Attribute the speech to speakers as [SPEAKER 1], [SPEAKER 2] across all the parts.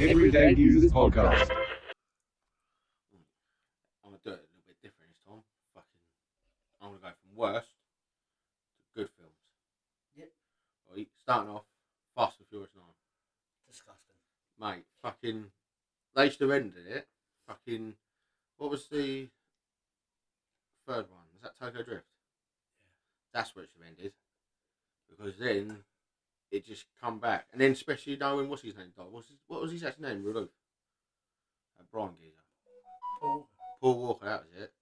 [SPEAKER 1] Everyday Users Podcast.
[SPEAKER 2] I'm gonna do it a little bit different this time. Fucking, I'm gonna go from worst to good films.
[SPEAKER 3] Yep.
[SPEAKER 2] Right, starting off, Fast and Furious Nine,
[SPEAKER 3] Disgusting.
[SPEAKER 2] mate. Fucking, they should have ended it. Fucking, what was the third one? Was that Tokyo Drift? That's where it should have ended, because then it just come back, and then especially knowing what's his name died. What's his, what was his actual name? Relief. Uh, Brian Geezer.
[SPEAKER 3] Paul,
[SPEAKER 2] Paul Walker, that was it.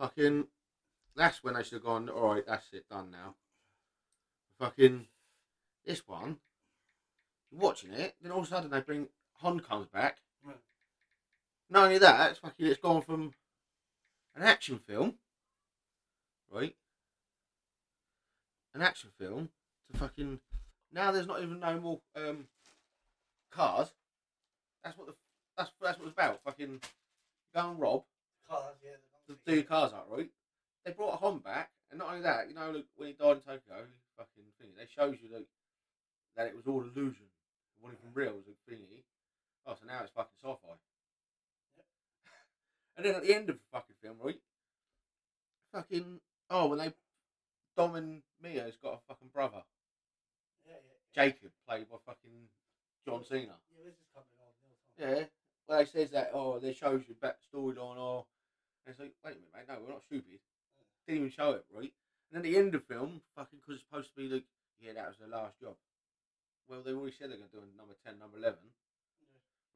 [SPEAKER 2] Fucking, that's when they should have gone. All right, that's it, done now. Fucking, this one. You're watching it, then all of a sudden they bring Hon comes back.
[SPEAKER 3] Yeah.
[SPEAKER 2] Not only that, it's fucking it's gone from an action film, right? An action film to fucking now. There's not even no more um, cars. That's what the that's that's what it's about. Fucking go and rob
[SPEAKER 3] cars, yeah.
[SPEAKER 2] the two cars out, right? They brought Hon back, and not only that, you know, look, when he died in Tokyo, he fucking thingy, they shows you that that it was all illusion. It wasn't even real, it was a thingy. Oh, so now it's fucking sci-fi. and then at the end of the fucking film, right? Fucking oh, when they Dom and Mia's got a fucking brother,
[SPEAKER 3] Yeah, yeah.
[SPEAKER 2] Jacob, played by fucking John Cena.
[SPEAKER 3] Yeah, this is coming on. Yeah.
[SPEAKER 2] Yeah. Well, they says that, oh, they shows you back storyline, oh, or and it's like, wait a minute, mate, no, we're not stupid. Didn't even show it, right? And then at the end of the film, fucking, because it's supposed to be like, yeah, that was their last job. Well, they already said they're going to do a number 10, number 11,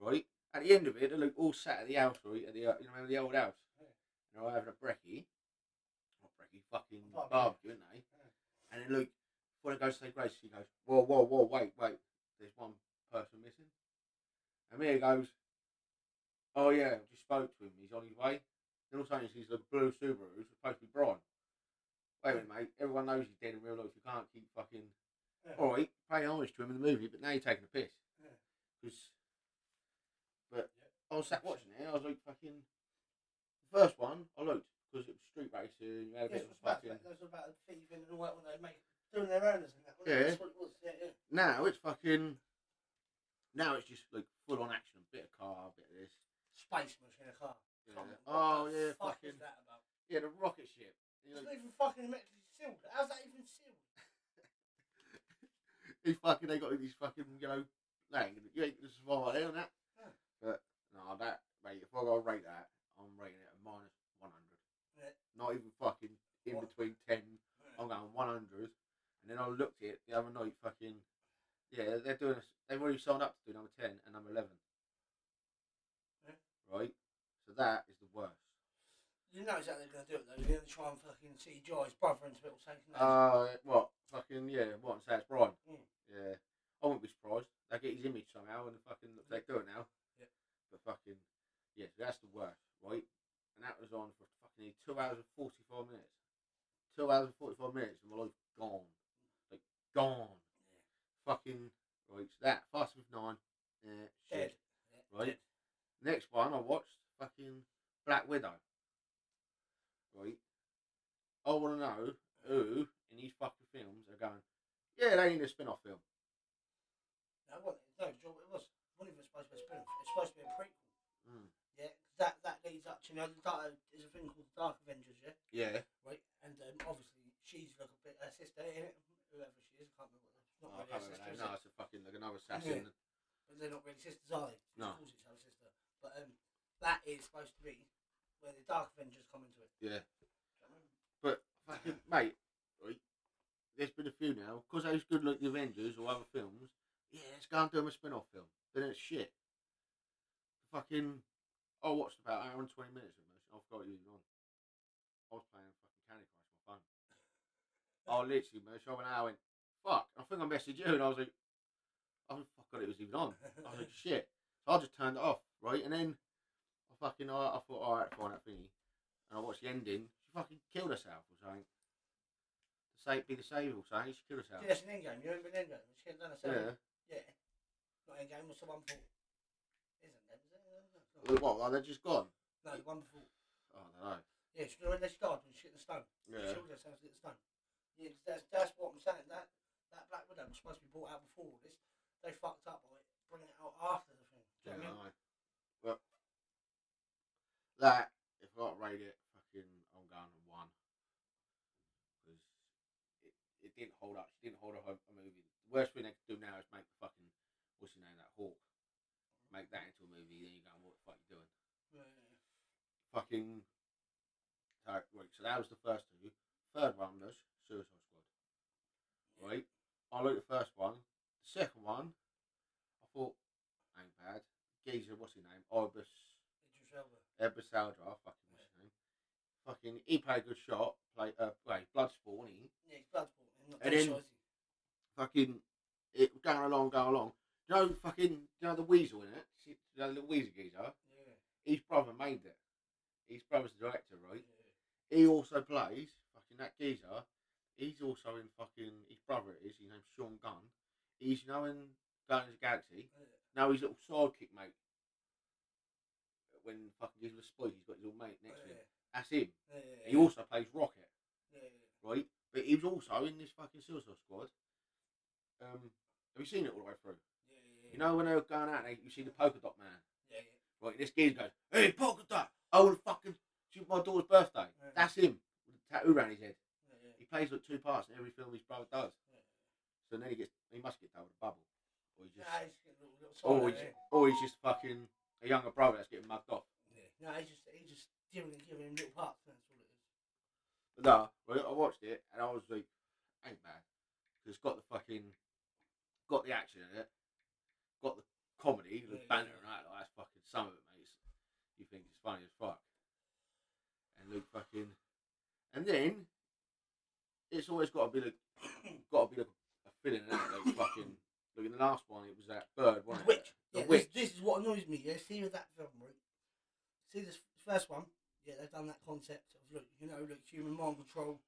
[SPEAKER 2] right? At the end of it, they look all sat at the house, right? At the, uh, you know, the old house.
[SPEAKER 3] Yeah.
[SPEAKER 2] They're all having a brekkie. Not brekkie, fucking
[SPEAKER 3] Barbecue.
[SPEAKER 2] barbecue, aren't they?
[SPEAKER 3] Yeah.
[SPEAKER 2] And then Luke, when it goes to say grace, she goes, whoa, whoa, whoa, wait, wait. There's one person missing. And Mia goes, oh yeah, I just spoke to him. He's on his way. Then all of a sudden, he sees the blue Subaru who's supposed to be Brian. Wait a minute, mate. Everyone knows he's dead in real life. You can't keep fucking.
[SPEAKER 3] Yeah.
[SPEAKER 2] All right, pay homage to him in the movie, but now you're taking a piss.
[SPEAKER 3] Yeah.
[SPEAKER 2] 'Cause- But I was sat watching it. I was like, fucking. The first one, I looked because it was street racing. You
[SPEAKER 3] Yes,
[SPEAKER 2] had a
[SPEAKER 3] it
[SPEAKER 2] bit of
[SPEAKER 3] was about,
[SPEAKER 2] fucking.
[SPEAKER 3] that was about thieving and all that when they make doing their owners and that. wasn't it?
[SPEAKER 2] Yeah.
[SPEAKER 3] That's what it was. Yeah, yeah.
[SPEAKER 2] now it's fucking. Now it's just like full on action, bit of car, bit of this.
[SPEAKER 3] Space machine a car.
[SPEAKER 2] Yeah.
[SPEAKER 3] Come on, what
[SPEAKER 2] Oh
[SPEAKER 3] the
[SPEAKER 2] yeah,
[SPEAKER 3] fuck
[SPEAKER 2] fucking
[SPEAKER 3] Is that about?
[SPEAKER 2] yeah, the rocket ship.
[SPEAKER 3] It's
[SPEAKER 2] And you're
[SPEAKER 3] not
[SPEAKER 2] like,
[SPEAKER 3] even fucking metal sealed. How's that even sealed?
[SPEAKER 2] he fucking they got these fucking you know, like you ain't gonna survive there and that.
[SPEAKER 3] Yeah.
[SPEAKER 2] But no, that mate, if I gotta rate that, I'm rating it a minus one hundred.
[SPEAKER 3] Yeah.
[SPEAKER 2] Not even fucking in
[SPEAKER 3] What?
[SPEAKER 2] between ten. I'm going one hundred, and then I looked at it the other night. Fucking yeah, they're doing. A, they've already signed up to do number ten and number eleven.
[SPEAKER 3] Yeah.
[SPEAKER 2] Right. So that is the worst.
[SPEAKER 3] You know exactly they're going to do it though. They're going to try and fucking see Joy's brother into it or something.
[SPEAKER 2] Uh, what? Fucking yeah. What? And say it's Brian.
[SPEAKER 3] Mm.
[SPEAKER 2] Yeah. I wouldn't be surprised. They get his image somehow, and fucking they do it now.
[SPEAKER 3] Yeah.
[SPEAKER 2] But fucking yeah, so that's the worst, right? And that was on for fucking two hours and forty five minutes. Two hours and forty five minutes, and my life gone, like gone. Fucking right. So that fast with nine. Yeah.
[SPEAKER 3] dead.
[SPEAKER 2] Shit. Right. Next one I watched fucking Black Widow. Right. I want to know who in these fucking films are going. Yeah, they need a spin-off film.
[SPEAKER 3] No, what? No, do you know what it was? It wasn't even supposed to be a spin It's supposed to be a prequel.
[SPEAKER 2] Mm.
[SPEAKER 3] Yeah, 'cause that that leads up to you know the dark, there's a thing called the Dark Avengers, yeah,
[SPEAKER 2] Yeah.
[SPEAKER 3] right? And um, obviously she's like a bit her sister, innit? whoever she is, I can't remember.
[SPEAKER 2] Oh,
[SPEAKER 3] What, not
[SPEAKER 2] I
[SPEAKER 3] really
[SPEAKER 2] can't
[SPEAKER 3] her sister, is
[SPEAKER 2] remember that. No,
[SPEAKER 3] it?
[SPEAKER 2] it's a fucking like another assassin.
[SPEAKER 3] But they're not really sisters, are they? She
[SPEAKER 2] No.
[SPEAKER 3] calls herself sister, but um, that is supposed to be where the Dark Avengers come into it.
[SPEAKER 2] Yeah.
[SPEAKER 3] Do you know what I mean?
[SPEAKER 2] But fucking mate, right, there's been a few now because those good like the Avengers or other films. Yeah, let's go and do them a spin-off film. Then it's shit. Fucking, I watched about an hour and twenty minutes of this. I forgot you was on. I was playing fucking Candy Crush on my phone. I literally, man, so I went out. I went, fuck. I think I messaged you, and I was like, oh fuck, it was even on. I was like, shit. So I just turned it off, right? And then I fucking, I, I thought, all right, fine, that thingy. And I watched the ending. She fucking killed herself or something. The save, be the save or something. She killed herself.
[SPEAKER 3] Yeah, that's an end game. You remember an end game? She had done a
[SPEAKER 2] Oh, Yeah.
[SPEAKER 3] seven. Yeah. Not end game. What's the one before? Isn't it?
[SPEAKER 2] Well, What? Are they just gone?
[SPEAKER 3] No, the one before.
[SPEAKER 2] Oh, I don't know.
[SPEAKER 3] Yeah, she when they started with shit and stone.
[SPEAKER 2] Yeah.
[SPEAKER 3] She always sounds like it's done. Yeah, that's, that's what I'm saying. That that Black Widow was supposed to be brought out before all this. They fucked up by it, bringing it out after the thing. Do
[SPEAKER 2] Yeah,
[SPEAKER 3] you know what I mean?
[SPEAKER 2] aye. But that if I got rate it, fucking I'm going to one because it, it didn't hold up. She didn't hold up a, a movie. The worst thing they could do now is make the fucking what's your name that Hawk, make that into a movie. Then you go, what the fuck you doing?
[SPEAKER 3] Yeah, yeah, yeah.
[SPEAKER 2] Fucking. So, right, so that was the first two. Third one was Suicide Squad. right? I like the first one. The second one, I thought, ain't bad. Geezer, what's his name? Ibis,
[SPEAKER 3] Idris Elba.
[SPEAKER 2] Ibis Aldra, fucking what's his name? Fucking, he played a good shot. Play, uh, play Bloodsport, didn't he?
[SPEAKER 3] Yeah, he's Bloodsport. And not
[SPEAKER 2] And
[SPEAKER 3] Dead
[SPEAKER 2] then-
[SPEAKER 3] Shot, is he?
[SPEAKER 2] Fucking, it was going along, going along. Do you know, fucking, do you know the weasel in it? See, do you know the little weasel geezer?
[SPEAKER 3] Yeah.
[SPEAKER 2] His brother made it. His brother's the director, right?
[SPEAKER 3] yeah.
[SPEAKER 2] He also plays fucking that geezer. He's also in fucking his brother is his name's Sean Gunn. He's now in Guardians of the Galaxy.
[SPEAKER 3] Yeah.
[SPEAKER 2] Now his little sidekick mate. When fucking gives him a spoil, he's got his little mate next to him.
[SPEAKER 3] Yeah.
[SPEAKER 2] That's him.
[SPEAKER 3] Yeah, yeah,
[SPEAKER 2] He also plays Rocket,
[SPEAKER 3] yeah, yeah.
[SPEAKER 2] right? But he was also in this fucking Suicide Squad. Um, have you seen it all the way through?
[SPEAKER 3] Yeah, yeah,
[SPEAKER 2] You know when they were going out, and you see the polka dot man,
[SPEAKER 3] yeah, yeah.
[SPEAKER 2] right? This geezer goes, "Hey, polka dot! I want to fucking shoot my daughter's birthday."
[SPEAKER 3] Yeah.
[SPEAKER 2] That's him. With a tattoo round his head.
[SPEAKER 3] Yeah, yeah.
[SPEAKER 2] He plays like two parts in every film his brother does.
[SPEAKER 3] Yeah.
[SPEAKER 2] So then he gets he must get told a bubble. Or he's just
[SPEAKER 3] Nah, he's getting a little, little side
[SPEAKER 2] or
[SPEAKER 3] eye
[SPEAKER 2] he's,
[SPEAKER 3] there.
[SPEAKER 2] or he's just fucking a younger brother that's getting mugged off.
[SPEAKER 3] Yeah. No, he's just he's just giving giving him little parts. That's all it is.
[SPEAKER 2] But no, well, I watched it and I was like, ain't bad. 'Cause it's got the fucking got the action in it, got the comedy, the
[SPEAKER 3] Yeah, yeah,
[SPEAKER 2] banter
[SPEAKER 3] yeah.
[SPEAKER 2] and that like, that's fucking some of it, mate. It's- you think it's funny as fuck. And Luke fucking and then it's always gotta be like gotta be like a feeling in it, like fucking like in the last one it was that bird,
[SPEAKER 3] The
[SPEAKER 2] wasn't it?
[SPEAKER 3] witch.
[SPEAKER 2] The
[SPEAKER 3] yeah, this-
[SPEAKER 2] witch.
[SPEAKER 3] This, is what annoys me. Yeah, see with that film, right? See this first one. Yeah, they've done that concept of look, you know, look, human mind control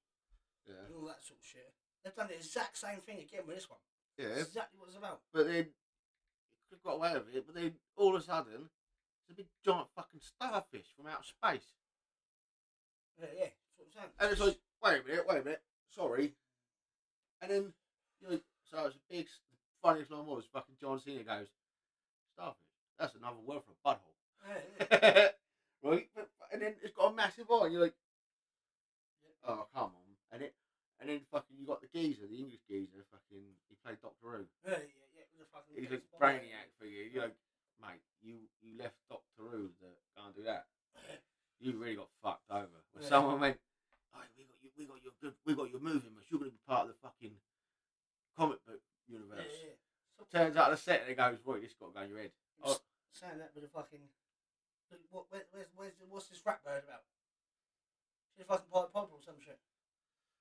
[SPEAKER 2] Yeah.
[SPEAKER 3] and all that sort of shit. They've done the exact same thing again with this one.
[SPEAKER 2] Yeah,
[SPEAKER 3] That's exactly what it's about.
[SPEAKER 2] but then it got away with it. But then all of a sudden, it's a big giant fucking starfish from outer space,
[SPEAKER 3] Yeah, yeah, that's what I'm saying.
[SPEAKER 2] and it's like, wait a minute, wait a minute, sorry. And then, you know, so it's a big s- funniest line was fucking John Cena goes, starfish. That's another word for a butthole,
[SPEAKER 3] Yeah, yeah.
[SPEAKER 2] right? But, but- and then it's got a massive eye. And you're like, oh come on, and it. And then fucking you got the geezer, the English geezer, fucking he played Doctor Who.
[SPEAKER 3] yeah, yeah, yeah, with the fucking
[SPEAKER 2] He's
[SPEAKER 3] big
[SPEAKER 2] a
[SPEAKER 3] spy.
[SPEAKER 2] brainiac for you. You're like, mate, you, you left Doctor Who that can't do that. You really got fucked over. When
[SPEAKER 3] Yeah.
[SPEAKER 2] someone went, oh, we got you, we got your good, we got your movie, mate. You're gonna be part of the fucking comic book
[SPEAKER 3] Yeah,
[SPEAKER 2] universe.
[SPEAKER 3] yeah, yeah. So,
[SPEAKER 2] Turns out the set and it goes, right, this got to go in your head. Oh.
[SPEAKER 3] saying that with the fucking. Look, what, where, where's, where's, what's this rap bird about? She's fucking Pied Piper or some shit.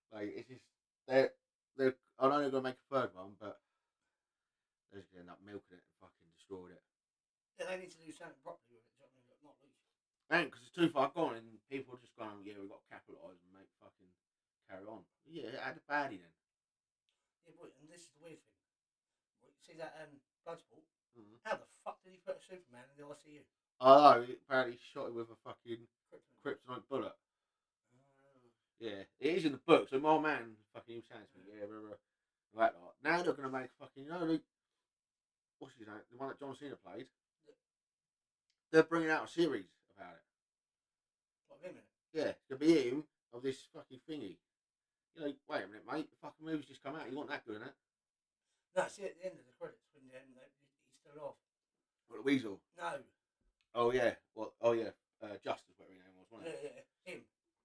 [SPEAKER 2] Like it's just they're they're. I know they're gonna make a third one, but they're just gonna end up milking it and fucking destroyed it.
[SPEAKER 3] Yeah, they need to do something properly with it. Do you know what I mean? Not like
[SPEAKER 2] And because it's too far gone, and people are just going, yeah, we've got to capitalise and make fucking carry on. Yeah, add a baddie then.
[SPEAKER 3] Yeah, but and this is the weird thing. Right, you see that um, Bloodsport?
[SPEAKER 2] Mhm.
[SPEAKER 3] How the fuck did he put a Superman in the ICU?
[SPEAKER 2] Although he apparently shot it with a fucking
[SPEAKER 3] Kryptonite.
[SPEAKER 2] kryptonite bullet.
[SPEAKER 3] Oh,
[SPEAKER 2] Yeah, it is in the book. So my man, fucking, he was saying to me, yeah, blah, blah, blah, that lot. Now they're gonna make fucking, you know, the, what's his name, the one that John Cena played. They're bringing out a series about it.
[SPEAKER 3] what, Oh, wait a minute.
[SPEAKER 2] Yeah, it's gonna be him of this fucking thingy. You know, wait a minute, mate. The fucking movie's just come out. You want that good, innit?
[SPEAKER 3] No, see at the end of the credits when um, they, he's still off.
[SPEAKER 2] What a weasel.
[SPEAKER 3] No.
[SPEAKER 2] Oh yeah. Well, oh yeah. Uh, Justice, whatever his name was, wasn't
[SPEAKER 3] Yeah,
[SPEAKER 2] it?
[SPEAKER 3] yeah, yeah. Him.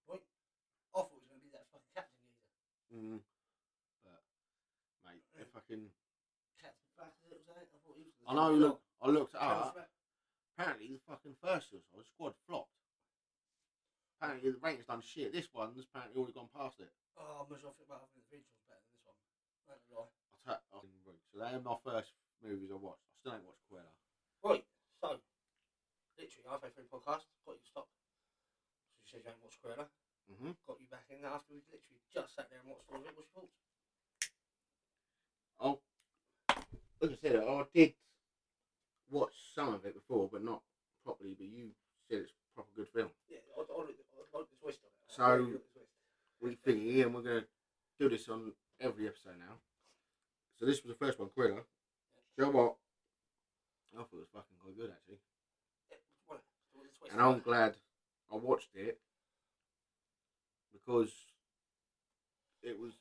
[SPEAKER 3] Right? I thought it was going to be that fucking Captain either.
[SPEAKER 2] Mm. But mate, they're fucking.
[SPEAKER 3] Captain Black, as it was eh? I thought he was
[SPEAKER 2] I know. Look, I looked it up.
[SPEAKER 3] Charles Ra-
[SPEAKER 2] apparently the fucking first Suicide Squad flopped. Apparently the rating's done shit. This one's apparently already gone past it.
[SPEAKER 3] Oh, I'm not sure if it well, I think the original's better than this one. I don't know.
[SPEAKER 2] I ta- I can read. So they are my first movies I watched. I still ain't watched Cruella.
[SPEAKER 3] Right, so literally halfway through the podcast, got you stopped. So you said you ain't watched Cruella.
[SPEAKER 2] Mm-hmm.
[SPEAKER 3] got you back in after we literally just sat there and watched all of it. What's your thoughts?
[SPEAKER 2] Oh, like I said, I did watch some of it before, but not properly. But you said it's a proper good film.
[SPEAKER 3] Yeah, I, I, I, spoke the twist on it. I
[SPEAKER 2] So-
[SPEAKER 3] really like the twist.
[SPEAKER 2] we thingy, and we're gonna do this on every episode now. So this was the first one, Quilla. You know what? I thought it was fucking quite good actually,
[SPEAKER 3] It- well, it was a twist.
[SPEAKER 2] and I'm glad I watched it because it was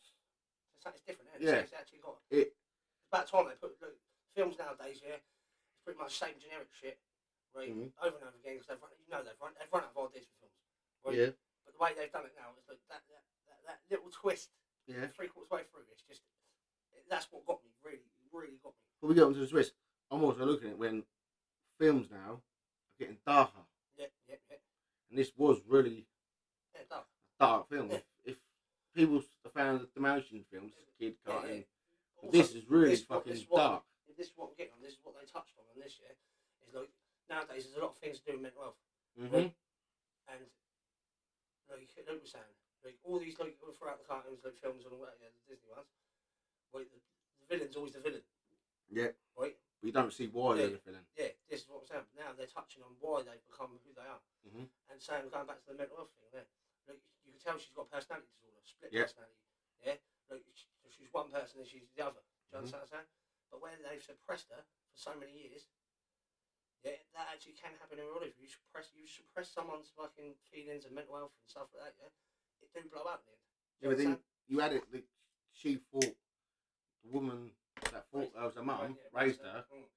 [SPEAKER 3] It's, it's different. Isn't
[SPEAKER 2] Yeah.
[SPEAKER 3] It? It's actually got.
[SPEAKER 2] It-
[SPEAKER 3] It's about time they put look, films nowadays. Yeah, it's pretty much the same generic shit. Right,
[SPEAKER 2] Mhm.
[SPEAKER 3] over and over again because they've run. You know they've run. They've run out of ideas for films. Right?
[SPEAKER 2] yeah,
[SPEAKER 3] But the way they've done it now is like that that, that, that little twist
[SPEAKER 2] yeah.
[SPEAKER 3] three quarters way through. It's just that's what got me. Really, really got me.
[SPEAKER 2] But we get onto the twist. I'm also looking at when films now are getting darker,
[SPEAKER 3] Yeah, yeah, yeah.
[SPEAKER 2] and this was really
[SPEAKER 3] yeah done.
[SPEAKER 2] a dark film.
[SPEAKER 3] Yeah.
[SPEAKER 2] If, if people found the Mansion films, kid
[SPEAKER 3] Yeah,
[SPEAKER 2] cartoon,
[SPEAKER 3] yeah.
[SPEAKER 2] but this
[SPEAKER 3] Also,
[SPEAKER 2] is really
[SPEAKER 3] this-
[SPEAKER 2] fucking
[SPEAKER 3] this one-
[SPEAKER 2] dark.
[SPEAKER 3] this is what I'm getting on. This is what they touched on in this year. Is like nowadays there's a lot of things to do with mental health,
[SPEAKER 2] hmm
[SPEAKER 3] and like Luke was saying, like all these like throughout the cartoons, like films and all that, yeah, the Disney ones. Like the, the villain's always the villain,
[SPEAKER 2] Yeah.
[SPEAKER 3] right?
[SPEAKER 2] But you don't see why they're
[SPEAKER 3] Yeah.
[SPEAKER 2] the villain.
[SPEAKER 3] Yeah, this is what I'm saying. Now they're touching on why they've become who they are,
[SPEAKER 2] Mhm.
[SPEAKER 3] and saying going back to the mental health thing. There, like you can tell she's got personality disorder, split
[SPEAKER 2] Yeah.
[SPEAKER 3] personality. Yeah, like sh- she's one person and she's the other.
[SPEAKER 2] Mm-hmm.
[SPEAKER 3] Do you understand what I'm saying? But where they've suppressed her for so many years, yeah, that actually can happen in real life. You suppress, you suppress someone's fucking feelings and mental health and stuff like that. Yeah, it do blow out in the end. Do
[SPEAKER 2] Yeah,
[SPEAKER 3] you
[SPEAKER 2] but then
[SPEAKER 3] understand?
[SPEAKER 2] you had it that she thought the woman that thought that was her mum
[SPEAKER 3] Right, yeah,
[SPEAKER 2] raised
[SPEAKER 3] so-
[SPEAKER 2] her.
[SPEAKER 3] mm,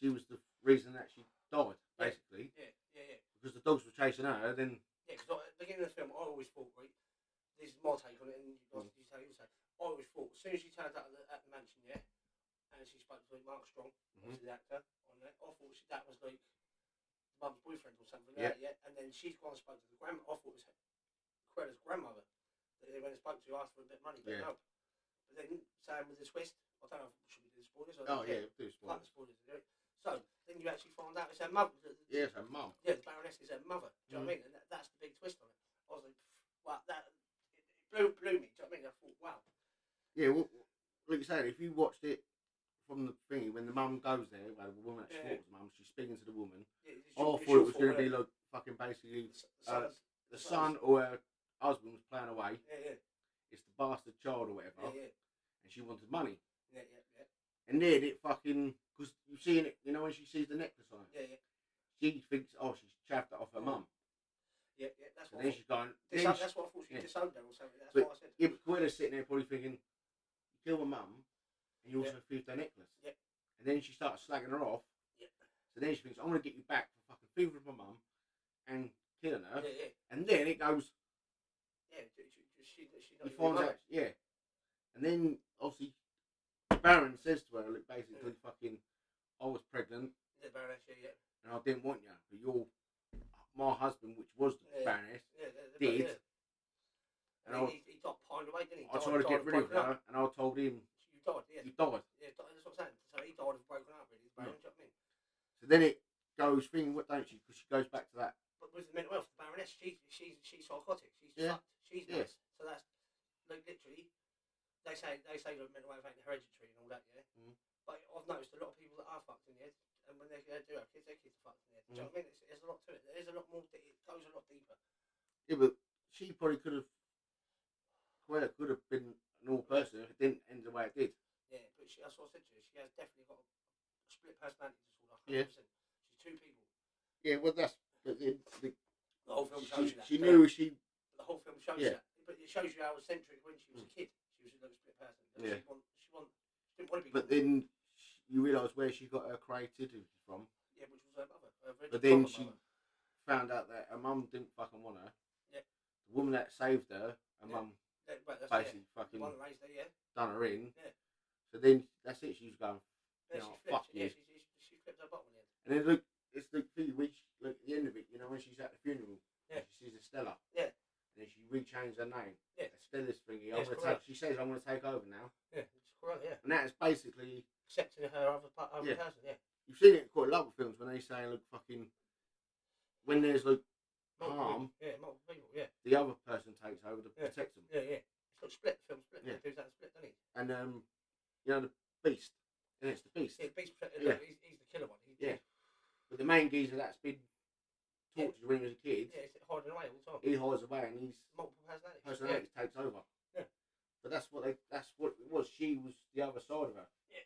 [SPEAKER 2] She was the reason that she died,
[SPEAKER 3] Yeah.
[SPEAKER 2] basically,
[SPEAKER 3] Yeah, yeah, yeah.
[SPEAKER 2] because the dogs were chasing her. Then
[SPEAKER 3] Yeah, because at the beginning of the film, I always thought, right, this is my take on it, and you
[SPEAKER 2] Mm.
[SPEAKER 3] guys, you say, you say, I always thought, as soon as she turned up at the, at the mansion, yeah, and she spoke to Mark Strong,
[SPEAKER 2] Mm-hmm.
[SPEAKER 3] obviously the actor, on that, I thought she, that was like mum's boyfriend or something like that, yeah, and then she's gone and spoke to the grandma, I thought it was her, Quella's grandmother, that they went and spoke to, asked for a bit of money, but
[SPEAKER 2] Yeah.
[SPEAKER 3] no. But then, same with the twist, I don't know, if should we do the spoilers? I
[SPEAKER 2] oh
[SPEAKER 3] don't
[SPEAKER 2] yeah,
[SPEAKER 3] care.
[SPEAKER 2] do
[SPEAKER 3] Fuck
[SPEAKER 2] spoilers.
[SPEAKER 3] the spoilers, do it. So, then you actually find out it's her mother, that-
[SPEAKER 2] Yeah, it's her mum.
[SPEAKER 3] yeah, the Baroness is her mother. Do you know what I
[SPEAKER 2] Mm.
[SPEAKER 3] mean? And that, that's the big twist on it. I was like, pff, wow, that it, it blew, blew me. Do you know what I mean? I thought, wow.
[SPEAKER 2] Yeah, well, like you said, if you watched it from the thingy when the mum goes there, where the woman that she
[SPEAKER 3] Yeah.
[SPEAKER 2] thought was the mum, she's speaking to the woman. Oh,
[SPEAKER 3] Yeah, it's
[SPEAKER 2] I
[SPEAKER 3] your-
[SPEAKER 2] thought
[SPEAKER 3] it's
[SPEAKER 2] it
[SPEAKER 3] your
[SPEAKER 2] was
[SPEAKER 3] fault,
[SPEAKER 2] going to be
[SPEAKER 3] whatever.
[SPEAKER 2] like fucking basically
[SPEAKER 3] The s- the
[SPEAKER 2] uh,
[SPEAKER 3] sons-
[SPEAKER 2] the
[SPEAKER 3] the
[SPEAKER 2] son
[SPEAKER 3] sons.
[SPEAKER 2] or her husband was playing away.
[SPEAKER 3] Yeah, yeah,
[SPEAKER 2] It's the bastard child or whatever,
[SPEAKER 3] yeah, yeah,
[SPEAKER 2] and she wanted money.
[SPEAKER 3] yeah, yeah, yeah,
[SPEAKER 2] And then it fucking because you see it, you know, when she sees the necklace on it,
[SPEAKER 3] yeah, yeah,
[SPEAKER 2] she thinks, oh, she's chaffed it off her
[SPEAKER 3] Mm.
[SPEAKER 2] mum.
[SPEAKER 3] yeah, yeah. That's
[SPEAKER 2] So
[SPEAKER 3] what. I
[SPEAKER 2] then
[SPEAKER 3] thought.
[SPEAKER 2] she's going,
[SPEAKER 3] Dis-
[SPEAKER 2] then she,
[SPEAKER 3] that's what I thought she
[SPEAKER 2] yeah.
[SPEAKER 3] disowned her or something. That's
[SPEAKER 2] But-
[SPEAKER 3] what I said.
[SPEAKER 2] yeah, but Coella's sitting there probably thinking, you kill my mum, and you also
[SPEAKER 3] Yeah.
[SPEAKER 2] thieved her necklace.
[SPEAKER 3] Yeah.
[SPEAKER 2] And then she starts slagging her off.
[SPEAKER 3] Yeah.
[SPEAKER 2] So then she thinks, I'm gonna get you back for fucking thieving my mum and killing her.
[SPEAKER 3] Yeah, yeah,
[SPEAKER 2] And then it goes,
[SPEAKER 3] yeah. She, she, she, she not
[SPEAKER 2] he
[SPEAKER 3] even
[SPEAKER 2] finds
[SPEAKER 3] right.
[SPEAKER 2] out, yeah. And then obviously Baron says to her, look, basically, fucking, I was pregnant
[SPEAKER 3] The Baroness, yeah, yeah,
[SPEAKER 2] and I didn't want you, but you're my husband, which was the
[SPEAKER 3] Yeah.
[SPEAKER 2] Baroness.
[SPEAKER 3] yeah. the- the-
[SPEAKER 2] Did.
[SPEAKER 3] yeah.
[SPEAKER 2] And
[SPEAKER 3] And
[SPEAKER 2] I-
[SPEAKER 3] he, he, he died pined away, didn't he?
[SPEAKER 2] I
[SPEAKER 3] Died-
[SPEAKER 2] tried to
[SPEAKER 3] died
[SPEAKER 2] get rid of
[SPEAKER 3] broken up.
[SPEAKER 2] her, and I told him
[SPEAKER 3] You died, yeah.
[SPEAKER 2] he died.
[SPEAKER 3] Yeah, died- that's what I'm saying. So he died of broken up, really. The Baron, do you know what I mean?
[SPEAKER 2] So then it goes thing, what don't she? Because she goes back to that.
[SPEAKER 3] but with the mental health, the Baroness, she's she's she's psychotic. She's
[SPEAKER 2] Yeah.
[SPEAKER 3] fucked. She's
[SPEAKER 2] Yeah.
[SPEAKER 3] nuts. So that's like literally, they say they say that mental health ain't hereditary and all that, yeah.
[SPEAKER 2] Mhm.
[SPEAKER 3] But I've noticed a lot of people that are fucked in the head, and when they, they do have kids, their kids are fucked in the head. Do
[SPEAKER 2] Mm.
[SPEAKER 3] you know what I mean? It's, there's a lot to it. There's a lot more. It goes a lot deeper.
[SPEAKER 2] Yeah, but she probably could have. Well, could have been an all person if it didn't end the way it did.
[SPEAKER 3] Yeah, but she, that's what I said to you. She has definitely got a split personality disorder.
[SPEAKER 2] Yeah.
[SPEAKER 3] 100%. She's two people.
[SPEAKER 2] Yeah, well, that's. but the- the-
[SPEAKER 3] The whole film shows
[SPEAKER 2] she,
[SPEAKER 3] you that.
[SPEAKER 2] she
[SPEAKER 3] don't it?
[SPEAKER 2] knew she.
[SPEAKER 3] the whole film shows
[SPEAKER 2] Yeah. Mm.
[SPEAKER 3] that. But it shows you how eccentric when she was a kid. She was a little split person. But
[SPEAKER 2] Yeah.
[SPEAKER 3] She, want, she, want, she didn't want to be.
[SPEAKER 2] But
[SPEAKER 3] called-
[SPEAKER 2] then sh- you realise where she got her creativity from.
[SPEAKER 3] yeah, which was her mother. Her very
[SPEAKER 2] But then
[SPEAKER 3] proper
[SPEAKER 2] she
[SPEAKER 3] mother.
[SPEAKER 2] found out that her mum didn't fucking want her.
[SPEAKER 3] Yeah.
[SPEAKER 2] The woman that saved her, her
[SPEAKER 3] Yeah.
[SPEAKER 2] mum
[SPEAKER 3] Yeah, well, that's it.
[SPEAKER 2] basically
[SPEAKER 3] The
[SPEAKER 2] fucking
[SPEAKER 3] one that raised her, yeah.
[SPEAKER 2] done her in.
[SPEAKER 3] Yeah.
[SPEAKER 2] So then that's it. She was going.
[SPEAKER 3] Yeah, she
[SPEAKER 2] No,
[SPEAKER 3] flipped.
[SPEAKER 2] oh, fuck
[SPEAKER 3] Yeah,
[SPEAKER 2] you.
[SPEAKER 3] she, she, she flipped her bottom in the end.
[SPEAKER 2] And then look, it's the thing which, like at the end of it, you know, when she's at the funeral,
[SPEAKER 3] Yeah.
[SPEAKER 2] and she sees Estella.
[SPEAKER 3] Yeah.
[SPEAKER 2] And then she rechanged her name.
[SPEAKER 3] Yeah.
[SPEAKER 2] Estella's thingy.
[SPEAKER 3] Yeah,
[SPEAKER 2] I'm
[SPEAKER 3] it's
[SPEAKER 2] gonna take,
[SPEAKER 3] correct.
[SPEAKER 2] she says, I'm going to take over now.
[SPEAKER 3] Yeah, it's quite, yeah.
[SPEAKER 2] And that is basically,
[SPEAKER 3] Accepting her other, part, other
[SPEAKER 2] Yeah.
[SPEAKER 3] person, yeah.
[SPEAKER 2] you've seen it in quite a lot of films when they say, look, fucking, when there's like harm,
[SPEAKER 3] Multiple, yeah, multiple people, yeah.
[SPEAKER 2] the other person takes over to
[SPEAKER 3] Yeah.
[SPEAKER 2] protect them.
[SPEAKER 3] Yeah, yeah. It's like split, film split.
[SPEAKER 2] Yeah.
[SPEAKER 3] Yeah. He does that split, doesn't he?
[SPEAKER 2] And, um, you know, the beast. And it's the beast.
[SPEAKER 3] Yeah, Beast,
[SPEAKER 2] Yeah.
[SPEAKER 3] he's, he's the killer one. He,
[SPEAKER 2] Yeah. But the main geezer that's been talked to when he was a kid,
[SPEAKER 3] Yeah, it's hiding away all the time.
[SPEAKER 2] he hides away and he's
[SPEAKER 3] Multiple personalities.
[SPEAKER 2] personality takes over.
[SPEAKER 3] Yeah.
[SPEAKER 2] But that's what they that's what it was. She was the other side of her.
[SPEAKER 3] Yeah.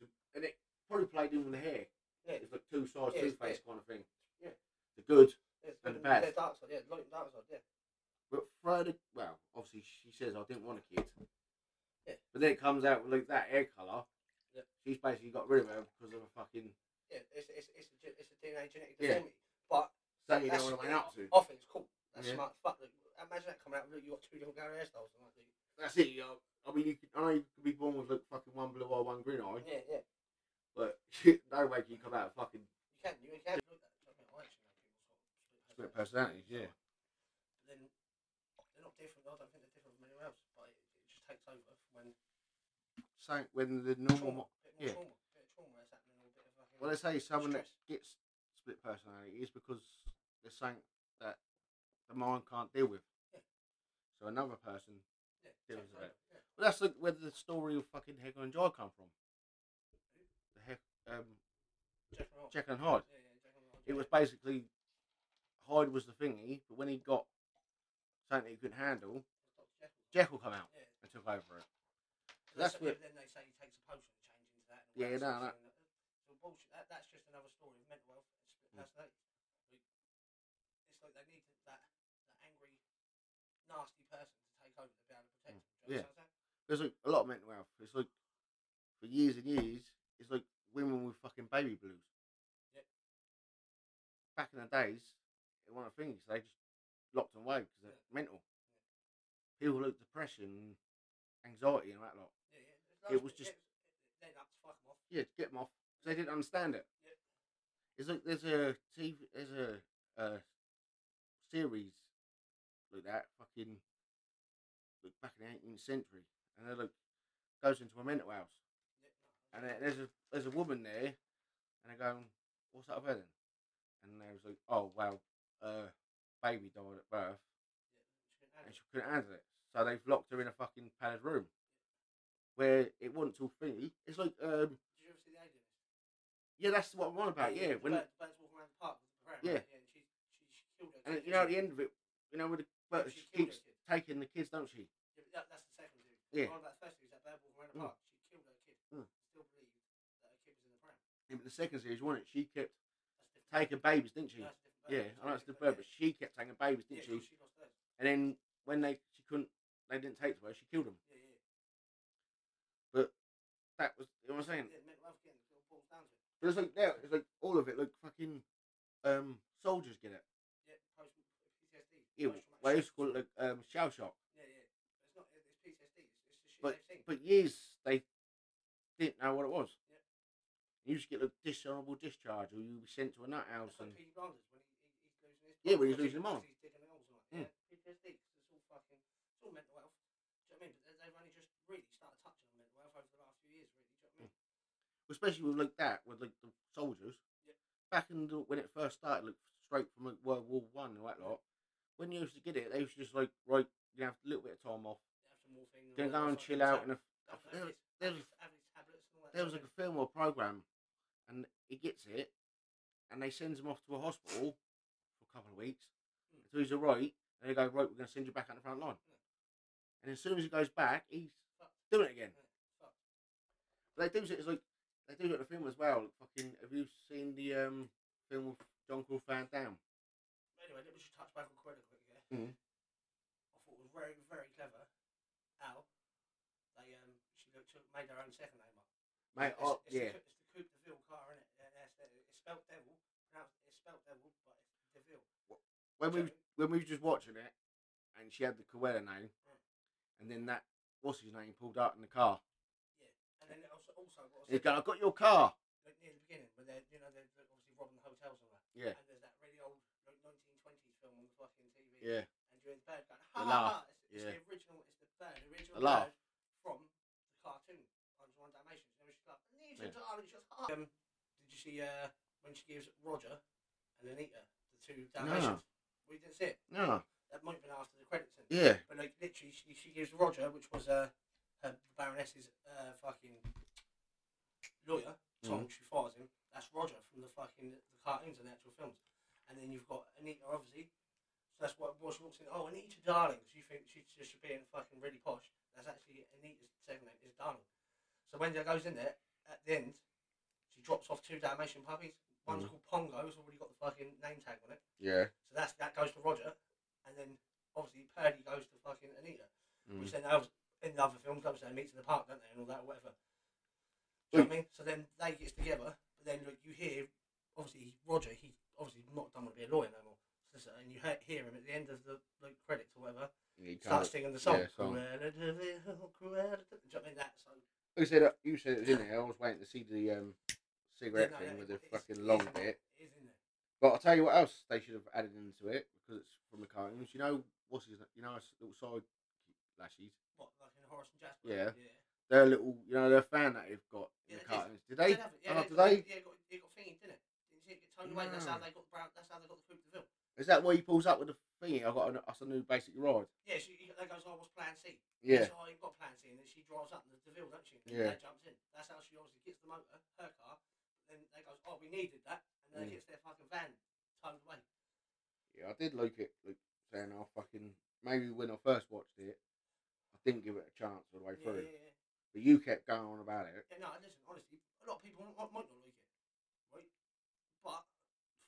[SPEAKER 2] So, and it probably played in with the hair.
[SPEAKER 3] Yeah,
[SPEAKER 2] It's like two sides,
[SPEAKER 3] Yeah,
[SPEAKER 2] two
[SPEAKER 3] it's-
[SPEAKER 2] face kind of thing.
[SPEAKER 3] Yeah.
[SPEAKER 2] The good.
[SPEAKER 3] yeah, it's
[SPEAKER 2] and the
[SPEAKER 3] good
[SPEAKER 2] bad.
[SPEAKER 3] Yeah, dark side. Yeah, light and dark side. Yeah.
[SPEAKER 2] But Friday well, obviously she says I didn't want a kid.
[SPEAKER 3] Yeah.
[SPEAKER 2] But then it comes out with like that hair colour.
[SPEAKER 3] Yeah.
[SPEAKER 2] She's basically got rid of her because of a fucking
[SPEAKER 3] Yeah, it's it's it's a, ge- it's a DNA genetic
[SPEAKER 2] Yeah.
[SPEAKER 3] deformity. But
[SPEAKER 2] something you
[SPEAKER 3] that's- Oh.
[SPEAKER 2] don't want to went up to.
[SPEAKER 3] I think it's cool. That's
[SPEAKER 2] Yeah.
[SPEAKER 3] smart. Fuck, look, imagine that coming out. Look, you got two little Gary hairstyles. and that, dude.
[SPEAKER 2] That's it, you know. I mean you could, I know you could be born with like fucking one blue eye, one green eye,
[SPEAKER 3] Yeah, yeah.
[SPEAKER 2] but no way can you come out fucking
[SPEAKER 3] You can, you can. Look at that. I mean, I actually know people sort of
[SPEAKER 2] split personalities, yeah.
[SPEAKER 3] But then they're not different. I don't think they're different from anyone else. But it, it just takes over when
[SPEAKER 2] So when the normal
[SPEAKER 3] trauma, bit more
[SPEAKER 2] yeah.
[SPEAKER 3] trauma, bit of trauma is happening, or a bit of fucking
[SPEAKER 2] Well, they say someone that
[SPEAKER 3] stress.
[SPEAKER 2] gets split personality is because there's something that the mind can't deal with.
[SPEAKER 3] Yeah.
[SPEAKER 2] So another person.
[SPEAKER 3] Yeah,
[SPEAKER 2] deals
[SPEAKER 3] takes
[SPEAKER 2] with
[SPEAKER 3] over,
[SPEAKER 2] it.
[SPEAKER 3] yeah.
[SPEAKER 2] Well, that's like where the story of fucking Heck and Joy come from. The Heck, um,
[SPEAKER 3] Jack and Hyde.
[SPEAKER 2] Jack and Hyde.
[SPEAKER 3] Yeah, yeah, Jack and Hyde, yeah.
[SPEAKER 2] It was basically Hyde was the thingy, but when he got something he couldn't handle,
[SPEAKER 3] Dr. Jekyll.
[SPEAKER 2] Jekyll come out
[SPEAKER 3] Yeah.
[SPEAKER 2] and took over it.
[SPEAKER 3] So that's
[SPEAKER 2] That's what-
[SPEAKER 3] what. Then they say he takes a potion and changes into that. And all
[SPEAKER 2] Yeah,
[SPEAKER 3] that
[SPEAKER 2] no,
[SPEAKER 3] sort
[SPEAKER 2] no.
[SPEAKER 3] of thing. It's all bullshit. That, that's just another story of mental health and split
[SPEAKER 2] Mm.
[SPEAKER 3] personality. Like, It's like they need that, that angry, nasty person to take over to be able to protect them. Do
[SPEAKER 2] Mm.
[SPEAKER 3] you
[SPEAKER 2] Yeah.
[SPEAKER 3] understand what I'm
[SPEAKER 2] There's like a lot of mental health. It's like for years and years, it's like women with fucking baby blues.
[SPEAKER 3] Yep.
[SPEAKER 2] Back in the days, it wasn't a thing. So they just locked them away because they're
[SPEAKER 3] Yeah.
[SPEAKER 2] mental. People like depression, anxiety, and that lot.
[SPEAKER 3] saying? Yeah, yeah.
[SPEAKER 2] It was just-
[SPEAKER 3] Then up to fuck 'em off.
[SPEAKER 2] Yeah, to get them off. 'cause they didn't understand it.
[SPEAKER 3] Yep.
[SPEAKER 2] It's like there's a TV, there's a, a series like that, fucking like back in the 18th century, and they like goes into a mental house.
[SPEAKER 3] Yeah, no.
[SPEAKER 2] And there- there's a there's a woman there, and they're going, "What's that about then?" And they was like, "Oh well, uh, baby died at birth,
[SPEAKER 3] Yeah,
[SPEAKER 2] and she couldn't handle it, so they've locked her in a fucking padded room, where it wasn't all thingy. It's like, um,
[SPEAKER 3] Did you ever see the aliens?
[SPEAKER 2] yeah, that's what I'm on about. Oh, Yeah,
[SPEAKER 3] the
[SPEAKER 2] when
[SPEAKER 3] bird, birds walking around the park with the parrot,
[SPEAKER 2] Yeah.
[SPEAKER 3] right? yeah and she, she, she killed her.
[SPEAKER 2] and
[SPEAKER 3] kid,
[SPEAKER 2] you know at
[SPEAKER 3] didn't
[SPEAKER 2] the end of it, you know, with the, but
[SPEAKER 3] she
[SPEAKER 2] she
[SPEAKER 3] killed
[SPEAKER 2] keeps
[SPEAKER 3] her kid.
[SPEAKER 2] taking the kids, don't she?
[SPEAKER 3] Yeah, but that, that's the second theory.
[SPEAKER 2] Yeah.
[SPEAKER 3] One of that first theory is that bird walking around the
[SPEAKER 2] Mm.
[SPEAKER 3] park. She killed her kid.
[SPEAKER 2] Mm.
[SPEAKER 3] Still believed that her kid was in the pram.
[SPEAKER 2] Yeah, but the second series, wasn't it? She
[SPEAKER 3] That's
[SPEAKER 2] kept
[SPEAKER 3] different.
[SPEAKER 2] taking babies, didn't she?
[SPEAKER 3] No, that's different bird.
[SPEAKER 2] Yeah, I know it's the bird, but she kept taking babies,
[SPEAKER 3] yeah, yeah,
[SPEAKER 2] didn't she?
[SPEAKER 3] she lost hers.
[SPEAKER 2] And then when they she couldn't, they didn't take to her, she killed them.
[SPEAKER 3] Yeah, yeah.
[SPEAKER 2] That was you know what I'm saying.
[SPEAKER 3] yeah mental health again. It all boils down to it.
[SPEAKER 2] But it's like now, it's like all of it, like fucking um, soldiers get it.
[SPEAKER 3] Yeah, post PTSD.
[SPEAKER 2] Yeah,
[SPEAKER 3] post-traumatic
[SPEAKER 2] well, I used to
[SPEAKER 3] stress.
[SPEAKER 2] call it like um, shell shock.
[SPEAKER 3] Yeah, yeah. It's not. It's PTSD. It's, it's the shit they've seen.
[SPEAKER 2] But years they didn't know what it was.
[SPEAKER 3] Yeah.
[SPEAKER 2] You used to get a dishonourable discharge, or you be sent to a nut house,
[SPEAKER 3] That's
[SPEAKER 2] and
[SPEAKER 3] like Pete Rogers when he, he, he's losing his.
[SPEAKER 2] Yeah, when he's
[SPEAKER 3] because
[SPEAKER 2] losing him
[SPEAKER 3] because
[SPEAKER 2] on.
[SPEAKER 3] He's digging holes and all
[SPEAKER 2] Mm.
[SPEAKER 3] that. Yeah, PTSD. 'cause it's all fucking. It's all mental health. Do you know what I mean? But they- they've only just really started touching on mental health over the last few years, really. Do you know what I mean?
[SPEAKER 2] especially with like that, with like the soldiers.
[SPEAKER 3] Yeah.
[SPEAKER 2] Back in the, when it first started, like straight from like, World War One and that lot, when you used to get it, they used to just like right, you have a little bit of time off,
[SPEAKER 3] have some more things.
[SPEAKER 2] Hmm. then go and chill out, and
[SPEAKER 3] Have
[SPEAKER 2] there-
[SPEAKER 3] these-
[SPEAKER 2] there
[SPEAKER 3] have
[SPEAKER 2] was-
[SPEAKER 3] these- have these tablets and all that
[SPEAKER 2] there was
[SPEAKER 3] sort
[SPEAKER 2] like
[SPEAKER 3] of
[SPEAKER 2] a film or program, and he gets it, and they sends him off to a hospital for a couple of weeks
[SPEAKER 3] Mm.
[SPEAKER 2] until he's alright, and they go right, we're going to send you back on the front line,
[SPEAKER 3] Yeah.
[SPEAKER 2] and as soon as he goes back, he's
[SPEAKER 3] Hmm. Fucked. Hmm.
[SPEAKER 2] doing it again.
[SPEAKER 3] thing. Yeah, fuck.
[SPEAKER 2] But they do it as like they do it in the film as well. Like fucking, have you seen the um film with John Crawford Down?
[SPEAKER 3] Anyway, let me just touch back on Corella quick, yeah?
[SPEAKER 2] Mhm.
[SPEAKER 3] I thought it was very, very clever. Al, they, um, she looked, took, made her own second name up.
[SPEAKER 2] Mate,
[SPEAKER 3] it's,
[SPEAKER 2] oh,
[SPEAKER 3] it's
[SPEAKER 2] yeah,
[SPEAKER 3] The, Coup- it's the Coupe de Ville car, innit? Yeah, that's it. It's spelled devil. Pronounced, it's spelled devil, but it's de Ville.
[SPEAKER 2] when we
[SPEAKER 3] Do
[SPEAKER 2] was-
[SPEAKER 3] you know what
[SPEAKER 2] when we was just watching it, and she had the Cruella name,
[SPEAKER 3] Hmm.
[SPEAKER 2] and then that what's his name pulled out in the car.
[SPEAKER 3] I mean? And then also, also what I
[SPEAKER 2] He's
[SPEAKER 3] said,
[SPEAKER 2] going, I got your car.
[SPEAKER 3] like, near the beginning, when they're, you know, they're obviously robbing the hotels and all that.
[SPEAKER 2] Yeah,
[SPEAKER 3] And there's that really old, like, 1920s film on the fucking TV.
[SPEAKER 2] yeah,
[SPEAKER 3] and you're in bed going, ha
[SPEAKER 2] The
[SPEAKER 3] ha
[SPEAKER 2] laugh,
[SPEAKER 3] ha. It's, it's the original, it's the bird, the original
[SPEAKER 2] The laugh.
[SPEAKER 3] bird from the cartoon. I was one Dalmatian, and she's like, Anita,
[SPEAKER 2] Yeah.
[SPEAKER 3] darling, she's like, "Ah." um, Did you see uh, when she gives Roger and Anita the two Dalmatians? We didn't see it.
[SPEAKER 2] no,
[SPEAKER 3] That might have been after the credits. then.
[SPEAKER 2] yeah,
[SPEAKER 3] But like literally, she, she gives Roger, which was uh, her Baroness's uh, fucking lawyer, Tom. She fires him. That's Roger from the fucking the cartoons and the actual films. and then you've got Anita, obviously. So that's what was looks in. Oh, Anita Darling, 'cause you think she's just being fucking really posh. That's actually Anita's second name is Darling. So Wendy goes in there at the end. She drops off two Dalmatian puppies. One's
[SPEAKER 2] Mhm.
[SPEAKER 3] called Pongo. It's already got the fucking name tag on it.
[SPEAKER 2] Yeah.
[SPEAKER 3] So that's that goes to Roger, and then obviously Purdy goes to fucking Anita,
[SPEAKER 2] Mm.
[SPEAKER 3] which then obvi- in the other films obviously they meet in the park, don't they, and all that, whatever. Do you know what I mean? So then they gets together, but then look, you hear obviously Roger, he obviously not done want to be a lawyer no more. So, so- and you hear, hear him at the end of the like credits or whatever,
[SPEAKER 2] You
[SPEAKER 3] start
[SPEAKER 2] can't-
[SPEAKER 3] singing the song.
[SPEAKER 2] yeah, song.
[SPEAKER 3] Cruella de Vil, Cruella de- Do you know what I mean? That so
[SPEAKER 2] Who said that? You said it was in there. I was waiting to see the um, cigarette
[SPEAKER 3] no,
[SPEAKER 2] thing
[SPEAKER 3] no,
[SPEAKER 2] with the
[SPEAKER 3] it's-
[SPEAKER 2] fucking
[SPEAKER 3] it's
[SPEAKER 2] long
[SPEAKER 3] in there,
[SPEAKER 2] bit.
[SPEAKER 3] it is in there.
[SPEAKER 2] But I'll tell you what else they should have added into it because it's from the cartoons. You know what's his? You know his little side lashes.
[SPEAKER 3] What, like in Horace and Jasper?
[SPEAKER 2] Yeah.
[SPEAKER 3] yeah.
[SPEAKER 2] Their little, you know, their fan that they've got in
[SPEAKER 3] Yeah, they
[SPEAKER 2] the
[SPEAKER 3] did.
[SPEAKER 2] cartoons. Did they?
[SPEAKER 3] Did have it,
[SPEAKER 2] oh,
[SPEAKER 3] yeah,
[SPEAKER 2] did
[SPEAKER 3] yeah,
[SPEAKER 2] they? Mm.
[SPEAKER 3] Yeah, got, yeah, got thingy, didn't it? Didn't see it get turned away? That's how
[SPEAKER 2] No.
[SPEAKER 3] they got brown. That's how they got the food to the film.
[SPEAKER 2] Is that where he pulls up with the thingy? I got an, that's a new basic ride.
[SPEAKER 3] Yeah, she he- they goes, oh, what's Plan C?
[SPEAKER 2] Yeah.
[SPEAKER 3] So, oh, you've got Plan C, and then she drives up the Deville, don't she? And
[SPEAKER 2] Yeah.
[SPEAKER 3] That jumps in. That's how she obviously gets the motor, her car. Then they goes, oh, we needed that, and then it
[SPEAKER 2] Mm.
[SPEAKER 3] gets their fucking van towed away.
[SPEAKER 2] Yeah, I did like it. Like saying, I fucking maybe when I first watched it, I didn't give it a chance all the way
[SPEAKER 3] Yeah,
[SPEAKER 2] through.
[SPEAKER 3] yeah, yeah.
[SPEAKER 2] But you kept going on about it.
[SPEAKER 3] Yeah, no, listen, honestly, a lot of people might, might not like it, right? But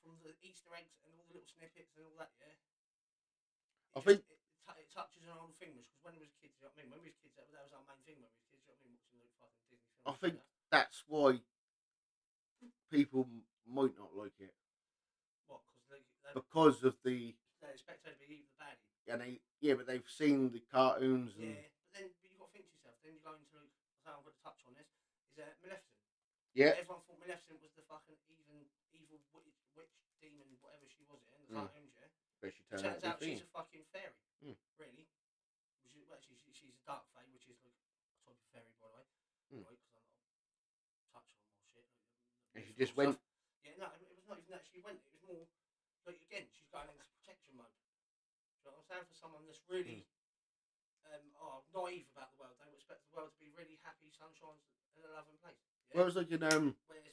[SPEAKER 3] from the Easter eggs and all the little snippets and all that, yeah.
[SPEAKER 2] I
[SPEAKER 3] it just-
[SPEAKER 2] think-
[SPEAKER 3] it, t- it touches on old things because when we was kids, you know what I mean. When we was kids, that, that was our main thing. When we was kids, you know what I mean, watching the fucking Disney films.
[SPEAKER 2] I
[SPEAKER 3] and
[SPEAKER 2] think-
[SPEAKER 3] that.
[SPEAKER 2] That's why people m- might not like it
[SPEAKER 3] what because they, they,
[SPEAKER 2] because of the
[SPEAKER 3] they expect her to be the baddie.
[SPEAKER 2] and they yeah, but they've seen the cartoons and
[SPEAKER 3] Yeah, but then but you got to think to yourself. Then you go into so I'm going to touch on this. Is uh, Maleficent?
[SPEAKER 2] yeah,
[SPEAKER 3] Everyone thought Maleficent was the fucking even evil witch, witch demon, whatever she was in the
[SPEAKER 2] Mm.
[SPEAKER 3] cartoons, yeah.
[SPEAKER 2] but she
[SPEAKER 3] Turns,
[SPEAKER 2] turned out,
[SPEAKER 3] out
[SPEAKER 2] to be
[SPEAKER 3] she's
[SPEAKER 2] thin.
[SPEAKER 3] a fucking fairy,
[SPEAKER 2] Mm.
[SPEAKER 3] really. Which is, well, she's, she's a dark fairy, which is like a type of fairy, by the way.
[SPEAKER 2] Mm.
[SPEAKER 3] Right, 'cause I'm not touch on more shit.
[SPEAKER 2] And she
[SPEAKER 3] mythical
[SPEAKER 2] just went-
[SPEAKER 3] stuff. Yeah, no, it was not even that she went. It was more like again, she's going into protection mode. Do you know what I'm saying? For someone that's really
[SPEAKER 2] Hmm.
[SPEAKER 3] um, oh, naive about the world, they would expect the world to be really happy, sunshine, and a loving place. Yeah?
[SPEAKER 2] Well, it was like in um,
[SPEAKER 3] Whereas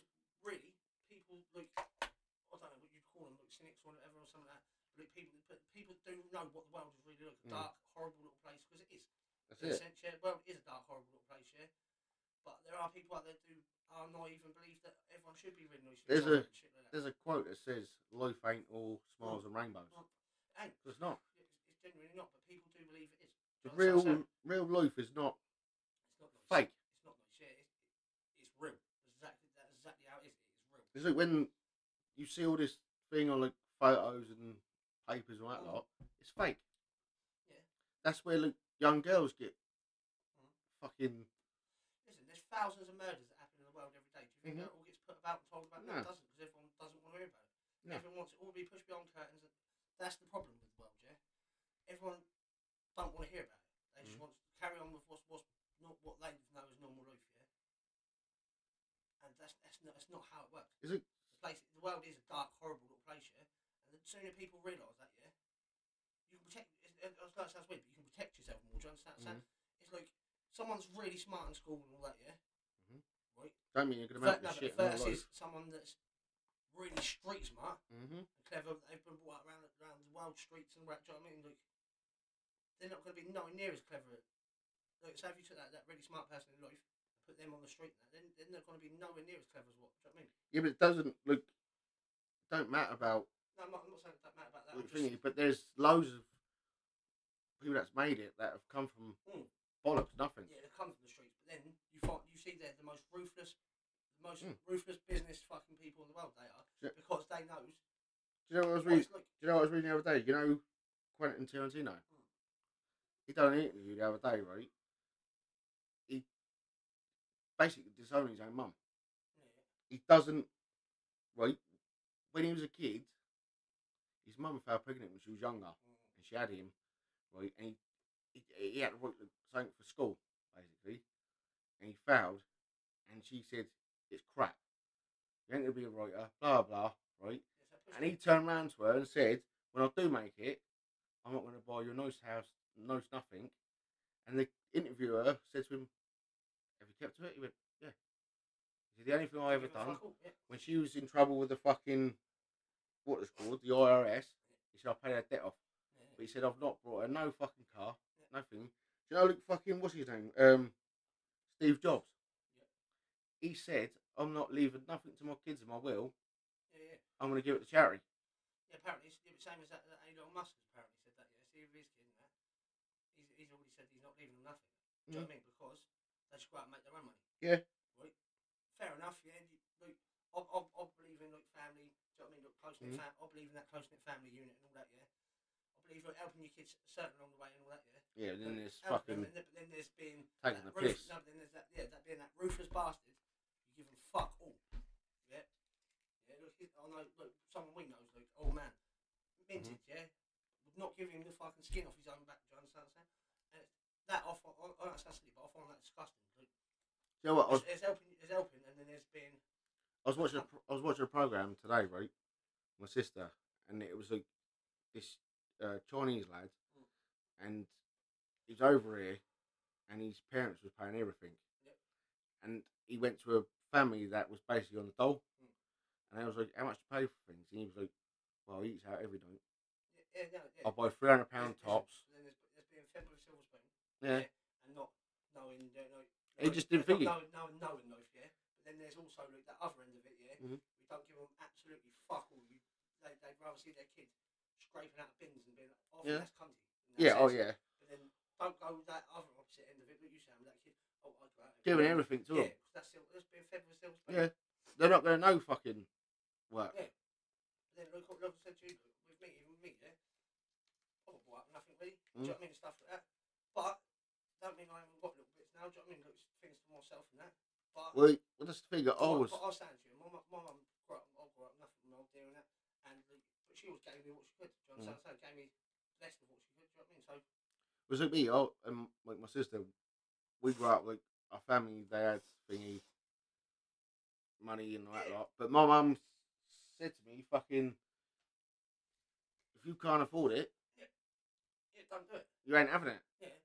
[SPEAKER 3] really, people like I don't know what you'd call them, like cynics or whatever or something like that. But like, people, but people do know what the world is really like—a
[SPEAKER 2] Mm.
[SPEAKER 3] dark, horrible little place because it is.
[SPEAKER 2] that's
[SPEAKER 3] in
[SPEAKER 2] it.
[SPEAKER 3] a sense, yeah. Well, it is a dark, horrible little place, yeah. But there are people out there who are naive and believe that everyone should be really nice. to
[SPEAKER 2] There's
[SPEAKER 3] each other
[SPEAKER 2] a-
[SPEAKER 3] and shit like that.
[SPEAKER 2] There's a quote that says, "Life ain't all smiles and rainbows."
[SPEAKER 3] Mm. And
[SPEAKER 2] It's not.
[SPEAKER 3] it's, it's genuinely not, but people do believe it is.
[SPEAKER 2] The
[SPEAKER 3] Like, so- so
[SPEAKER 2] real real life is not
[SPEAKER 3] it's not nice.
[SPEAKER 2] fake.
[SPEAKER 3] It's not nice. Yeah, it's, it's real. That's exactly that's exactly how it is. It's real.
[SPEAKER 2] It's like when you see all this thing on like photos and papers and all that lot, it's fake.
[SPEAKER 3] Mm. Yeah.
[SPEAKER 2] That's where like young girls get
[SPEAKER 3] Mm.
[SPEAKER 2] fucking
[SPEAKER 3] Listen, there's thousands of murders that happen in the world every day. Do you think
[SPEAKER 2] Mhm.
[SPEAKER 3] that all gets put about and told about? No,
[SPEAKER 2] No.
[SPEAKER 3] it doesn't, because everyone doesn't want to hear about it.
[SPEAKER 2] No.
[SPEAKER 3] Everyone wants it all to be pushed behind curtains. And that's the problem with the world, yeah? Everyone don't want to hear about it. They just
[SPEAKER 2] Mhm.
[SPEAKER 3] want to carry on with what's, what's not what they know is normal life, yeah? And that's, that's, not, that's not how it works.
[SPEAKER 2] is it
[SPEAKER 3] The, place, the world is a dark, horrible little place, yeah? And the sooner people realise that, yeah? You can protect, it's- it, it sounds weird, but you can protect yourself more, do you understand? what I'm saying?
[SPEAKER 2] Mm-hmm.
[SPEAKER 3] It's like someone's really smart in school and all that, yeah.
[SPEAKER 2] don't mean you're gonna
[SPEAKER 3] Ver-
[SPEAKER 2] make
[SPEAKER 3] no,
[SPEAKER 2] this shit
[SPEAKER 3] but
[SPEAKER 2] in real life.
[SPEAKER 3] versus someone that's really street smart
[SPEAKER 2] Mm-hmm.
[SPEAKER 3] and clever. They've been brought up around around the wild streets and all that. Do you know what I mean? Like they're not going to be nowhere near as clever. Like, so if you took that, that really smart person in life, and put them on the street, and that, then then they're going to be nowhere near as clever as what. Do you know what I mean?
[SPEAKER 2] Yeah, but it doesn't look don't matter about
[SPEAKER 3] No, I'm not, I'm not saying that matter about that.
[SPEAKER 2] the
[SPEAKER 3] I'm just,
[SPEAKER 2] thingy, but there's loads of people that's made it that have come from
[SPEAKER 3] Mm.
[SPEAKER 2] bollocks, nothing.
[SPEAKER 3] yeah, they come from the streets, but then you find you see they're the most ruthless, the most
[SPEAKER 2] Mm.
[SPEAKER 3] ruthless business fucking people in the world. They are
[SPEAKER 2] Yeah.
[SPEAKER 3] because they knows.
[SPEAKER 2] Do you know what I was
[SPEAKER 3] what
[SPEAKER 2] reading?
[SPEAKER 3] it's like.
[SPEAKER 2] Do you know what I was reading the other day? You know Quentin Tarantino.
[SPEAKER 3] Hmm.
[SPEAKER 2] He done an interview the other day, right? He basically disowned his own mum.
[SPEAKER 3] Yeah.
[SPEAKER 2] He doesn't, right? When he was a kid, his mum fell pregnant when she was younger,
[SPEAKER 3] mm,
[SPEAKER 2] and she had him, right? And he he, he had to work something for school, basically, and he failed, and she said it's crap. You ain't gonna be a writer, blah blah, right? And he turned round to her and said, "When I do make it, I'm not going to buy you a nice house, nice nothing." And the interviewer said to him, "Have you kept to it?" He went, "Yeah." He said, "The only thing I ever done
[SPEAKER 3] Yeah.
[SPEAKER 2] when she was in trouble with the fucking what it's called, the IRS. He said, I'll pay that debt off.
[SPEAKER 3] Yeah.
[SPEAKER 2] But he said, I've not brought her no fucking car, nothing. Do you know, look, fucking, what's his name? Um, Steve Jobs. He said, I'm not leaving nothing to my kids in my will.
[SPEAKER 3] Yeah, yeah.
[SPEAKER 2] I'm going to give it to charity.
[SPEAKER 3] Yeah, apparently it's the same as that, that Elon Musk has apparently said that. Yeah, Steve Risky in there. He's, he's already said he's not leaving them nothing. Do you know what I mean? Because they should go out and make their own money.
[SPEAKER 2] Yeah.
[SPEAKER 3] Right. Fair enough. Yeah. You, like, I, I, I believe in like family. Do you know what I mean? Like close knit
[SPEAKER 2] Mhm.
[SPEAKER 3] fam- I believe in that close knit family unit and all that. Yeah. I believe like, helping your kids certain along the way and all that. Yeah.
[SPEAKER 2] Yeah, and then there's
[SPEAKER 3] Help them,
[SPEAKER 2] fucking
[SPEAKER 3] And then, but then there's being that
[SPEAKER 2] taking the
[SPEAKER 3] roof-
[SPEAKER 2] piss.
[SPEAKER 3] No, then there's that, yeah, that being that ruthless bastard. You give him fuck all. Yeah. Yeah, look, he- I know, look, someone we know is like, old man. Minted,
[SPEAKER 2] Mm-hmm.
[SPEAKER 3] yeah. Would not give him the fucking skin off his own back, do you understand what I'm saying? And that, I, fi- I, I know it sounds silly, but I find that disgusting. Like,
[SPEAKER 2] You know what? I was,
[SPEAKER 3] there's, there's helping, there's helping, and then there's being,
[SPEAKER 2] I was watching a, pro- I was watching a program today, right? My sister, and it was like this uh, Chinese lad,
[SPEAKER 3] Mm.
[SPEAKER 2] and he was over here, and his parents was paying everything,
[SPEAKER 3] Yep.
[SPEAKER 2] and he went to a family that was basically on the dole,
[SPEAKER 3] Mm.
[SPEAKER 2] and I was like, "How much do you pay for things?" And he was like, "Well, he eats out every night.
[SPEAKER 3] yeah, yeah, no, yeah.
[SPEAKER 2] I buy three hundred
[SPEAKER 3] There's-
[SPEAKER 2] pound
[SPEAKER 3] there's-
[SPEAKER 2] tops."
[SPEAKER 3] Then there's, there's being fed with a silver spoon
[SPEAKER 2] Yeah,
[SPEAKER 3] and not knowing, uh, no,
[SPEAKER 2] He just
[SPEAKER 3] not
[SPEAKER 2] didn't think it.
[SPEAKER 3] knowing, knowing, knowing life, yeah. But then there's also like that other end of it, yeah.
[SPEAKER 2] Mhm.
[SPEAKER 3] We don't give them absolutely fuck all. You, they, they'd rather see their kid scraping out bins and being like, oh,
[SPEAKER 2] Yeah.
[SPEAKER 3] that's cunty. and that's
[SPEAKER 2] yeah,
[SPEAKER 3] it.
[SPEAKER 2] oh yeah,
[SPEAKER 3] But then don't go that other opposite end of it, but you sound that kid, oh, I go out. and-
[SPEAKER 2] doing everything to
[SPEAKER 3] Yeah,
[SPEAKER 2] them.
[SPEAKER 3] 'cause that's, still, that's being fed with silver spoon.
[SPEAKER 2] Yeah. They're not going to know fucking work.
[SPEAKER 3] Yeah. But then look, look, I said to you, with me, even with me, yeah. I got brought up nothing really. Do you
[SPEAKER 2] Mm.
[SPEAKER 3] know what I mean? Stuff like that. But don't mean I haven't got little bits now. Do you know what I mean? Look, things to myself and that. But
[SPEAKER 2] Well, well, that's the thing. I
[SPEAKER 3] but I-
[SPEAKER 2] was
[SPEAKER 3] But I'll stand to you. My mum, my mum grew up, I grew up nothing when I was doing that, and like, but she always gave me what she could. Do you know what I'm
[SPEAKER 2] Mm.
[SPEAKER 3] saying? So gave me less than what she could. Do you know what I mean? So
[SPEAKER 2] was like me, I, and like my sister, we grew up like our family. They had thingy, money and all that lot. But my mum said to me, "Fucking, if you can't afford it,
[SPEAKER 3] yeah, don't do it.
[SPEAKER 2] you ain't having it."
[SPEAKER 3] Yeah.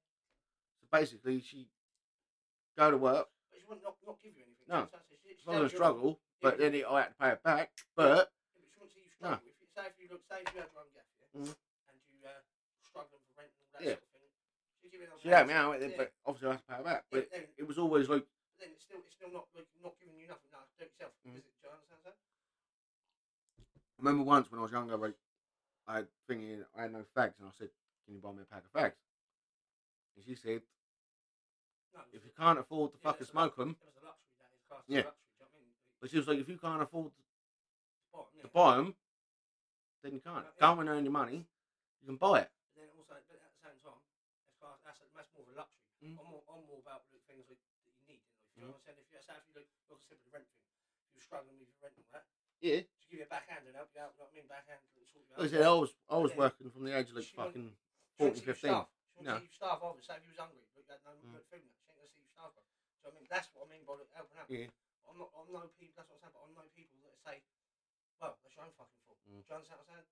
[SPEAKER 2] So basically, she go to work.
[SPEAKER 3] But she wouldn't not, not give you anything.
[SPEAKER 2] No.
[SPEAKER 3] Do you know what I'm saying? So she,
[SPEAKER 2] It's
[SPEAKER 3] she
[SPEAKER 2] not a
[SPEAKER 3] held you up.
[SPEAKER 2] struggle, but then it, I had to pay it back. But
[SPEAKER 3] Yeah, but she wants to see you
[SPEAKER 2] No.
[SPEAKER 3] struggle. If you, say if you look, say if you had your own gap, yeah,
[SPEAKER 2] Mhm.
[SPEAKER 3] and you uh, struggling for rent and all that
[SPEAKER 2] Yeah.
[SPEAKER 3] sort of thing, she give you another
[SPEAKER 2] she helped
[SPEAKER 3] pound.
[SPEAKER 2] me out with it.
[SPEAKER 3] Yeah.
[SPEAKER 2] But obviously, I had to pay it back.
[SPEAKER 3] Yeah,
[SPEAKER 2] But
[SPEAKER 3] but then,
[SPEAKER 2] it was always like,
[SPEAKER 3] but then it's still it's still not like not giving you nothing. No, do it yourself.
[SPEAKER 2] Mhm.
[SPEAKER 3] Is it? Do you understand that?
[SPEAKER 2] I remember once when I was younger, like I had thinking I had no fags, and I said, "Can you buy me a pack of fags?" And she said.
[SPEAKER 3] No.
[SPEAKER 2] if you can't afford to
[SPEAKER 3] Yeah,
[SPEAKER 2] fucking
[SPEAKER 3] that's a lu-
[SPEAKER 2] smoke them,
[SPEAKER 3] It was a luxury that is classed
[SPEAKER 2] Yeah.
[SPEAKER 3] as a luxury. Do you know what I mean?
[SPEAKER 2] but she was like, if you can't afford
[SPEAKER 3] bottom, yeah.
[SPEAKER 2] to buy them, then you can't.
[SPEAKER 3] Yeah.
[SPEAKER 2] Go and earn your money, you can buy it.
[SPEAKER 3] But then also, but at the same time, that's class, that's, that's more of a luxury.
[SPEAKER 2] Mm.
[SPEAKER 3] I'm, more, I'm more about like, things like, that you need. in life, do you
[SPEAKER 2] Mm-hmm.
[SPEAKER 3] know what I'm saying? If you, say if you look, look at the rent thing, if you're struggling with your rent and all that,
[SPEAKER 2] Yeah.
[SPEAKER 3] to give you a backhand and help you out, you know what I mean? Backhand and sort you out.
[SPEAKER 2] Like I said, I was I was
[SPEAKER 3] Yeah.
[SPEAKER 2] working from the age of like
[SPEAKER 3] She won't-
[SPEAKER 2] fucking
[SPEAKER 3] She won't
[SPEAKER 2] 14,
[SPEAKER 3] see you
[SPEAKER 2] 15.
[SPEAKER 3] starve. She won't
[SPEAKER 2] No.
[SPEAKER 3] see you starve, obviously. Say if you was hungry, but you had no
[SPEAKER 2] Mm.
[SPEAKER 3] good food, and that, she ain't going to see you starve. bro. Do you know what I mean? That's what I mean by like, helping out.
[SPEAKER 2] Yeah.
[SPEAKER 3] I'm not, I'm no people, that's what I'm saying, but I'm no people that say, well, that's your own fucking fault. Do
[SPEAKER 2] Mm.
[SPEAKER 3] you understand what I'm saying?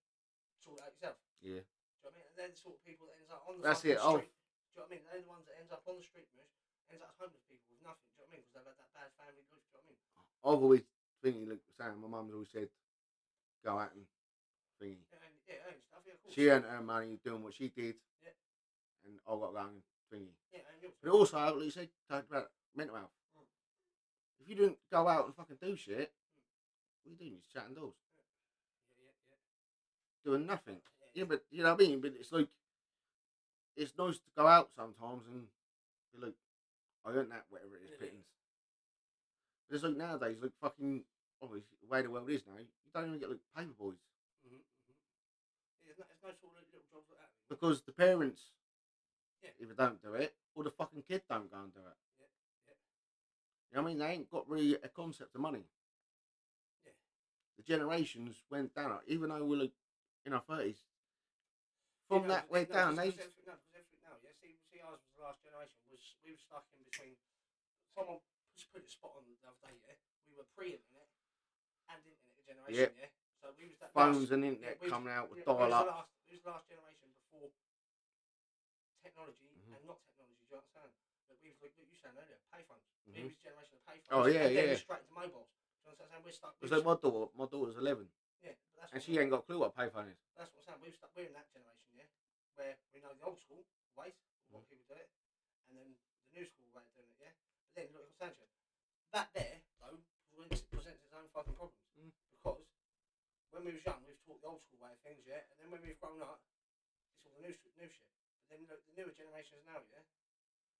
[SPEAKER 3] Sort it out yourself.
[SPEAKER 2] Yeah.
[SPEAKER 3] Do you know what I mean? And they're the sort of people that ends up on the
[SPEAKER 2] That's
[SPEAKER 3] fucking
[SPEAKER 2] it, Oh. I'll-
[SPEAKER 3] street. Do you know what I mean? They're the ones that ends up on the street, Mish. Ends up homeless people with nothing. Do you know what I mean? Because they've had that bad family life. Do you know what I mean?
[SPEAKER 2] I've always thinking like saying my mum's always said, go out and thingy.
[SPEAKER 3] And yeah, and stuff. Yeah, of course.
[SPEAKER 2] She earned her money doing what she did,
[SPEAKER 3] Yeah.
[SPEAKER 2] and I got going thingy.
[SPEAKER 3] Yeah, and yours.
[SPEAKER 2] But also, like you said, talked about mental health.
[SPEAKER 3] Mm.
[SPEAKER 2] If you didn't go out and fucking do shit, what are you doing? You're just chatting doors,
[SPEAKER 3] Yeah, yeah, yeah.
[SPEAKER 2] doing nothing.
[SPEAKER 3] Yeah,
[SPEAKER 2] Yeah, but you know what I mean. But it's like it's nice to go out sometimes and be like, I earned that whatever it is,
[SPEAKER 3] Yeah.
[SPEAKER 2] pittance. But it's like nowadays, like fucking obviously the way the world is now, you don't even get like paper boys
[SPEAKER 3] Mhm, mhm. Yeah, There's no, there's no sort of little jobs like that.
[SPEAKER 2] because the parents
[SPEAKER 3] Yeah.
[SPEAKER 2] either don't do it or the fucking kid don't go and do it.
[SPEAKER 3] Yeah, yeah.
[SPEAKER 2] You know what I mean? They ain't got really a concept of money.
[SPEAKER 3] Yeah.
[SPEAKER 2] The generations went down. Even though we're like in our thirties, from
[SPEAKER 3] Yeah, no,
[SPEAKER 2] that
[SPEAKER 3] because-
[SPEAKER 2] way
[SPEAKER 3] no,
[SPEAKER 2] down, they
[SPEAKER 3] because-
[SPEAKER 2] just,
[SPEAKER 3] because everything- no, because everything now, yeah. See, see, ours was the last generation. Was we were stuck in between. Someone just put a spot on the other day. Yeah, we were pre-internet and internet generation. Yeah. So we was that
[SPEAKER 2] phones
[SPEAKER 3] last,
[SPEAKER 2] and internet
[SPEAKER 3] we-
[SPEAKER 2] coming out with
[SPEAKER 3] yeah, we was
[SPEAKER 2] dial
[SPEAKER 3] the
[SPEAKER 2] up.
[SPEAKER 3] last- We was the last generation before technology
[SPEAKER 2] Mhm.
[SPEAKER 3] and not technology. Do you understand? But we was like like you saying earlier, payphones. We
[SPEAKER 2] Mhm.
[SPEAKER 3] was the generation of payphones.
[SPEAKER 2] Oh, yeah,
[SPEAKER 3] and Then
[SPEAKER 2] yeah.
[SPEAKER 3] we're straight to mobiles. Do you understand? what I'm saying? We're stuck. we
[SPEAKER 2] It's
[SPEAKER 3] was-
[SPEAKER 2] like my daughter, my daughter's eleven.
[SPEAKER 3] Yeah, but that's
[SPEAKER 2] And
[SPEAKER 3] what-
[SPEAKER 2] she ain't got a clue what Python is.
[SPEAKER 3] That's what I'm saying. We've stuck, we're in that generation, yeah, where we know the old school ways of
[SPEAKER 2] Mm.
[SPEAKER 3] what people do it, and then the new school way of doing it, yeah. But then look at Sancho. That there though presents, presents its own fucking problems
[SPEAKER 2] Mm.
[SPEAKER 3] because when we was young, we've taught the old school way of things, yeah, and then when we've grown up, it's all the new sh- new shit. But then look, the newer generations now, yeah,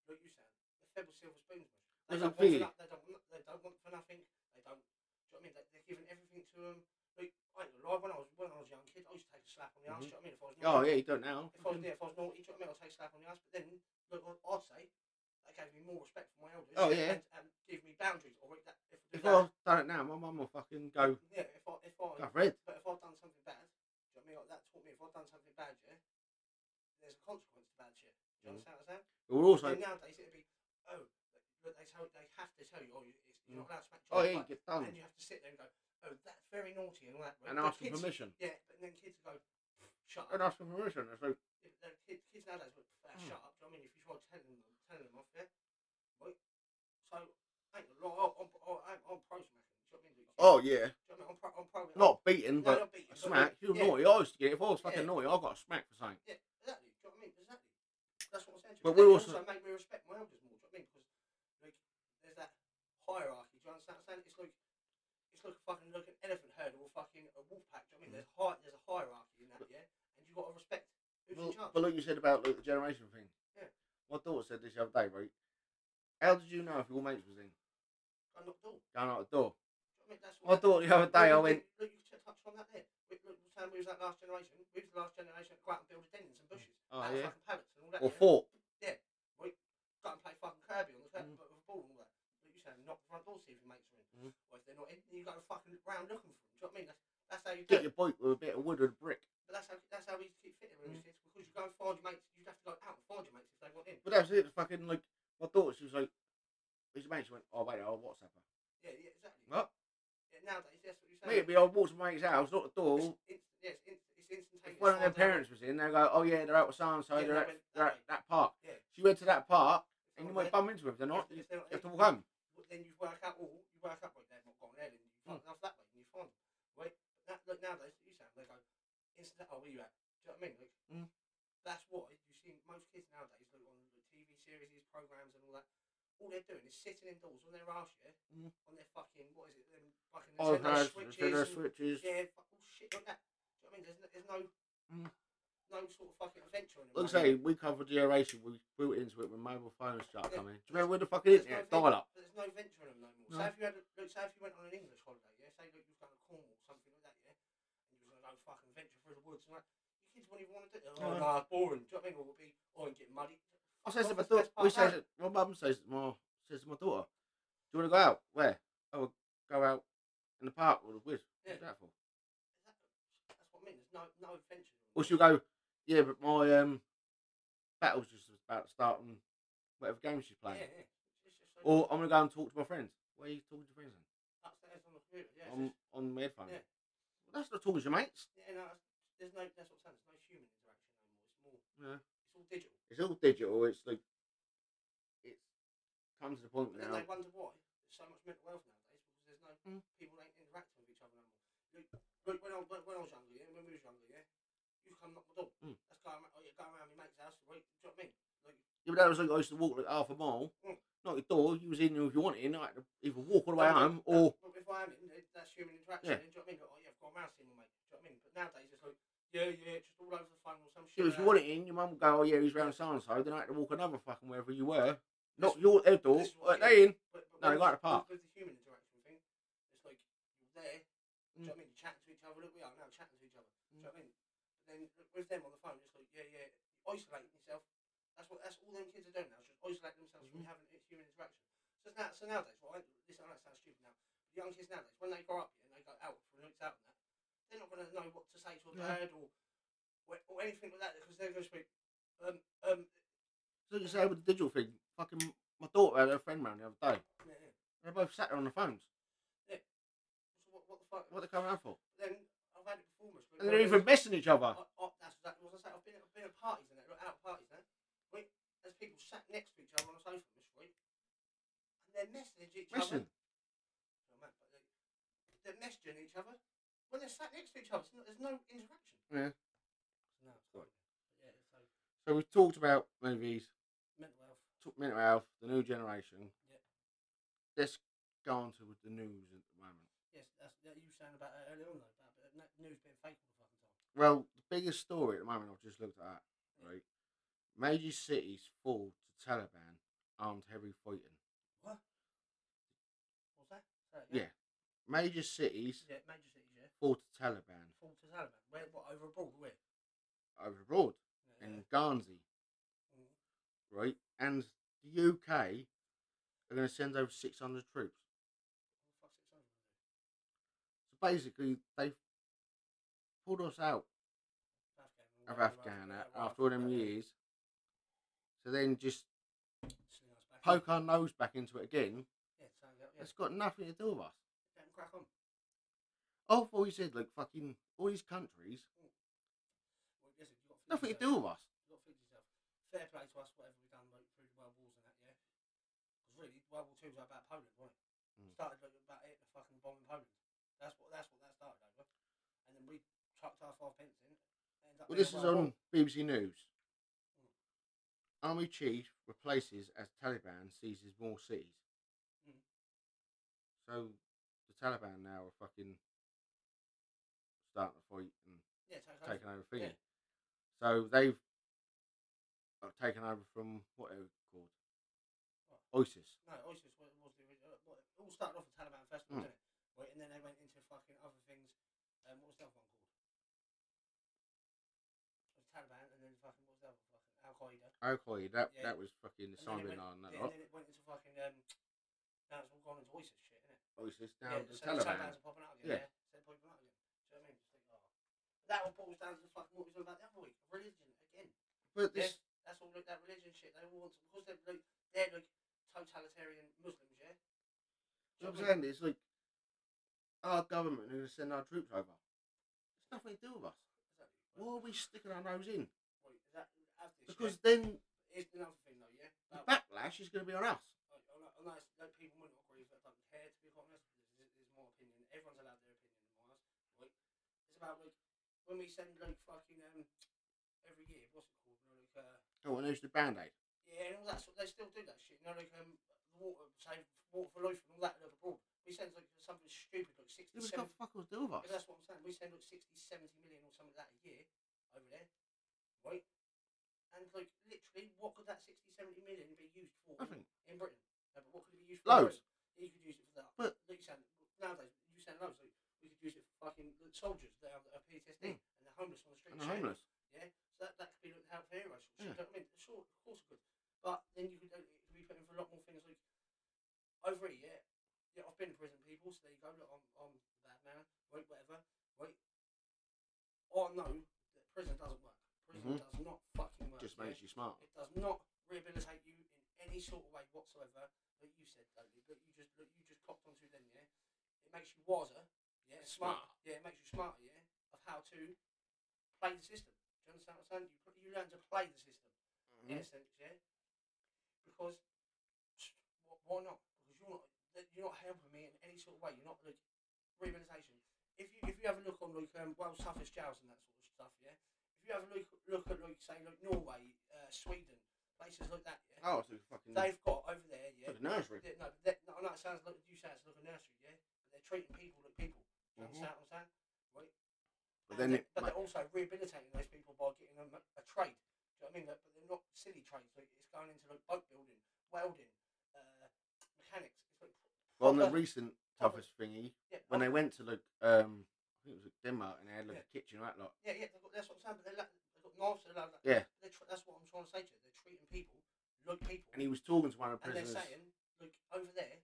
[SPEAKER 3] look you sound the fed with silver spoons. Man. They don't,
[SPEAKER 2] That's a
[SPEAKER 3] want for
[SPEAKER 2] feeling.
[SPEAKER 3] no- they, don't, want- they don't want for nothing. They don't. Do you know what I mean? They, they're giving everything to them. Like, I ain't gonna lie, when I was when I was a young kid, I used to take a slap on the ass. Do you know what I mean? If I was
[SPEAKER 2] Oh
[SPEAKER 3] naughty,
[SPEAKER 2] yeah, you don't now.
[SPEAKER 3] if I was, yeah, if I was naughty, do you know what I mean? I'll take a slap on the ass. But then, look, I'd, I'd say that gave me more respect for my elders.
[SPEAKER 2] Oh, yeah.
[SPEAKER 3] And, and give me boundaries. Or if that, if I do
[SPEAKER 2] If
[SPEAKER 3] that,
[SPEAKER 2] I've done it now, my mum will fucking go.
[SPEAKER 3] yeah, if I, if I,
[SPEAKER 2] I've read.
[SPEAKER 3] but if I've done something bad, do you know what I mean? Like, that taught me if I've done something bad, yeah, there's a consequence to bad shit. Do you
[SPEAKER 2] Mhm.
[SPEAKER 3] understand what I'm saying?
[SPEAKER 2] But we're also
[SPEAKER 3] Then nowadays it'd be, oh, but they tell they have to tell you, oh, you- it's, you're not allowed to smack
[SPEAKER 2] oh
[SPEAKER 3] your
[SPEAKER 2] yeah, you
[SPEAKER 3] butt.
[SPEAKER 2] get done
[SPEAKER 3] and you have to sit there and go, oh, that's very naughty and all that.
[SPEAKER 2] and
[SPEAKER 3] But
[SPEAKER 2] ask for
[SPEAKER 3] kids-
[SPEAKER 2] permission.
[SPEAKER 3] Yeah, but then kids go, shut up.
[SPEAKER 2] And ask for permission. It's like
[SPEAKER 3] Yeah, but then kids, kids nowadays would uh,
[SPEAKER 2] Mm.
[SPEAKER 3] shut up. do you know what I mean, if you try telling them, telling them off, yeah, right. So, I ain't gonna lie, I'm, I'm, I'm, I'm pro smacking. Do you know what I mean? Luke?
[SPEAKER 2] oh
[SPEAKER 3] do you know
[SPEAKER 2] yeah,
[SPEAKER 3] what I mean? I'm pro, I'm pro.
[SPEAKER 2] not beating,
[SPEAKER 3] no,
[SPEAKER 2] but
[SPEAKER 3] not beating,
[SPEAKER 2] a
[SPEAKER 3] but-
[SPEAKER 2] smack. You're
[SPEAKER 3] yeah,
[SPEAKER 2] naughty. I used to get. If I was fucking
[SPEAKER 3] Yeah.
[SPEAKER 2] naughty, I got a smack for something.
[SPEAKER 3] Yeah, exactly. Do you know what I mean? Exactly. That's what I'm saying. to you.
[SPEAKER 2] But
[SPEAKER 3] But we
[SPEAKER 2] we're
[SPEAKER 3] also,
[SPEAKER 2] also-
[SPEAKER 3] make me respect my elders more. Do you know what I mean? Because like, there's that hierarchy. Do you understand? What I'm saying? It's like it's like a fucking like an elephant herd or fucking a wolf pack. Do you know what I mean?
[SPEAKER 2] Mm-hmm.
[SPEAKER 3] There's hi- there's a hierarchy in that, yeah. And you got to respect who's
[SPEAKER 2] Well,
[SPEAKER 3] in charge.
[SPEAKER 2] but like you said about like, the generation thing.
[SPEAKER 3] Yeah.
[SPEAKER 2] My daughter said this the other day, right? How did you know if your mates was in
[SPEAKER 3] I'm not dull. Do
[SPEAKER 2] down out the door?
[SPEAKER 3] you know what I mean? That's
[SPEAKER 2] My
[SPEAKER 3] what
[SPEAKER 2] daughter the other day, I went.
[SPEAKER 3] Look, you t- touched on that there. We, look, we're saying we was that last generation. We was the last generation to go out and build dens and bushes.
[SPEAKER 2] Oh
[SPEAKER 3] out of
[SPEAKER 2] yeah,
[SPEAKER 3] Fucking pallets and all that.
[SPEAKER 2] or
[SPEAKER 3] yeah?
[SPEAKER 2] thought.
[SPEAKER 3] go and play fucking Kirby on the curb,
[SPEAKER 2] Mm.
[SPEAKER 3] but with a ball and all that. But you saying knock the front door, see if your mates are in.
[SPEAKER 2] Mm.
[SPEAKER 3] Or if they're not in, then you go fucking round looking for them. Do you know what I mean? That's, that's how you do
[SPEAKER 2] Get
[SPEAKER 3] it.
[SPEAKER 2] your bike with a bit of wood and brick.
[SPEAKER 3] But that's how that's how we keep fitting with these
[SPEAKER 2] Mm-hmm.
[SPEAKER 3] kids because you go and find your mates. You'd have to go out and find your mates if they want in.
[SPEAKER 2] But that's it. Fucking like my daughter, she was like, his mate. She went, oh wait, I'll WhatsApp her.
[SPEAKER 3] Yeah, yeah, exactly.
[SPEAKER 2] What?
[SPEAKER 3] Yeah, nowadays, that's what you're saying.
[SPEAKER 2] Mate, it'd be I walked to my mate's house, not the door.
[SPEAKER 3] It's, it's, yeah, it's, in, it's instantaneous.
[SPEAKER 2] If one of their
[SPEAKER 3] Find out.
[SPEAKER 2] parents was in, they go, oh yeah, they're out with so and
[SPEAKER 3] Yeah,
[SPEAKER 2] so, they're
[SPEAKER 3] they
[SPEAKER 2] at
[SPEAKER 3] went that
[SPEAKER 2] they're at
[SPEAKER 3] way.
[SPEAKER 2] that park.
[SPEAKER 3] Yeah.
[SPEAKER 2] She went to that park,
[SPEAKER 3] If
[SPEAKER 2] and
[SPEAKER 3] they're
[SPEAKER 2] you
[SPEAKER 3] not
[SPEAKER 2] might
[SPEAKER 3] there,
[SPEAKER 2] bump into them. If they're not,
[SPEAKER 3] If-
[SPEAKER 2] you
[SPEAKER 3] if they're not
[SPEAKER 2] have
[SPEAKER 3] in.
[SPEAKER 2] to walk home.
[SPEAKER 3] well, then you work out all you work out right they've not gone there, then you
[SPEAKER 2] Hmm.
[SPEAKER 3] fuck off that way and you find them. Right? But that, look nowadays you sound they go, instant oh where you at? Do you know what I mean? Like,
[SPEAKER 2] Mm.
[SPEAKER 3] That's why you see most kids nowadays look on the TV series, programs and all that. All they're doing is sitting indoors on their arse, yeah,
[SPEAKER 2] Mm.
[SPEAKER 3] on their fucking what is it? Them fucking
[SPEAKER 2] Oh,
[SPEAKER 3] Nintendo
[SPEAKER 2] no,
[SPEAKER 3] switches,
[SPEAKER 2] switches.
[SPEAKER 3] and,
[SPEAKER 2] switches.
[SPEAKER 3] yeah, fuck all shit like that. Do you know what I mean? There's no, there's no,
[SPEAKER 2] Mm.
[SPEAKER 3] no sort of fucking adventure in it.
[SPEAKER 2] Like I say, we covered the generation, we built into it when mobile phones started
[SPEAKER 3] Yeah.
[SPEAKER 2] coming. Do you remember when the fucking internet
[SPEAKER 3] no
[SPEAKER 2] dial up?
[SPEAKER 3] But there's no venture in them no more.
[SPEAKER 2] No.
[SPEAKER 3] Say if you had, a, look, say if you went on an English holiday, yeah, say look, you've gone to Cornwall, something like that, yeah, and you was gonna go fucking venture through the woods and that. Your kids wouldn't even want to do it. Oh,
[SPEAKER 2] No.
[SPEAKER 3] no, it's boring. Do you know what I mean? Or it'd be, oh, and get muddy.
[SPEAKER 2] I says
[SPEAKER 3] Well, that's
[SPEAKER 2] to my
[SPEAKER 3] the best
[SPEAKER 2] daughter, we
[SPEAKER 3] part
[SPEAKER 2] says
[SPEAKER 3] about
[SPEAKER 2] it, my mum says to my says to my daughter, do you want to go out? Where? Oh, we'll go out in the park or the woods. What's
[SPEAKER 3] Yeah.
[SPEAKER 2] that for?
[SPEAKER 3] That- That's what I mean. There's no no adventure. in
[SPEAKER 2] Or
[SPEAKER 3] them.
[SPEAKER 2] she'll go, yeah, but my um battle's just about to start on whatever game she's playing.
[SPEAKER 3] Yeah, yeah. It's just like
[SPEAKER 2] Or I'm gonna go and talk to my friends. Where are you talking to friends? Then?
[SPEAKER 3] upstairs on the computer. Yeah, it's
[SPEAKER 2] on
[SPEAKER 3] just-
[SPEAKER 2] on my headphones.
[SPEAKER 3] Yeah.
[SPEAKER 2] Well, that's not talking to your mates.
[SPEAKER 3] yeah, no, it's- there's no. That's what I'm saying. There's no human interaction no more. It's more.
[SPEAKER 2] Yeah.
[SPEAKER 3] It's all digital.
[SPEAKER 2] It's all digital. It's like it's come to the point
[SPEAKER 3] But then
[SPEAKER 2] now.
[SPEAKER 3] they wonder why there's so much mental health nowadays because there's no
[SPEAKER 2] Mm.
[SPEAKER 3] people ain't interacting with each other no more. Like, like when I when, when I was younger, yeah, when we was younger, yeah, you come knock my door.
[SPEAKER 2] Mm.
[SPEAKER 3] Let's go around, oh, yeah, go around my mate's house. Right, do you know what I mean? Like,
[SPEAKER 2] Yeah, but that was like I used to walk like half a mile.
[SPEAKER 3] Mm.
[SPEAKER 2] Not your door. You was in if you wanted. And I had to either walk all the way
[SPEAKER 3] that-
[SPEAKER 2] home
[SPEAKER 3] that-
[SPEAKER 2] or
[SPEAKER 3] but if I am in, that- that's human interaction.
[SPEAKER 2] Yeah.
[SPEAKER 3] then, do you know what I mean? Like, oh yeah, I've gone around seeing my mate. Do you know what I mean? But nowadays it's like yeah, yeah, just all over the phone or some shit.
[SPEAKER 2] if
[SPEAKER 3] like
[SPEAKER 2] you
[SPEAKER 3] that.
[SPEAKER 2] wanted in, your mum would go, oh yeah, he's round so and so. Then I had to walk another fucking wherever you were. Not your their door.
[SPEAKER 3] this is what I
[SPEAKER 2] But they in.
[SPEAKER 3] But, but
[SPEAKER 2] No,
[SPEAKER 3] when
[SPEAKER 2] they like
[SPEAKER 3] it's-
[SPEAKER 2] the park.
[SPEAKER 3] With the human interaction thing, it's like you're there. Do
[SPEAKER 2] Mm.
[SPEAKER 3] you know what I mean? You're chatting to each other. Look, we are now chatting to each other. Do you know what I mean? But then look, with them on the phone, it's like yeah, yeah, isolating yourself. That's what that's all them kids are doing now. Is just isolate themselves
[SPEAKER 2] Mhm.
[SPEAKER 3] from having a human interaction. So it's now, so nowadays, well, I, this I know it sounds stupid now. But young kids nowadays, when they grow up and they go out for nights out and that, they're not going to know what to say to a
[SPEAKER 2] No.
[SPEAKER 3] bird or or or anything like that because they're going to speak. Um, um,
[SPEAKER 2] So you say with the digital thing, fucking my daughter had her friend round the other day.
[SPEAKER 3] yeah, yeah.
[SPEAKER 2] They both sat there on the phones.
[SPEAKER 3] So what, what the fuck?
[SPEAKER 2] What they come around for?
[SPEAKER 3] Then I've had it before. Miss, but
[SPEAKER 2] And they're even messing each other.
[SPEAKER 3] I, I, that's exactly what I say. I've been, I've been at parties and that, like out parties and that. Wait, there's people sat next to each other on a sofa this week, and they're messaging each
[SPEAKER 2] Messing.
[SPEAKER 3] other. Oh, man, but they- They're messaging each other. when they're sat next to each other, it's not- there's no interaction.
[SPEAKER 2] Yeah.
[SPEAKER 3] No, it's not. Yeah, so
[SPEAKER 2] So we've talked about movies,
[SPEAKER 3] mental health.
[SPEAKER 2] talked mental health, the new generation.
[SPEAKER 3] Yeah.
[SPEAKER 2] Let's go on to with the news at the moment.
[SPEAKER 3] Yes, that's that you were saying about it earlier on though, about but that news being fake all the fucking time.
[SPEAKER 2] Well, the biggest story at the moment I've just looked at, right? Major cities fall to Taliban armed heavy fighting.
[SPEAKER 3] What's that? Sorry,
[SPEAKER 2] Yeah. Major cities
[SPEAKER 3] yeah, major cities, yeah.
[SPEAKER 2] fall to Taliban
[SPEAKER 3] Fall to Taliban. Where what over abroad, where?
[SPEAKER 2] over abroad
[SPEAKER 3] Yeah.
[SPEAKER 2] in Guernsey,
[SPEAKER 3] Mm.
[SPEAKER 2] right? And the UK are going to send over 600 troops.
[SPEAKER 3] What the fuck's it saying?
[SPEAKER 2] So basically, they've pulled us out
[SPEAKER 3] Afghan.
[SPEAKER 2] of
[SPEAKER 3] whatever,
[SPEAKER 2] Afghan
[SPEAKER 3] whatever,
[SPEAKER 2] after all them
[SPEAKER 3] whatever.
[SPEAKER 2] years. So then just
[SPEAKER 3] Sling us back
[SPEAKER 2] poke
[SPEAKER 3] in.
[SPEAKER 2] our nose back into it again.
[SPEAKER 3] Yeah, so, yeah, yeah.
[SPEAKER 2] It's got nothing to do with us.
[SPEAKER 3] Let 'em crack on.
[SPEAKER 2] I've always said, like, fucking all these countries,
[SPEAKER 3] Well, yes, you've got
[SPEAKER 2] nothing to
[SPEAKER 3] yourself.
[SPEAKER 2] do with us.
[SPEAKER 3] You've got to think to yourself, fair play to us, whatever we've done like, through the World Wars and that, yeah? Because really, World War Two was about Poland, wasn't it?
[SPEAKER 2] Mm.
[SPEAKER 3] Started like, about it, the fucking bombing Poland. That's what that's what that started over. And then we chucked our five pence in. ended up
[SPEAKER 2] Well,
[SPEAKER 3] being
[SPEAKER 2] this
[SPEAKER 3] a
[SPEAKER 2] is
[SPEAKER 3] world
[SPEAKER 2] on
[SPEAKER 3] war.
[SPEAKER 2] BBC News.
[SPEAKER 3] Hmm.
[SPEAKER 2] Army chief replaces as Taliban seizes more cities.
[SPEAKER 3] Mm.
[SPEAKER 2] So the Taliban now are fucking starting to fight and
[SPEAKER 3] Yeah, take over.
[SPEAKER 2] taking over things.
[SPEAKER 3] Yeah.
[SPEAKER 2] So they've uh, taken over from what they were called ISIS.
[SPEAKER 3] No, ISIS was, was the original. Well, it all started off with Taliban first,
[SPEAKER 2] Mm.
[SPEAKER 3] didn't it? Right, and then they went into fucking other things. Um, what was the other one called? It was Taliban, and then fucking what was the other one? Fucking Al Qaeda.
[SPEAKER 2] Al Qaeda. That
[SPEAKER 3] Yeah.
[SPEAKER 2] that was fucking
[SPEAKER 3] And
[SPEAKER 2] Osama
[SPEAKER 3] then
[SPEAKER 2] bin
[SPEAKER 3] it
[SPEAKER 2] Laden.
[SPEAKER 3] went-
[SPEAKER 2] That
[SPEAKER 3] yeah,
[SPEAKER 2] lot.
[SPEAKER 3] and then it went into fucking. Um, now it's all gone into ISIS shit, innit?
[SPEAKER 2] ISIS down
[SPEAKER 3] yeah,
[SPEAKER 2] to
[SPEAKER 3] so
[SPEAKER 2] Taliban.
[SPEAKER 3] the Taliban's are popping out again.
[SPEAKER 2] Yeah.
[SPEAKER 3] Yeah. So they're popping out again. Do you know what I mean? Just think, oh. That all boils down to fucking what we was all about the other week. Religion, again.
[SPEAKER 2] But this
[SPEAKER 3] Yes, that's all like, that religion shit. They all want to, because they're like, they're like totalitarian Muslims, yeah?
[SPEAKER 2] you know
[SPEAKER 3] Do
[SPEAKER 2] what
[SPEAKER 3] you know what I
[SPEAKER 2] I'm
[SPEAKER 3] mean?
[SPEAKER 2] saying it's like our government are going to send our troops over. It's nothing to do with us.
[SPEAKER 3] Exactly.
[SPEAKER 2] Why are we sticking our nose in?
[SPEAKER 3] Wait, is that have this?
[SPEAKER 2] Because
[SPEAKER 3] yeah?
[SPEAKER 2] then
[SPEAKER 3] here's another thing though, yeah.
[SPEAKER 2] the
[SPEAKER 3] About,
[SPEAKER 2] backlash is going to be on us.
[SPEAKER 3] like, on, a- on that, like, people might not agree, but like, care to be quite honest. This is more opinion. Everyone's allowed their opinion in ours. Right? It's about like when we send like fucking um every year. What's it called? You know, like uh,
[SPEAKER 2] Oh, and there's the band aid.
[SPEAKER 3] yeah, and all that sort. They still do that shit. You know, like um the water, save water for life and all that. Like abroad, we send like something stupid like sixty.
[SPEAKER 2] It's got
[SPEAKER 3] 70
[SPEAKER 2] fuck all to do with us.
[SPEAKER 3] But that's what I'm saying. We send like 60, 70 million or something like that a year over there, right? And like literally, what could that 60, 70 million be used for in,
[SPEAKER 2] Nothing.
[SPEAKER 3] in Britain? No, but what could it be used for? in
[SPEAKER 2] Loads.
[SPEAKER 3] Britain? You could use it for that.
[SPEAKER 2] But-
[SPEAKER 3] like you said, nowadays you send loads. Like, we could use it for fucking the soldiers that have uh, PTSD
[SPEAKER 2] Mm.
[SPEAKER 3] and they're homeless on the street.
[SPEAKER 2] And the homeless.
[SPEAKER 3] Yeah, so that, that could be like help heroes.
[SPEAKER 2] Yeah.
[SPEAKER 3] Yeah. I mean, sure, of course it could. But then you could, uh, it could be put in for a lot more things like over here. Yeah, yeah, I've been to prison, people. So there you go. Look, I'm, I'm a bad man. Wait, whatever. Wait. I know that prison doesn't work. Prison
[SPEAKER 2] Mhm.
[SPEAKER 3] does not fucking work.
[SPEAKER 2] Just
[SPEAKER 3] yeah?
[SPEAKER 2] makes you smart.
[SPEAKER 3] It does not rehabilitate you in any sort of way whatsoever. Like you said, David, that you just that you just copped onto then, yeah. It makes you wiser, yeah, and smart,
[SPEAKER 2] Smart.
[SPEAKER 3] yeah. It makes you smarter, yeah, of how to play the system. Do you understand what I'm saying? You, pl- you learn to play the system, in a sense, yeah. Because wh- why not? Because you're not that- you're not helping me in any sort of way. You're not like rehabilitation. If you if you have a look on like um, Wales toughest jails and that sort of stuff, yeah. If you have a look look at like say like Norway, uh, Sweden, places like that, yeah.
[SPEAKER 2] Oh, it's a fucking
[SPEAKER 3] They've got over there, yeah.
[SPEAKER 2] Like a nursery.
[SPEAKER 3] Yeah, no, that, no, no, it sounds like you say it's like a nursery, yeah. But they're treating people like people. Do you
[SPEAKER 2] Mhm.
[SPEAKER 3] understand what I'm saying? Right.
[SPEAKER 2] But
[SPEAKER 3] And
[SPEAKER 2] then
[SPEAKER 3] they-
[SPEAKER 2] it
[SPEAKER 3] but
[SPEAKER 2] ma-
[SPEAKER 3] they're also rehabilitating those people by getting them a, a trade. Do you know what I mean? Like, but they're not silly trades. Like it's going into like boat building, welding, uh, mechanics. It's like
[SPEAKER 2] well, on the
[SPEAKER 3] proper-
[SPEAKER 2] recent toughest thingy
[SPEAKER 3] yeah,
[SPEAKER 2] when they
[SPEAKER 3] proper-
[SPEAKER 2] went to like um I think it was like Denmark and they had like a kitchen and that lot.
[SPEAKER 3] Yeah, yeah, they've got, that's what I'm saying. But they're like, they've got knives. They're like,
[SPEAKER 2] Yeah.
[SPEAKER 3] They're tr- that's what I'm trying to say to you. They're treating people like people.
[SPEAKER 2] And he was talking to one of the
[SPEAKER 3] And they're
[SPEAKER 2] prisoners.
[SPEAKER 3] saying, look, over there,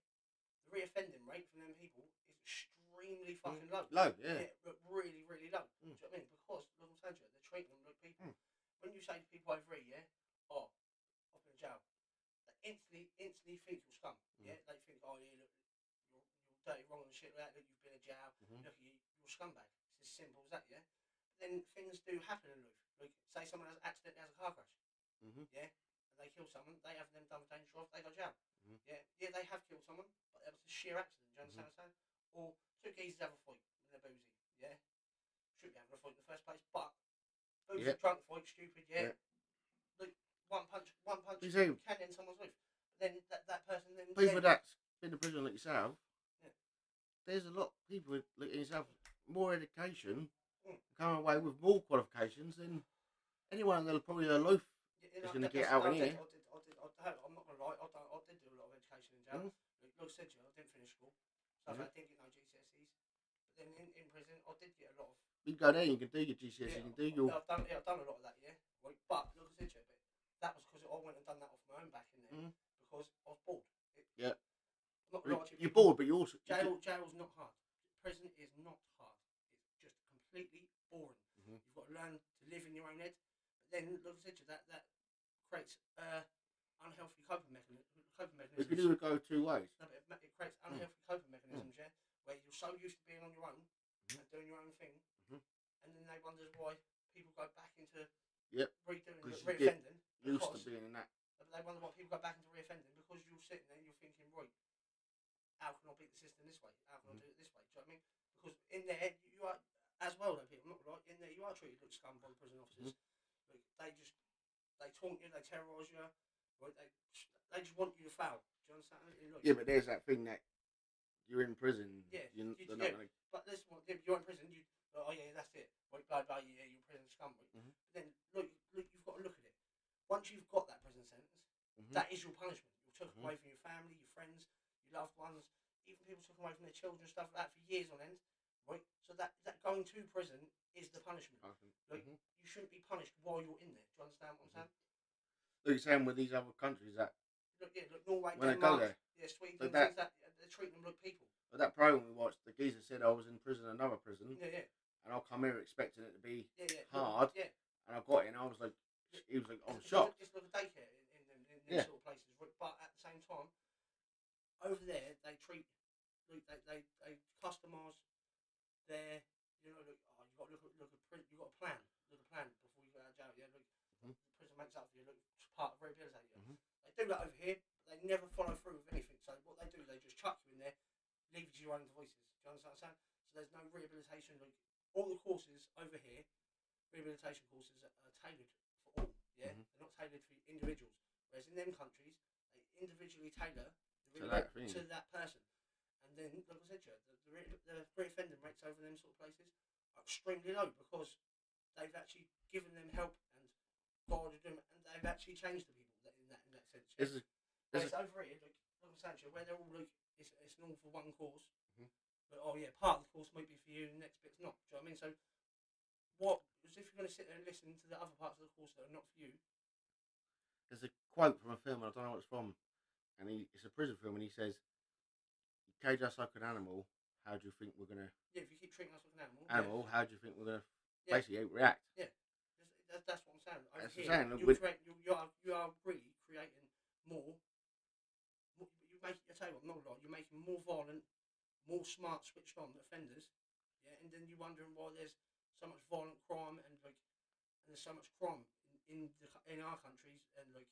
[SPEAKER 3] the reoffending rate from them people is extremely fucking low.
[SPEAKER 2] Low, yeah.
[SPEAKER 3] but really, really low. Do you
[SPEAKER 2] Mm.
[SPEAKER 3] know what I mean? Because, like I'm saying to you, they're treating them like people. When you say to people over here, yeah, oh, I've been in jail, they instantly, instantly think you're scum.
[SPEAKER 2] Mm.
[SPEAKER 3] Yeah, they think, oh, yeah, look, you're, you're dirty, wrong, and shit like that, look, you've been in jail,
[SPEAKER 2] Mhm.
[SPEAKER 3] look, you, you're a scumbag. It's as simple as that, yeah? Then things do happen in life. Like, say someone has accidentally has a car crash and they kill someone, they have them done with dangerous life, they go jail.
[SPEAKER 2] Mhm.
[SPEAKER 3] Yeah, yeah,
[SPEAKER 2] Mm-hmm.
[SPEAKER 3] they have killed someone, but it was a sheer accident. Do you understand what I'm saying? Or two geezers have a fight and they're boozy. yeah, should be having a fight in the first place. But those
[SPEAKER 2] Yeah.
[SPEAKER 3] who drunk fight stupid, yeah.
[SPEAKER 2] Yeah.
[SPEAKER 3] Like one punch, one punch
[SPEAKER 2] You see.
[SPEAKER 3] can end someone's life. But then that, that person then
[SPEAKER 2] people
[SPEAKER 3] then-
[SPEAKER 2] that's been to prison like yourself,
[SPEAKER 3] Yeah.
[SPEAKER 2] there's a lot of people with- like yourself, more education,
[SPEAKER 3] Mm.
[SPEAKER 2] coming away with more qualifications than anyone that'll probably their life.
[SPEAKER 3] Yeah,
[SPEAKER 2] It's
[SPEAKER 3] no,
[SPEAKER 2] gonna
[SPEAKER 3] that-
[SPEAKER 2] get
[SPEAKER 3] that's-
[SPEAKER 2] out
[SPEAKER 3] I
[SPEAKER 2] in
[SPEAKER 3] did-
[SPEAKER 2] here.
[SPEAKER 3] I did- I did- I don't- I'm not gonna lie. I, don't, I did do a lot of education in jail.
[SPEAKER 2] Mm.
[SPEAKER 3] Like, like I said to you, I didn't finish school, so
[SPEAKER 2] Mhm.
[SPEAKER 3] I didn't get no GCSEs. But then in, in prison, I did get a lot of.
[SPEAKER 2] You go there, you can do your GCSE, you can do your.
[SPEAKER 3] I've done, yeah, I've done a lot of that, yeah. Like, but like I said to you, but that was because I went and done that off my own back in there
[SPEAKER 2] Mm.
[SPEAKER 3] because I was bored. It,
[SPEAKER 2] Yeah.
[SPEAKER 3] I'm not gonna
[SPEAKER 2] you-
[SPEAKER 3] lie to
[SPEAKER 2] You're bored, but you also. you
[SPEAKER 3] Jail, jail's not hard. Prison is not hard. It's just completely boring.
[SPEAKER 2] Mhm.
[SPEAKER 3] You've got to learn to live in your own head. But then, like I said to you, that that creates uh, unhealthy coping mechanisms. Coping
[SPEAKER 2] can- You can
[SPEAKER 3] mechanisms.
[SPEAKER 2] either go two ways.
[SPEAKER 3] No, but it, ma- it creates
[SPEAKER 2] Hmm.
[SPEAKER 3] unhealthy coping mechanisms, yeah, where you're so used to being on your own
[SPEAKER 2] Mhm.
[SPEAKER 3] and doing your own thing,
[SPEAKER 2] Mhm.
[SPEAKER 3] and then they wonder why people go back into
[SPEAKER 2] Yep,
[SPEAKER 3] redoing,
[SPEAKER 2] 'cause you get
[SPEAKER 3] reoffending.
[SPEAKER 2] Used
[SPEAKER 3] because-
[SPEAKER 2] to being in that.
[SPEAKER 3] but they wonder why people go back into reoffending because you're sitting there and you're thinking, right, how can I beat the system this way? How can
[SPEAKER 2] Mm-hmm.
[SPEAKER 3] I do it this way? Do you know what I mean? Because in there, you are, as well, though, people, not right, in there, you are treated like scum by the prison officers.
[SPEAKER 2] Mm-hmm.
[SPEAKER 3] Like, they just, they taunt you, they terrorise you, right? They, they just want you to fail. Do you understand? Like,
[SPEAKER 2] Yeah, but there's that thing that you're in prison.
[SPEAKER 3] Yeah,
[SPEAKER 2] You're, n-
[SPEAKER 3] you-
[SPEAKER 2] they're
[SPEAKER 3] yeah.
[SPEAKER 2] not gonna.
[SPEAKER 3] But this one, if you're in prison, you oh yeah, that's it. Right, blah blah, yeah, you're prison scum. Right?
[SPEAKER 2] Mhm.
[SPEAKER 3] But then look, look, you've got to look at it. Once you've got that prison sentence,
[SPEAKER 2] Mhm.
[SPEAKER 3] that is your punishment. You took
[SPEAKER 2] Mhm.
[SPEAKER 3] away from your family, your friends, your loved ones. Even people took away from their children, stuff like that, for years on end. Right. So that that going to prison is the punishment.
[SPEAKER 2] I can-
[SPEAKER 3] Like,
[SPEAKER 2] mhm.
[SPEAKER 3] You shouldn't be punished while you're in there. Do you understand what I'm
[SPEAKER 2] Mm-hmm.
[SPEAKER 3] saying?
[SPEAKER 2] Like you're saying with these other countries that
[SPEAKER 3] Look, yeah, look, Norway,
[SPEAKER 2] when I go
[SPEAKER 3] Denmark,
[SPEAKER 2] there,
[SPEAKER 3] yeah, Sweden,
[SPEAKER 2] Like
[SPEAKER 3] things that they're treating them like people.
[SPEAKER 2] but that program we watched, the geezer said I was in prison, another prison,
[SPEAKER 3] Yeah, yeah,
[SPEAKER 2] and I'll come here expecting it to be
[SPEAKER 3] yeah, yeah. look,
[SPEAKER 2] Mm-hmm. Hard.
[SPEAKER 3] Yeah.
[SPEAKER 2] and I got in. I was like, he was like, I'm
[SPEAKER 3] It's- it's
[SPEAKER 2] shocked.
[SPEAKER 3] like- It's like a daycare in, in, them- in these
[SPEAKER 2] Yeah.
[SPEAKER 3] sort of places. right, But at the same time, over there they treat, like, they they, they customise their, you know, look, oh, you got to look at look at print, you got a plan, look at a plan before you go out of jail. Yeah, look,
[SPEAKER 2] Mhm.
[SPEAKER 3] the prison makes up for you. Look, it's part of rehabilitation. Yeah.
[SPEAKER 2] Mhm.
[SPEAKER 3] They do that over here, but they never follow through with anything. So what they do, they just chuck you in there, leave you to your own devices. Do you understand what I'm saying? So there's no rehabilitation. Like all the courses over here, rehabilitation courses are, are tailored for all. Yeah,
[SPEAKER 2] Mhm.
[SPEAKER 3] they're not tailored for individuals. Whereas in them countries, they individually tailor the
[SPEAKER 2] To
[SPEAKER 3] rehabil-
[SPEAKER 2] that thing.
[SPEAKER 3] to that person. And then, like I said to you, the, the, re- the re-offending rates over them sort of places are extremely low because they've actually given them help and guided them, and they've actually changed the people that, in that in that sense. yeah.
[SPEAKER 2] This is
[SPEAKER 3] Whereas
[SPEAKER 2] There's
[SPEAKER 3] over here, like Little Sancho, where they're all like, it's, it's an all for one course.
[SPEAKER 2] Mhm.
[SPEAKER 3] But oh yeah, part of the course might be for you, and the next bit's not. Do you know what I mean? So, what? Because if you're going to sit there and listen to the other parts of the course that are not for you,
[SPEAKER 2] there's a quote from a film, and I don't know what it's from, and he, it's a prison film, and he says, "You cage us like an animal. How do you think we're gonna
[SPEAKER 3] yeah, if you keep treating us like an animal, yeah,
[SPEAKER 2] animal? How do you think we're gonna
[SPEAKER 3] Yeah.
[SPEAKER 2] basically react?"
[SPEAKER 3] that's- that's, that's what I'm saying. Over
[SPEAKER 2] That's what I'm
[SPEAKER 3] here,
[SPEAKER 2] saying, look,
[SPEAKER 3] You're
[SPEAKER 2] with-
[SPEAKER 3] create, you you are you are really creating more. more you make, I tell you what, not a lot. You're making more violent, more smart, switched on offenders. Yeah, and then you're wondering why there's so much violent crime and like, and there's so much crime in in, the, cou- in our countries and like,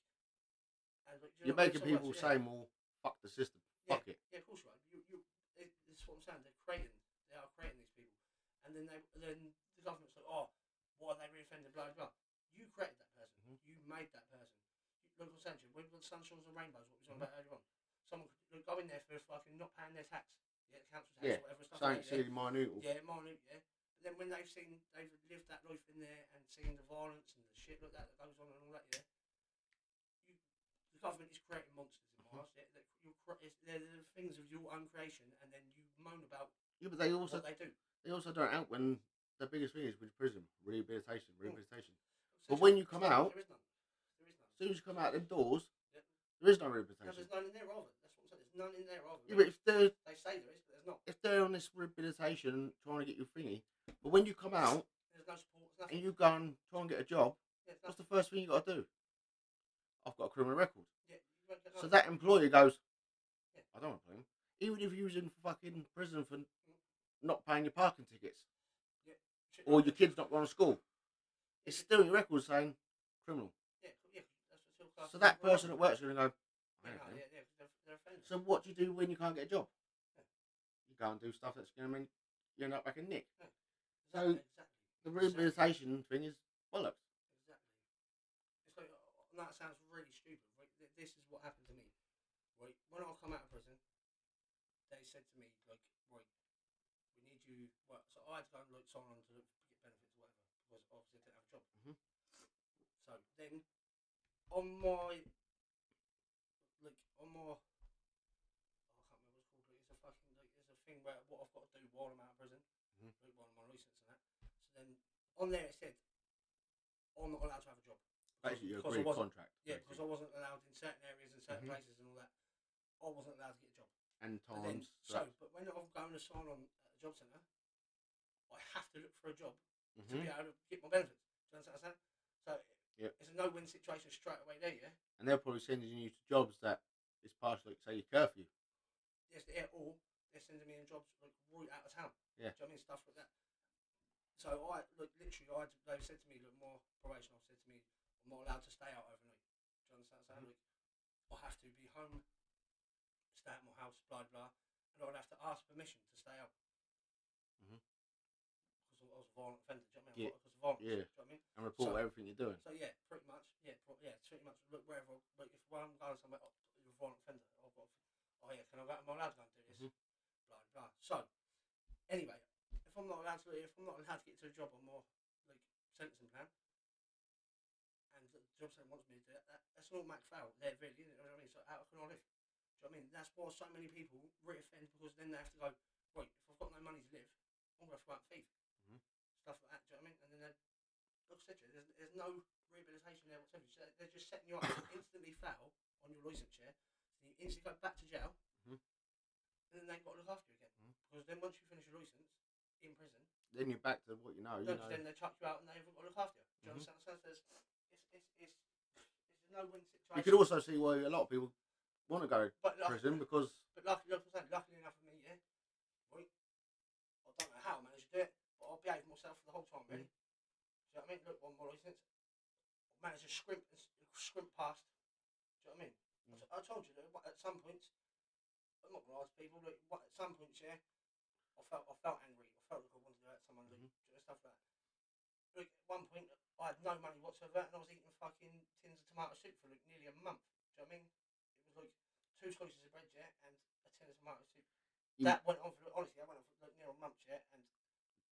[SPEAKER 3] and like do you
[SPEAKER 2] You're
[SPEAKER 3] know what I mean?
[SPEAKER 2] making
[SPEAKER 3] So much,
[SPEAKER 2] people
[SPEAKER 3] yeah.
[SPEAKER 2] say more. Fuck the system.
[SPEAKER 3] Yeah.
[SPEAKER 2] Fuck it.
[SPEAKER 3] Yeah, of course you are. You, you, it, that's what I'm saying. They're creating, they are creating these people, and then they, then the government's like, oh, why are they reoffending? Blah blah. blah. You created that person. You made that person. Look on Sancho. When the sunshines and rainbows, what we was on about earlier on. Someone could look, go in there for fucking not paying their tax, yeah, council tax
[SPEAKER 2] Yeah,
[SPEAKER 3] or whatever stuff.
[SPEAKER 2] Something
[SPEAKER 3] like that, yeah.
[SPEAKER 2] silly, minute. or-
[SPEAKER 3] Yeah, minute, yeah. But then when they've seen, they've lived that life in there and seen the violence and the shit like that that goes on and all that, yeah. You, the government is creating monsters in
[SPEAKER 2] Mm-hmm.
[SPEAKER 3] my eyes. Yeah, that you're, cre- it's, they're the things of your own creation, and then you moan about
[SPEAKER 2] Yeah, but they also
[SPEAKER 3] what they do.
[SPEAKER 2] they also don't help when the biggest thing is with prison rehabilitation, rehabilitation.
[SPEAKER 3] So
[SPEAKER 2] But when
[SPEAKER 3] it's-
[SPEAKER 2] you come
[SPEAKER 3] there is-
[SPEAKER 2] out-
[SPEAKER 3] there is none. There is none.
[SPEAKER 2] As soon as you come out the doors,
[SPEAKER 3] Yep.
[SPEAKER 2] there is no
[SPEAKER 3] No,
[SPEAKER 2] rehabilitation.
[SPEAKER 3] there's none in there either. That's what I'm saying. There's none in there either.
[SPEAKER 2] Yeah, but if they're
[SPEAKER 3] they say there is, but there's not.
[SPEAKER 2] if they're on this rehabilitation trying to get you thingy, but when you come out
[SPEAKER 3] There's no support. There's nothing.
[SPEAKER 2] and you go and try and get a job,
[SPEAKER 3] There's nothing.
[SPEAKER 2] what's the first thing you got to do? I've got a criminal record.
[SPEAKER 3] Yeah, you won't get
[SPEAKER 2] So
[SPEAKER 3] nothing.
[SPEAKER 2] that employer goes, I don't want to pay him. Even if you was in fucking prison for not paying your parking tickets
[SPEAKER 3] Shit,
[SPEAKER 2] or
[SPEAKER 3] nothing.
[SPEAKER 2] your kids not going to school, it's still in your record saying criminal.
[SPEAKER 3] Yeah, yeah, that's what's all classed
[SPEAKER 2] So
[SPEAKER 3] as
[SPEAKER 2] that
[SPEAKER 3] criminal.
[SPEAKER 2] person at work's going to go, I
[SPEAKER 3] Yeah,
[SPEAKER 2] don't
[SPEAKER 3] no,
[SPEAKER 2] know.
[SPEAKER 3] yeah, yeah, they're, they're offended.
[SPEAKER 2] So what do you do when you can't get a job? You go and do stuff that's going to mean you end up like a nick.
[SPEAKER 3] Yeah.
[SPEAKER 2] So-
[SPEAKER 3] Exactly.
[SPEAKER 2] The
[SPEAKER 3] exactly.
[SPEAKER 2] rehabilitation thing is bollocks.
[SPEAKER 3] Exactly. It's like, oh, that sounds really stupid. Like, th- this is what happened to me. Right, when I come out of prison, they said to me, like, right, we need you. Well, so I had to go and like, sign on to get benefits or whatever, because obviously I didn't have a job.
[SPEAKER 2] Mhm.
[SPEAKER 3] So then, on my, like, on my, oh, I can't remember what it's called. It's a fucking, like, it's a thing where what I've got to do while I'm out of prison,
[SPEAKER 2] Mhm.
[SPEAKER 3] like, while I'm on license and that. So then, on there it said, I'm not allowed to have a job.
[SPEAKER 2] Basically, you
[SPEAKER 3] Because I
[SPEAKER 2] agree
[SPEAKER 3] wasn't-
[SPEAKER 2] contract.
[SPEAKER 3] Yeah,
[SPEAKER 2] basically,
[SPEAKER 3] because I wasn't allowed in certain areas and certain
[SPEAKER 2] Mhm.
[SPEAKER 3] places and all that. I wasn't allowed to get a job.
[SPEAKER 2] and
[SPEAKER 3] But then,
[SPEAKER 2] times.
[SPEAKER 3] so, but when I'm going to sign on at a job centre, I have to look for a job to
[SPEAKER 2] hmm
[SPEAKER 3] be able to get my benefits. Do you understand? what I'm saying? So
[SPEAKER 2] Yep.
[SPEAKER 3] it's a no-win situation straight away there. Yeah.
[SPEAKER 2] and they're probably sending you to jobs that is partially, say, your curfew.
[SPEAKER 3] Yes, they are all they're sending me in jobs like right out of town.
[SPEAKER 2] Yeah.
[SPEAKER 3] Do you know what I mean stuff like that? So I like literally I had to- they said to me, look, my probation officer said to me, I'm not allowed to stay out overnight. Do you understand? So I'm like,
[SPEAKER 2] Mm-hmm.
[SPEAKER 3] I have to be home, stay at my house, blah blah, and I'd have to ask permission to stay out.
[SPEAKER 2] Mhm.
[SPEAKER 3] Because I was a violent offender. Do you know what I
[SPEAKER 2] Yeah.
[SPEAKER 3] mean? Because of violence.
[SPEAKER 2] Yeah.
[SPEAKER 3] Do you know what I mean?
[SPEAKER 2] and report
[SPEAKER 3] So-
[SPEAKER 2] everything you're doing.
[SPEAKER 3] So yeah, pretty much. Yeah, pro- yeah, pretty much. Look, wherever, like if I'm going somewhere, oh, you're a violent offender. I've got, oh yeah, can I go? Am I allowed to go and do this?
[SPEAKER 2] Mhm.
[SPEAKER 3] Blah blah. So, anyway, if I'm not allowed to, if I'm not allowed to get to a job on more like sentencing plan, and the job centre wants me to do that, that that's an automatic fail there, really. Isn't it? You know what I mean? So how can I live? Do you know what I mean? That's why so many people re-offend because then they have to go, right, if I've got no money to live, I'm going to go out and thief.
[SPEAKER 2] Mhm.
[SPEAKER 3] Stuff like that, do you know what I mean? And then they like I said to you, there's, there's no rehabilitation there whatsoever. So they're just setting you up to instantly foul on your license chair, so you instantly go back to jail,
[SPEAKER 2] Mhm.
[SPEAKER 3] and then they've got to look after you again.
[SPEAKER 2] Mhm.
[SPEAKER 3] Because then once you finish your license in prison,
[SPEAKER 2] Then you're back to what you know. Oh, You
[SPEAKER 3] no, 'cause
[SPEAKER 2] know.
[SPEAKER 3] then they chuck you out and they haven't got to look after you. Do you
[SPEAKER 2] Mhm.
[SPEAKER 3] understand? So there's, it's, it's, it's, it's a no-win situation.
[SPEAKER 2] You could also see why a lot of people want to go to
[SPEAKER 3] but luck-
[SPEAKER 2] prison because
[SPEAKER 3] But luckily, like I said, luckily enough for me, yeah, right, I don't know how I managed to do it, but I behaved myself the whole time, really. Do you know what I mean? Look, on my license, I managed to scrimp and s- scrimp past. Do you know what I mean? I t- I told you that at some points, I'm not gonna ask people, like, what, at some points, yeah, I felt I felt angry. I felt like I wanted to hurt someone, like, do you know, stuff like that. Like, at one point, I had no money whatsoever, and I was eating fucking tins of tomato soup for like nearly a month. Do you know what I mean? It was like two slices of bread, yeah, and a tin of tomato soup.
[SPEAKER 2] You-
[SPEAKER 3] That went on for honestly, that went on for like near a month, yeah, and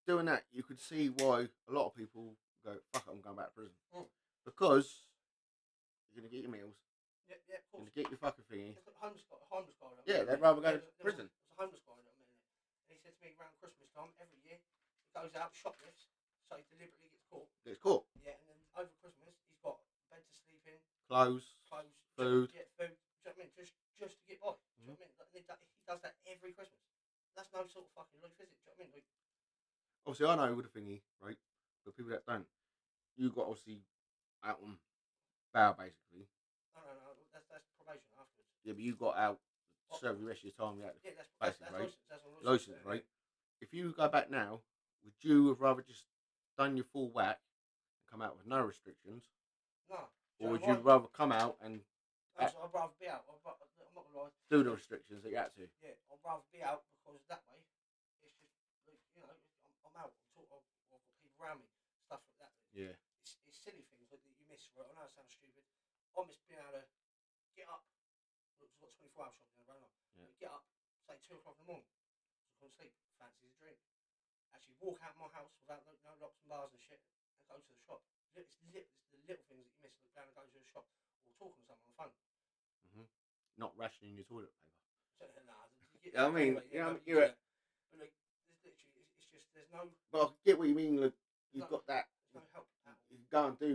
[SPEAKER 2] doing that, you could see why a lot of people go, fuck it, I'm going back to prison.
[SPEAKER 3] Mm.
[SPEAKER 2] Because you're going to get your meals,
[SPEAKER 3] yeah, yeah, of
[SPEAKER 2] you're
[SPEAKER 3] course.
[SPEAKER 2] going to get your fucking thingy.
[SPEAKER 3] It's like homeless guy, homeless guy. that I
[SPEAKER 2] Yeah,
[SPEAKER 3] met,
[SPEAKER 2] they'd rather go
[SPEAKER 3] there
[SPEAKER 2] to
[SPEAKER 3] was- there
[SPEAKER 2] prison.
[SPEAKER 3] Was, there was a homeless guy that I met, and he said to me around Christmas time every year, he goes out shoplifts, so he deliberately gets caught.
[SPEAKER 2] It's caught.
[SPEAKER 3] Yeah, and then over Christmas he's got bed to sleep in,
[SPEAKER 2] Clothes.
[SPEAKER 3] clothes,
[SPEAKER 2] Food. Mm-hmm.
[SPEAKER 3] Yeah, food. Do you know what I mean? Just just to get by. Do you know what I mean? Like, he do- he does that every Christmas. That's no sort of fucking life, is it? Do you know what I mean? Like,
[SPEAKER 2] Obviously, I know with the thingy, right? But people that don't, you got obviously out on bail basically.
[SPEAKER 3] no, no, no. That's that's probation afterwards.
[SPEAKER 2] Yeah, but you got out, serve the rest of your time, you had
[SPEAKER 3] Yeah, that's that's,
[SPEAKER 2] Basically,
[SPEAKER 3] that's
[SPEAKER 2] right?
[SPEAKER 3] license. That's on
[SPEAKER 2] license,
[SPEAKER 3] yeah.
[SPEAKER 2] right? If you go back now, would you have rather just done your full whack and come out with no restrictions,
[SPEAKER 3] No.
[SPEAKER 2] or would
[SPEAKER 3] Do
[SPEAKER 2] you
[SPEAKER 3] know
[SPEAKER 2] uh
[SPEAKER 3] what?
[SPEAKER 2] rather come out and
[SPEAKER 3] Actually, I'd rather be out. I'd rather, I'm not gonna lie.
[SPEAKER 2] do the restrictions that you had to?
[SPEAKER 3] yeah, I'd rather be out because that way, it's just like you know, I'm, I'm out. I'm talk, I've, I've got people around me, stuff like that.
[SPEAKER 2] Yeah.
[SPEAKER 3] It's, it's silly things like, that you miss. Right? I know it sounds stupid. I miss being able to get up. Look, I've got 24 hour shopping going on.
[SPEAKER 2] Yeah.
[SPEAKER 3] Get up, say two o'clock in the morning. I couldn't sleep. Fancy a drink. Actually, walk out my house without like, no locks and bars and shit, and go to the shop. Li- It's, li- it's the little things that you miss, like being able to go to the shop or talking to someone on the phone.
[SPEAKER 2] Not rationing your toilet paper.
[SPEAKER 3] So, nah, you
[SPEAKER 2] Yeah, I mean,
[SPEAKER 3] anyway,
[SPEAKER 2] yeah,
[SPEAKER 3] no,
[SPEAKER 2] I'm-
[SPEAKER 3] you
[SPEAKER 2] you're
[SPEAKER 3] get
[SPEAKER 2] right.
[SPEAKER 3] it. But like, there's literally, it's, it's just there's no,
[SPEAKER 2] But I get what you mean. Like you've
[SPEAKER 3] No.
[SPEAKER 2] got that.
[SPEAKER 3] there's no help at all.
[SPEAKER 2] You go and do.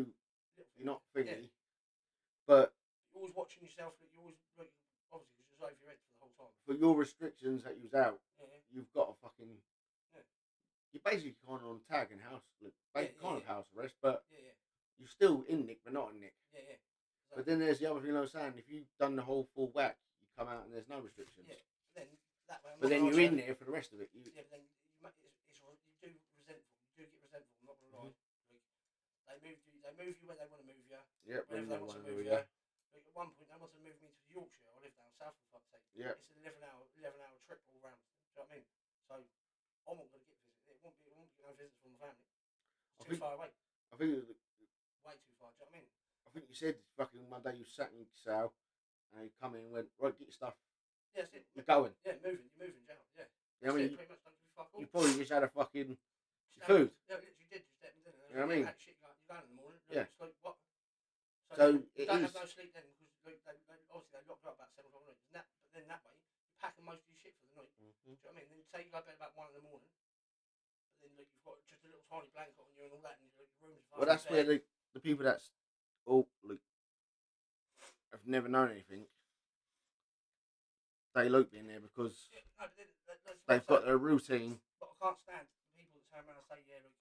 [SPEAKER 3] Little
[SPEAKER 2] You're not
[SPEAKER 3] things.
[SPEAKER 2] thingy.
[SPEAKER 3] Yeah,
[SPEAKER 2] But
[SPEAKER 3] you're always watching yourself. Like, you're always like, obviously because you're over your head for the whole time.
[SPEAKER 2] for your restrictions that you was out,
[SPEAKER 3] Yeah,
[SPEAKER 2] you've got to fucking.
[SPEAKER 3] Yeah.
[SPEAKER 2] You're basically kind of on tag and house, like,
[SPEAKER 3] Yeah, yeah,
[SPEAKER 2] basi- kind of
[SPEAKER 3] yeah.
[SPEAKER 2] house arrest, but
[SPEAKER 3] yeah, yeah,
[SPEAKER 2] you're still in Nick, but not in Nick.
[SPEAKER 3] yeah, yeah. So,
[SPEAKER 2] But then there's the other thing I was saying. If you've done the whole full whack, you come out and there's no restrictions.
[SPEAKER 3] Yeah. then that way, I'm not
[SPEAKER 2] But then
[SPEAKER 3] gonna
[SPEAKER 2] you're in
[SPEAKER 3] argue.
[SPEAKER 2] there for the rest of it. You,
[SPEAKER 3] Yeah, but then you, ma- it's, it's, re- you do resentful. You do get resentful. I'm not gonna
[SPEAKER 2] Mm-hmm.
[SPEAKER 3] lie. Like, they move you. They move you where they want to move you.
[SPEAKER 2] yeah,
[SPEAKER 3] Whenever they want to move you.
[SPEAKER 2] yeah.
[SPEAKER 3] Like at one point, they wanted to move me to Yorkshire. I live down south for fuck's sake.
[SPEAKER 2] Yep.
[SPEAKER 3] It's an 11 hour, 11 hour trip all round. Do you know what I mean? So, I'm not going to get visits. It won't be, it won't be no visits from my family.
[SPEAKER 2] I
[SPEAKER 3] It's too
[SPEAKER 2] think-
[SPEAKER 3] far away.
[SPEAKER 2] I think it was,
[SPEAKER 3] Way too far. Do you know what I mean?
[SPEAKER 2] I think you said fucking one day you sat in Sal and he come in and went, right, get your stuff,
[SPEAKER 3] Yeah, that's it.
[SPEAKER 2] you're going.
[SPEAKER 3] Yeah, moving. You're moving down. Yeah.
[SPEAKER 2] You know
[SPEAKER 3] That's it,
[SPEAKER 2] what I mean,
[SPEAKER 3] pretty much don't do fuck all.
[SPEAKER 2] you probably just had a fucking,
[SPEAKER 3] Just
[SPEAKER 2] food.
[SPEAKER 3] had- Yeah, literally did. Just had dinner.
[SPEAKER 2] You know what I mean?
[SPEAKER 3] Had shit like, you down in the morning. Yeah.
[SPEAKER 2] Yeah.
[SPEAKER 3] It's like what?
[SPEAKER 2] So
[SPEAKER 3] you
[SPEAKER 2] it
[SPEAKER 3] don't
[SPEAKER 2] is-
[SPEAKER 3] have no sleep then because like, they, they, obviously they locked you up about seven o'clock at night. And that, but then that way you're packing most of your shit for the night. Do you know what I mean? Then say you go to bed about one in the morning. But then like you've got just a little tiny blanket on you and all that, and your like, your room's.
[SPEAKER 2] well, that's where the, the people that's all, look, have never known anything, they like being there because
[SPEAKER 3] Yeah, no, but then that, that's what I'm
[SPEAKER 2] they've got
[SPEAKER 3] saying.
[SPEAKER 2] their routine.
[SPEAKER 3] But I can't stand the people that turn around and say, yeah, look,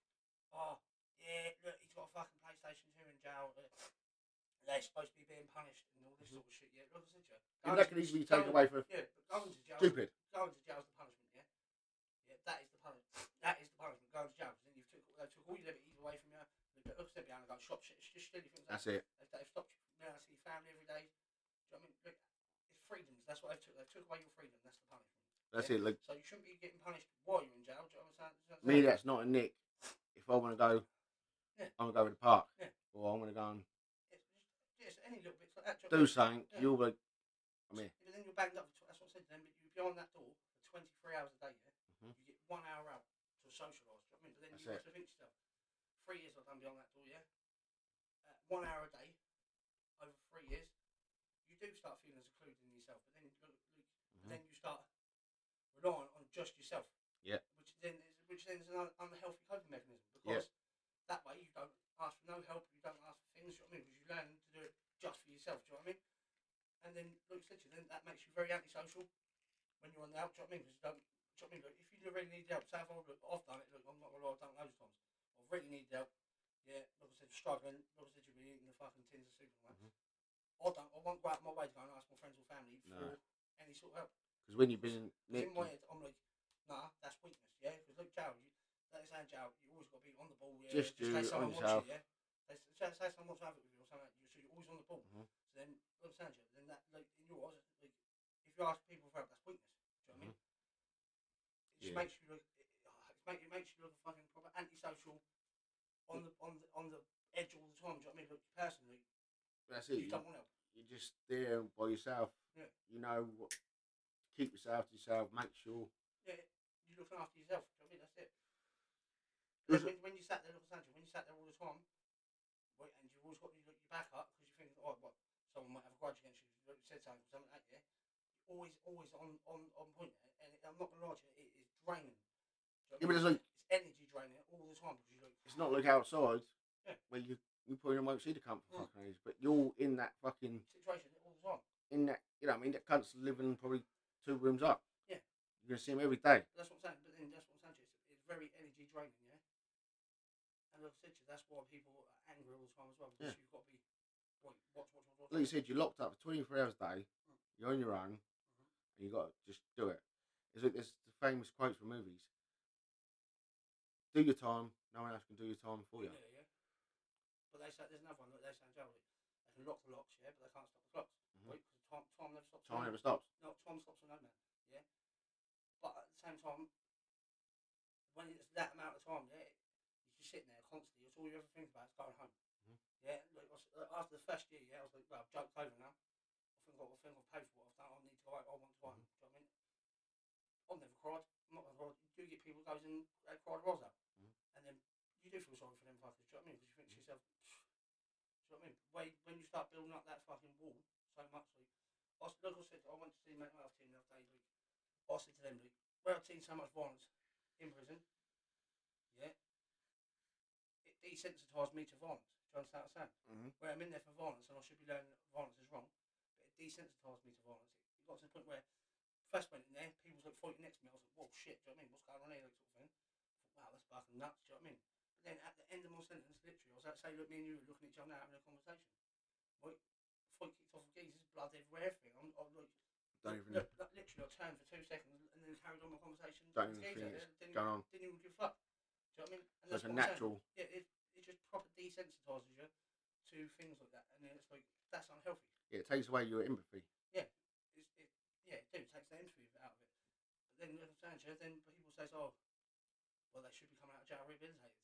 [SPEAKER 3] oh, yeah, look, he's got a fucking PlayStation 2 in jail. Look, they're supposed to be being punished and all this sort of shit. Yeah, look, I said to you. going
[SPEAKER 2] And Mm-hmm. that
[SPEAKER 3] to-
[SPEAKER 2] can easily be
[SPEAKER 3] going-
[SPEAKER 2] taken away for
[SPEAKER 3] Yeah, but going to jail.
[SPEAKER 2] stupid.
[SPEAKER 3] Going to jail's the punishment, yeah? Yeah, that is the punishment. That is the punishment, going to jail. 'cause Then you've took, they took all your liberties away from you. Look, look, step behind and go shop shit. It's just silly things. like
[SPEAKER 2] That's it.
[SPEAKER 3] They've, they've stopped you from being able to see your family every day. Do you know what I mean? Look, it's freedoms. That's what they took. They took away your freedom. That's the punishment.
[SPEAKER 2] That's it. Like
[SPEAKER 3] So you shouldn't be getting punished while you're in jail. Do you know what I'm saying?
[SPEAKER 2] me, that's not a nick. If I want to go,
[SPEAKER 3] Yeah.
[SPEAKER 2] I'm gonna go to the park,
[SPEAKER 3] Yeah.
[SPEAKER 2] or I'm gonna go and
[SPEAKER 3] It's just, it's any little bit like that. do you
[SPEAKER 2] do
[SPEAKER 3] know what
[SPEAKER 2] something.
[SPEAKER 3] Yeah.
[SPEAKER 2] You'll be, like,
[SPEAKER 3] I
[SPEAKER 2] I mean,
[SPEAKER 3] mean? But then you're banged up. For tw- that's what I said to them. But you're behind that door for 23 hours a day. Yeah?
[SPEAKER 2] Mhm.
[SPEAKER 3] You get one hour out to socialise. Do you know what I mean? But then
[SPEAKER 2] That's
[SPEAKER 3] you have
[SPEAKER 2] it.
[SPEAKER 3] to think to yourself, three years I've done behind that door, yeah? Uh, one hour a day over three years, you do start feeling secluded in yourself. But then you look, look,
[SPEAKER 2] Mhm.
[SPEAKER 3] but then you start relying on just yourself.
[SPEAKER 2] Yeah.
[SPEAKER 3] Which then is which then is an un- unhealthy coping mechanism
[SPEAKER 2] Yeah.
[SPEAKER 3] because that way you don't ask for no help, you don't ask for things. You know what I mean? Because you learn to do it just for yourself. Do you know what I mean? And then like I said, to you, then that makes you very antisocial when you're on the out. Do you know what I mean? Because you don't. Do you know what I mean? Look, if you really need help, say I've, look, I've done it. Look, I'm not gonna lie, I've done it loads of times. I've really needed help. Yeah, like I said, struggling. Like I said, you've been eating the fucking tins of Superman. I don't. I won't go out my way to go and ask my friends or family
[SPEAKER 2] No.
[SPEAKER 3] for any sort of help.
[SPEAKER 2] because when you've been
[SPEAKER 3] Because
[SPEAKER 2] nicked,
[SPEAKER 3] in my head, I'm like, nah, that's weakness, yeah? Because look, Joe, you, that is our Joe, you always got to be on the ball, yeah?
[SPEAKER 2] Just do it on
[SPEAKER 3] someone wants
[SPEAKER 2] yourself.
[SPEAKER 3] you, yeah? They s- Say, say someone wants to have it with you or something, like that, so you're always on the ball.
[SPEAKER 2] Mhm.
[SPEAKER 3] So then, understand you, then that, like, in your eyes, like, if you ask people for help, that's weakness. Do you know what I mean? It just
[SPEAKER 2] Mm-hmm. Yeah.
[SPEAKER 3] makes you look, it, oh, it, make, it makes you look a fucking proper antisocial on the, on the, on the edge all the time, do you know what I mean? Look, personally,
[SPEAKER 2] that's it.
[SPEAKER 3] you
[SPEAKER 2] You,
[SPEAKER 3] don't want help.
[SPEAKER 2] you're just there by yourself.
[SPEAKER 3] Yeah.
[SPEAKER 2] You know, what- keep yourself to yourself. Make sure.
[SPEAKER 3] yeah, you're looking after yourself. Do you know what I mean? That's it.
[SPEAKER 2] Is
[SPEAKER 3] When, when you sat there, Los Angeles, when you sat there all the time, wait, and you've always got your, your back up because you think, oh, what, someone might have a grudge against you, like you said something, something like that, yeah? Always, always on, on, on point. And I'm not going to lie to you, it is draining. Do you know
[SPEAKER 2] Yeah, but
[SPEAKER 3] what
[SPEAKER 2] it's
[SPEAKER 3] I mean?
[SPEAKER 2] like
[SPEAKER 3] it's energy draining all the time because you're like,
[SPEAKER 2] it's not like outside
[SPEAKER 3] Yeah.
[SPEAKER 2] where you you probably won't see the comfort
[SPEAKER 3] Mm.
[SPEAKER 2] fucking age, but you're in that fucking
[SPEAKER 3] situation all the time.
[SPEAKER 2] in that you know what I mean that cunt's living probably two rooms up.
[SPEAKER 3] Yeah.
[SPEAKER 2] You're gonna see him every day.
[SPEAKER 3] That's what I'm saying. But then that's what I'm saying. to you, It's, it's very energy draining, yeah. And like I said to you, that's why people are angry all the time as well. Because you've got to be wait, watch, watch, watch, watch.
[SPEAKER 2] Like you said, you're locked up for 24 hours a day.
[SPEAKER 3] Mm.
[SPEAKER 2] You're on your
[SPEAKER 3] Mm-hmm.
[SPEAKER 2] own, and you got to just do it. It's like there's the famous quotes from movies. Do your time. No one else can do your time for you.
[SPEAKER 3] Oh, yeah, yeah. But they say there's another one that they say in jail. They can lock the locks, yeah, but they can't stop the clocks.
[SPEAKER 2] Mhm.
[SPEAKER 3] Right? 'Cause time, time never stops. for
[SPEAKER 2] Time
[SPEAKER 3] no
[SPEAKER 2] never stops.
[SPEAKER 3] no, Mm-hmm. Tom stops on no man, yeah. But at the same time, when it's that amount of time, yeah, you're just sitting there constantly. It's all you ever think about is going home.
[SPEAKER 2] Mhm.
[SPEAKER 3] Yeah, like, I was- like, after the first year, yeah, I was like, well, I've jumped over now. I think, I've- I think I've paid for what I've done. I need to go out. I want to go home. Do you know what I mean? I've never cried. I'm not going to cry. You do get people goes and they cry their eyes out.
[SPEAKER 2] Mhm.
[SPEAKER 3] And then you do feel sorry for them fuckers, do you know what I mean? Because you think to yourself, do you know what I mean? When, when you start building up that fucking wall so much, like, I s- like I said, I went to see mental health team the other day. Like, I said to them, like, where I've seen so much violence in prison, yeah, it desensitised me to violence. Do you understand what I'm saying?
[SPEAKER 2] Mhm.
[SPEAKER 3] Where I'm in there for violence and I should be learning that violence is wrong, but it desensitised me to violence. It got to the point where first went in there, people was like fighting next to me. I was like, whoa, shit, do you know what I mean? What's going on here? Like, sort of thing. wow, that's fucking nuts, do you know what I mean? But then at the end of my sentence, literally, I was like, say, look, me and you were looking at each other now having a conversation. Like, fight kicked off of geezers, blood everywhere, everything. I'm, I'm like,
[SPEAKER 2] Don't even
[SPEAKER 3] Look, look, literally, I turned for two seconds and then carried on my conversation.
[SPEAKER 2] Don't
[SPEAKER 3] with the
[SPEAKER 2] even
[SPEAKER 3] geezer.
[SPEAKER 2] think it's
[SPEAKER 3] didn't,
[SPEAKER 2] going on.
[SPEAKER 3] didn't even give a fuck. Do you know what I mean? And
[SPEAKER 2] It's
[SPEAKER 3] that's
[SPEAKER 2] a
[SPEAKER 3] what I'm saying.
[SPEAKER 2] natural.
[SPEAKER 3] Yeah, it, it just proper desensitises you to things like that. And then it's like, that's unhealthy.
[SPEAKER 2] Yeah, it takes away your empathy.
[SPEAKER 3] It's, it, yeah, it do, it takes the interview out of it. But then, like I'm saying to you, then people say, oh, well, they should be coming out of jail rehabilitated.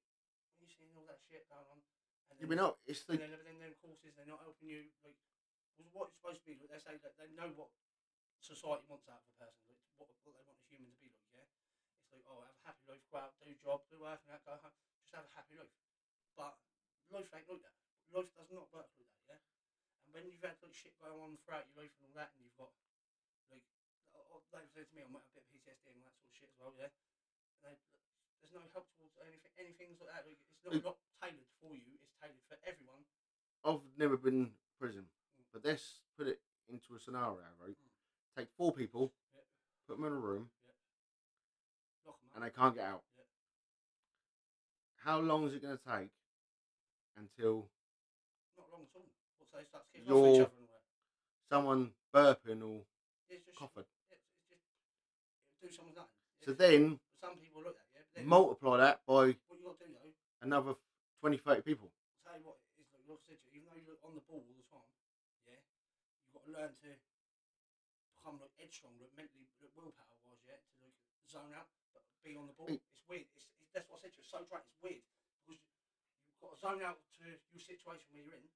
[SPEAKER 3] and all that shit going on. And
[SPEAKER 2] You
[SPEAKER 3] then-
[SPEAKER 2] mean, no, it's
[SPEAKER 3] and
[SPEAKER 2] the
[SPEAKER 3] then, then them courses they're not helping you like was what it's supposed to be like they say that they know what society wants out of a person like what, what they want a human to be like yeah it's like oh have a happy life go out do a job do work and that go home just have a happy life but life ain't like that life does not work like that yeah and when you've had like shit going on throughout your life and all that and you've got like oh, oh, like they said to me I might have a bit of PTSD and that sort of shit as well yeah and they, there's no help towards anything anything like that like, it's not,
[SPEAKER 2] Mm.
[SPEAKER 3] not tailored for you it's tailored for everyone
[SPEAKER 2] I've never been in prison, but let's put it into a scenario, right?
[SPEAKER 3] Mm.
[SPEAKER 2] Take four people,
[SPEAKER 3] Yeah.
[SPEAKER 2] put them in a room,
[SPEAKER 3] Lock 'em up.
[SPEAKER 2] and they can't get out.
[SPEAKER 3] Yeah.
[SPEAKER 2] How long is it going to take until
[SPEAKER 3] not wrong at all. What's they start kicking off each
[SPEAKER 2] Your-
[SPEAKER 3] other and all that?
[SPEAKER 2] someone burping or
[SPEAKER 3] It's just,
[SPEAKER 2] coughing?
[SPEAKER 3] it's, it's just it'll do someone's nothing.
[SPEAKER 2] So
[SPEAKER 3] It's-
[SPEAKER 2] then
[SPEAKER 3] some people look at it, yeah, but then
[SPEAKER 2] multiply that by
[SPEAKER 3] what you got to do though,
[SPEAKER 2] another 20, 30 people.
[SPEAKER 3] tell you what, is like like I said, to you, even though you're on the ball all the time, yeah, you've got to learn to become like headstrong, like mentally, like willpower wise, yeah, to like zone out, but be on the ball.
[SPEAKER 2] Mm.
[SPEAKER 3] It's weird. It's, it's that's what I said to you. It's so right. It's weird because you've got to zone out to your situation where you're in,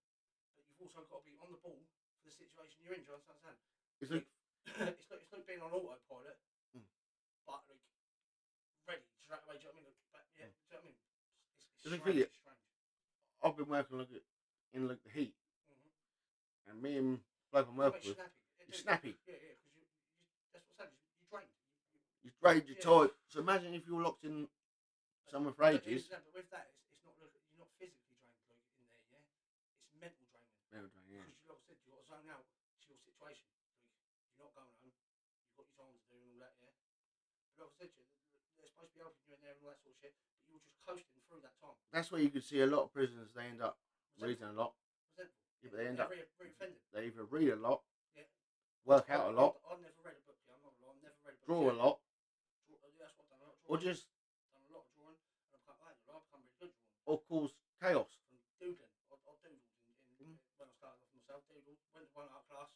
[SPEAKER 3] but you've also got to be on the ball for the situation you're in. Do you understand?
[SPEAKER 2] It's like
[SPEAKER 3] it's like it's like being on autopilot,
[SPEAKER 2] Mm.
[SPEAKER 3] but like ready straight away. Do you know what I mean? Like, but, yeah, do you know what I mean? It's, it's
[SPEAKER 2] Does it
[SPEAKER 3] strange.
[SPEAKER 2] feel it?
[SPEAKER 3] it's strange.
[SPEAKER 2] I've been working like a- in like the heat,
[SPEAKER 3] Mhm.
[SPEAKER 2] and me and bloke I'm
[SPEAKER 3] You're
[SPEAKER 2] working with,
[SPEAKER 3] snappy. It do.
[SPEAKER 2] you're snappy.
[SPEAKER 3] Yeah, yeah, because you, you, that's what's happening. You drained.
[SPEAKER 2] you drained your
[SPEAKER 3] Yeah.
[SPEAKER 2] tired. So imagine if you were locked in
[SPEAKER 3] But-
[SPEAKER 2] somewhere for
[SPEAKER 3] but it is-
[SPEAKER 2] ages.
[SPEAKER 3] no, But with that, it's, it's not like- you're not physically drained like in there. Yeah, it's mental draining. Because you, like I said, you've got to zone out to your situation. Like, you're not going home. You've got your time to do and all that, yeah? But like I said to you, they're supposed to be helping you in there and all that sort of shit, but you're just coasting through that time.
[SPEAKER 2] That's where you could see a lot of prisoners. They end up reading
[SPEAKER 3] Resentful.
[SPEAKER 2] a lot.
[SPEAKER 3] Resentful.
[SPEAKER 2] Yeah, but they end
[SPEAKER 3] They're
[SPEAKER 2] up
[SPEAKER 3] re- re-offended.
[SPEAKER 2] they either read a lot,
[SPEAKER 3] Yeah.
[SPEAKER 2] work out a
[SPEAKER 3] I've-
[SPEAKER 2] lot,
[SPEAKER 3] I've, I've never read a book, yeah, I'm not wrong, I've never read a book.
[SPEAKER 2] draw a
[SPEAKER 3] yeah. Mm-hmm.
[SPEAKER 2] lot,
[SPEAKER 3] Draw, yeah, that's what I've done, a lot of
[SPEAKER 2] or
[SPEAKER 3] drawing.
[SPEAKER 2] just
[SPEAKER 3] Done a lot of drawing, and I've come, I've become really good drawing.
[SPEAKER 2] or cause chaos.
[SPEAKER 3] from doodling. I, I doodled in, eh, in, when I started off myself. Doodled, went to one art class.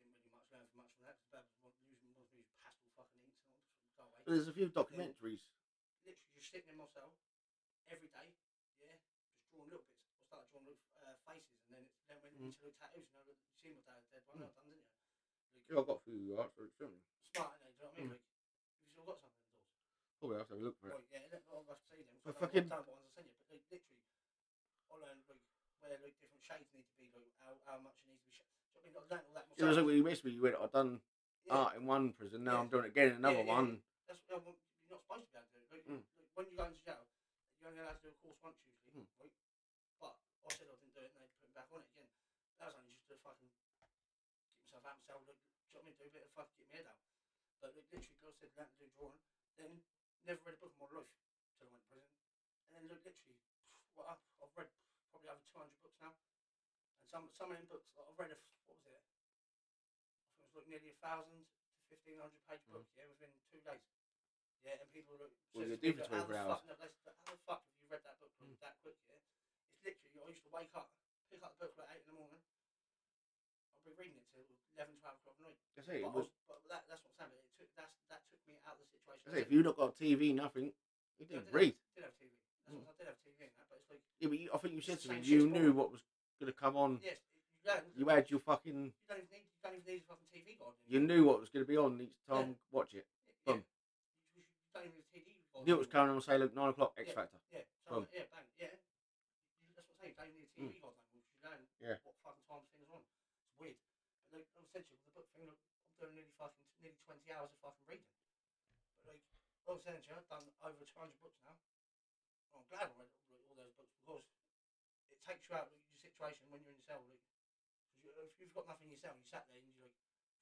[SPEAKER 3] Didn't really much learn from much from that because Dad was using was using pastel fucking inks and all this go away.
[SPEAKER 2] There's a few documentaries.
[SPEAKER 3] Literally just sitting in my cell every day, Dus yeah, just drawing little bits. I started drawing little uh, faces and then it then went
[SPEAKER 2] Mm.
[SPEAKER 3] into little tattoos. You know, you see my dad did one
[SPEAKER 2] Mm.
[SPEAKER 3] I've done, didn't you?
[SPEAKER 2] Yeah, I've
[SPEAKER 3] Like,
[SPEAKER 2] got a few arts for extremely.
[SPEAKER 3] smart and do you know what I mean?
[SPEAKER 2] Mm.
[SPEAKER 3] Like, you've still got something in the doors.
[SPEAKER 2] Oh, we have to have a look for it.
[SPEAKER 3] Right, yeah, let- I'll have to say them.
[SPEAKER 2] But
[SPEAKER 3] I
[SPEAKER 2] fucking-
[SPEAKER 3] don't want to send you, but like, literally, I learned like where like different shades need to be, like how, how much it needs to be. Sh- do you know what I mean, I learned all that
[SPEAKER 2] It
[SPEAKER 3] myself.
[SPEAKER 2] was like when you missed me. You went, I've done
[SPEAKER 3] yeah,
[SPEAKER 2] art Oh, in one prison. Now
[SPEAKER 3] Yeah.
[SPEAKER 2] I'm doing it again in another
[SPEAKER 3] Yeah, yeah.
[SPEAKER 2] one.
[SPEAKER 3] That's what I want- you're not supposed to be able to do. it. Like,
[SPEAKER 2] Mm.
[SPEAKER 3] like, when you go into jail, you're only allowed to do a course once usually,
[SPEAKER 2] Mm.
[SPEAKER 3] right? But I said I didn't do it, and they put me back on it again. That was only just to fucking get myself out myself. Like, do you know what I mean? Do a bit of fucking get my head out. But like, literally, like I said, learned to do drawing. Then never read a book in my life till I went to prison. And then look, literally, what I've, I've read probably over 200 books now. And some some of them books, like, I've read, a, f- what was it? I think it was like nearly a thousand to 1500 page book, yeah, within two days. Yeah, and people look.
[SPEAKER 2] Mm-hmm. Well,
[SPEAKER 3] says
[SPEAKER 2] the
[SPEAKER 3] to me,
[SPEAKER 2] difference
[SPEAKER 3] "Look, how
[SPEAKER 2] between
[SPEAKER 3] the
[SPEAKER 2] hours."
[SPEAKER 3] fuck- no,
[SPEAKER 2] Mm.
[SPEAKER 3] that's- How the fuck have you read that book like, that quick, yeah? It's literally, I used to wake up, pick up the book at 8 in the morning. I'll be reading it till 11, 12 o'clock at night.
[SPEAKER 2] That's it.
[SPEAKER 3] But,
[SPEAKER 2] It
[SPEAKER 3] I
[SPEAKER 2] was,
[SPEAKER 3] was- but that, that's what I'm saying. It took, that's, that took me out of the situation.
[SPEAKER 2] that's it. If you not got TV, nothing, you
[SPEAKER 3] Yeah, I
[SPEAKER 2] didn't
[SPEAKER 3] did
[SPEAKER 2] read.
[SPEAKER 3] Have, did have TV. That's
[SPEAKER 2] Hmm.
[SPEAKER 3] what I did have TV in that, but it's like,
[SPEAKER 2] Yeah, but you, I think you said to me
[SPEAKER 3] Same
[SPEAKER 2] you
[SPEAKER 3] shit's
[SPEAKER 2] knew
[SPEAKER 3] boring.
[SPEAKER 2] what was gonna come on.
[SPEAKER 3] yes, you learn.
[SPEAKER 2] Hmm. You had your fucking.
[SPEAKER 3] you don't even need, you don't even need a fucking TV guide.
[SPEAKER 2] You knew what was gonna be on each time. you Watch it.
[SPEAKER 3] Yeah.
[SPEAKER 2] boom.
[SPEAKER 3] You, you don't even need a TV guide.
[SPEAKER 2] Knew it was coming on. Say, look, nine o'clock. X Factor.
[SPEAKER 3] Yeah, so,
[SPEAKER 2] Boom. Mm.
[SPEAKER 3] yeah, bang, yeah. You, that's what I'm saying. You don't even need a TV guide anymore. You learn
[SPEAKER 2] Yeah.
[SPEAKER 3] what fucking time things are on. It's weird. But like, I said to you, with the book thing, look, I'm doing nearly fucking, nearly 20 hours of fucking reading. But like, I was saying to you, I've done over 200 books now. I'm glad I read all, all those books because it takes you out of your situation when you're in your cell. Like, 'cause you, if you've got nothing in your cell, you sat there and you're like,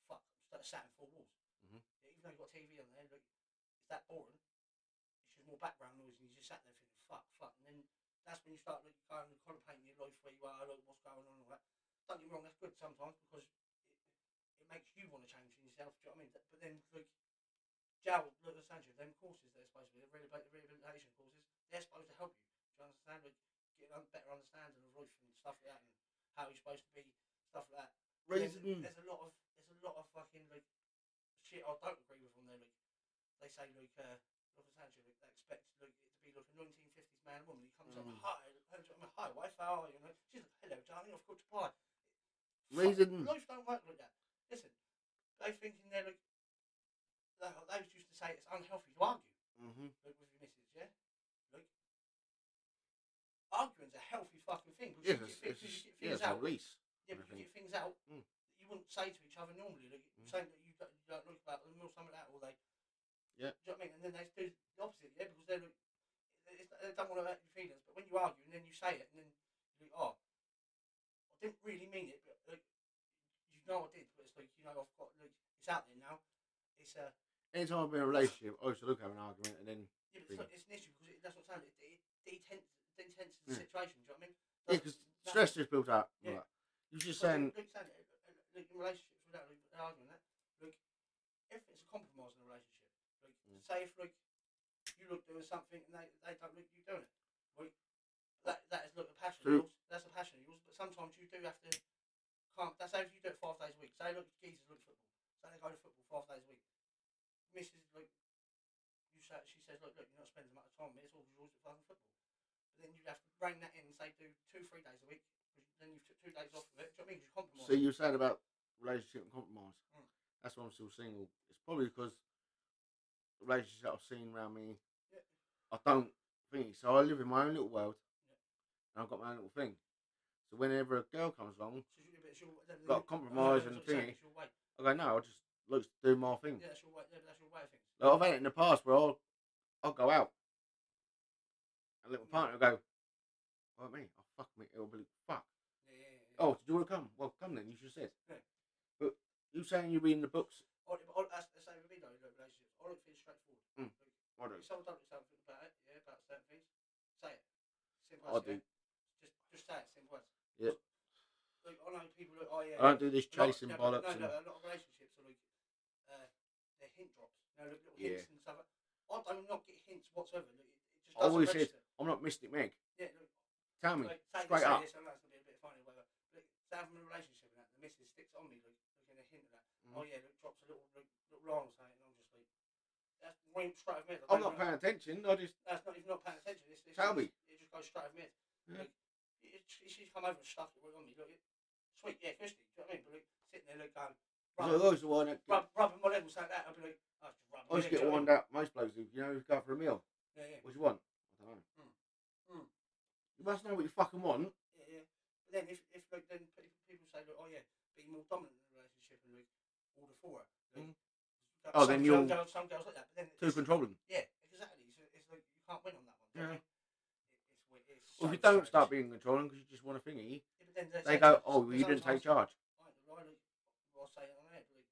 [SPEAKER 3] fuck, I'm stuck- sat in four walls.
[SPEAKER 2] Mhm.
[SPEAKER 3] Yeah, even though you've got TV on there, like, it's that boring. It's just more background noise, and you just sat there thinking, fuck, fuck. And then that's when you start like, going and contemplating your life, where you are, like, what's going on, and all that. Don't get me wrong, that's good sometimes because it, it makes you want to change in yourself, do you know what I mean? But then, like, jail, look, the Sancho, them courses they're supposed to be, the rehabilita- rehabilitation courses, they're supposed to help you. Do you understand? Like, get a better understanding of life and stuff like that, and how you're supposed to be, stuff like that. There's,
[SPEAKER 2] Reason.
[SPEAKER 3] there's a lot of there's a lot of fucking like shit I don't agree with on there. Like they say like uh, Costanza like, that expects like, it to be like a 1950s man and woman. He comes
[SPEAKER 2] Mm.
[SPEAKER 3] up, hi, I'm a hi, wife, how are "Oh, you? And she's like, hello, darling, I've got to buy.
[SPEAKER 2] Reason-
[SPEAKER 3] Life don't work like that. Listen, they thinking they're like, they they used to say it's unhealthy to argue
[SPEAKER 2] Mm-hmm.
[SPEAKER 3] like, with your missus, yeah? Like, arguing's a healthy fucking thing. Because
[SPEAKER 2] Yeah,
[SPEAKER 3] you,
[SPEAKER 2] it's,
[SPEAKER 3] get,
[SPEAKER 2] it's,
[SPEAKER 3] thi- you get
[SPEAKER 2] yeah,
[SPEAKER 3] things
[SPEAKER 2] it's a
[SPEAKER 3] out.
[SPEAKER 2] release.
[SPEAKER 3] Yeah, but you
[SPEAKER 2] Mhm.
[SPEAKER 3] get things out
[SPEAKER 2] Mm.
[SPEAKER 3] that you wouldn't say to each other normally. Like
[SPEAKER 2] Mm.
[SPEAKER 3] saying that you don't, you don't like about them or something like that, or they.
[SPEAKER 2] Yeah.
[SPEAKER 3] Do you know what I mean? And then they do the opposite, yeah, because they're like, it's, they don't want to hurt your feelings. But when you argue and then you say it and then you like, oh, I didn't really mean it, but like, you know I did, but it's like you know I've got like it's out there now. It's a uh,
[SPEAKER 2] Anytime I've been in a relationship, I used to look at an argument and then
[SPEAKER 3] yeah, but it's,
[SPEAKER 2] Bring
[SPEAKER 3] not, it's an issue because it, that's what I'm saying. It, it detents, detents the
[SPEAKER 2] Yeah.
[SPEAKER 3] situation. Do you know what I mean?
[SPEAKER 2] Mm. yeah, because
[SPEAKER 3] That's-
[SPEAKER 2] stress just built up.
[SPEAKER 3] Yeah.
[SPEAKER 2] Like, you're just
[SPEAKER 3] Well,
[SPEAKER 2] saying,
[SPEAKER 3] Luke said it, uh, uh, Luke, in relationships, without really arguing that, look, everything's a compromise in a relationship. Like,
[SPEAKER 2] Mm.
[SPEAKER 3] say if like you look doing something and they, they don't look you doing it. Like, that that is look a passion
[SPEAKER 2] True.
[SPEAKER 3] of yours. That's a passion of yours. But sometimes you do have to can't. That's how you do it five days a week. Say look, geezers look football. Say they go to football five days a week. Mrs. like you say, she says look look you're not spending as much time. with me, It's all yours at fucking football. But then you have to rein that in and say do two three days a week. 'cause Then you've took two days off of it. Do you know what I mean? You compromise.
[SPEAKER 2] so you're saying about relationship and compromise.
[SPEAKER 3] Mm.
[SPEAKER 2] That's why I'm still single. It's probably because the relationships that I've seen around me,
[SPEAKER 3] Yeah.
[SPEAKER 2] I don't think. So I live in my own little world
[SPEAKER 3] Yeah.
[SPEAKER 2] and I've got my own little thing. So whenever a girl comes along,
[SPEAKER 3] So you- but it's your- then-
[SPEAKER 2] Like compromise
[SPEAKER 3] no, no,
[SPEAKER 2] and
[SPEAKER 3] that's what I'm saying,
[SPEAKER 2] thingy.
[SPEAKER 3] It's your way.
[SPEAKER 2] I go, no, I just look to do my thing.
[SPEAKER 3] Yeah, that's your way. Yeah, but that's your way of things.
[SPEAKER 2] Like, I've had it in the past where I'll, I'll go out and
[SPEAKER 3] Mm.
[SPEAKER 2] little partner will go, what me? I'll fuck me. It'll be like, fuck.
[SPEAKER 3] Yeah, yeah, yeah.
[SPEAKER 2] Oh, do you want to come? Well, come then. You should have said.
[SPEAKER 3] Yeah.
[SPEAKER 2] But you saying you're reading the books?
[SPEAKER 3] Or, or, that's the same with me though. In relationships, I don't feel straightforward.
[SPEAKER 2] Mm.
[SPEAKER 3] Like,
[SPEAKER 2] I
[SPEAKER 3] if
[SPEAKER 2] don't.
[SPEAKER 3] someone don't do something about it, yeah, about certain things, say it. Simple
[SPEAKER 2] I
[SPEAKER 3] as
[SPEAKER 2] do.
[SPEAKER 3] yeah. Just, just say it. Simple as.
[SPEAKER 2] Yeah.
[SPEAKER 3] Like I know people that oh yeah.
[SPEAKER 2] I don't do this
[SPEAKER 3] a lot-
[SPEAKER 2] chasing
[SPEAKER 3] no, but-
[SPEAKER 2] bollocks.
[SPEAKER 3] No,
[SPEAKER 2] and,
[SPEAKER 3] no, a lot of relationships are like uh, they're hint drops. You know, like little
[SPEAKER 2] Yeah.
[SPEAKER 3] hints and stuff. like- I do not get hints whatsoever. Like, it, it just
[SPEAKER 2] I
[SPEAKER 3] doesn't
[SPEAKER 2] always said-
[SPEAKER 3] register.
[SPEAKER 2] I'm not Mystic Meg.
[SPEAKER 3] Yeah, like,
[SPEAKER 2] Tell me.
[SPEAKER 3] Like, say,
[SPEAKER 2] straight
[SPEAKER 3] say
[SPEAKER 2] up.
[SPEAKER 3] This, I know it's gonna be a bit funny, whatever. But say I'm in a relationship and that, the missus sticks on me, like, looking a hint of that.
[SPEAKER 2] Mm.
[SPEAKER 3] Oh yeah, look, drops a little, like, little line or something, and I'm just like, that's went straight over me.
[SPEAKER 2] I'm not paying attention. I just.
[SPEAKER 3] That's not even not paying attention. It's, it's just,
[SPEAKER 2] Tell me.
[SPEAKER 3] It just goes straight over me.
[SPEAKER 2] Yeah.
[SPEAKER 3] Like, it, it, she's come over and stuffed it right on me. Look, it, sweet, yeah, Christy. Do you know what I mean? But like, sitting there, like, going,
[SPEAKER 2] I was
[SPEAKER 3] rub,
[SPEAKER 2] always the one that.
[SPEAKER 3] rub, rubbing my legs like that. I'll be like, oh, just rub.
[SPEAKER 2] I used to get
[SPEAKER 3] one
[SPEAKER 2] warned out. Most blokes, do, you know, you go for a meal.
[SPEAKER 3] Yeah, yeah.
[SPEAKER 2] What do you want? I don't know.
[SPEAKER 3] Mm. Mm.
[SPEAKER 2] You must know what you fucking want.
[SPEAKER 3] Yeah, yeah. But then if, if like then pe- people say like, oh yeah, be more dominant in a relationship and like all the for it. Like, like,
[SPEAKER 2] Oh,
[SPEAKER 3] some
[SPEAKER 2] then
[SPEAKER 3] girls-
[SPEAKER 2] you'll-
[SPEAKER 3] girls- some girls like that, but then
[SPEAKER 2] Too
[SPEAKER 3] it's-
[SPEAKER 2] controlling.
[SPEAKER 3] Yeah, exactly. So it's like you can't win on that one. do you know what I mean? It- it's weird- it's
[SPEAKER 2] Well,
[SPEAKER 3] so
[SPEAKER 2] if you don't
[SPEAKER 3] strange.
[SPEAKER 2] start being controlling because you just want a
[SPEAKER 3] Yeah,
[SPEAKER 2] thingy,
[SPEAKER 3] but then
[SPEAKER 2] they
[SPEAKER 3] say-
[SPEAKER 2] go, oh, well,
[SPEAKER 3] sometimes
[SPEAKER 2] you didn't take charge.
[SPEAKER 3] like, I like, I'll say it on it, like,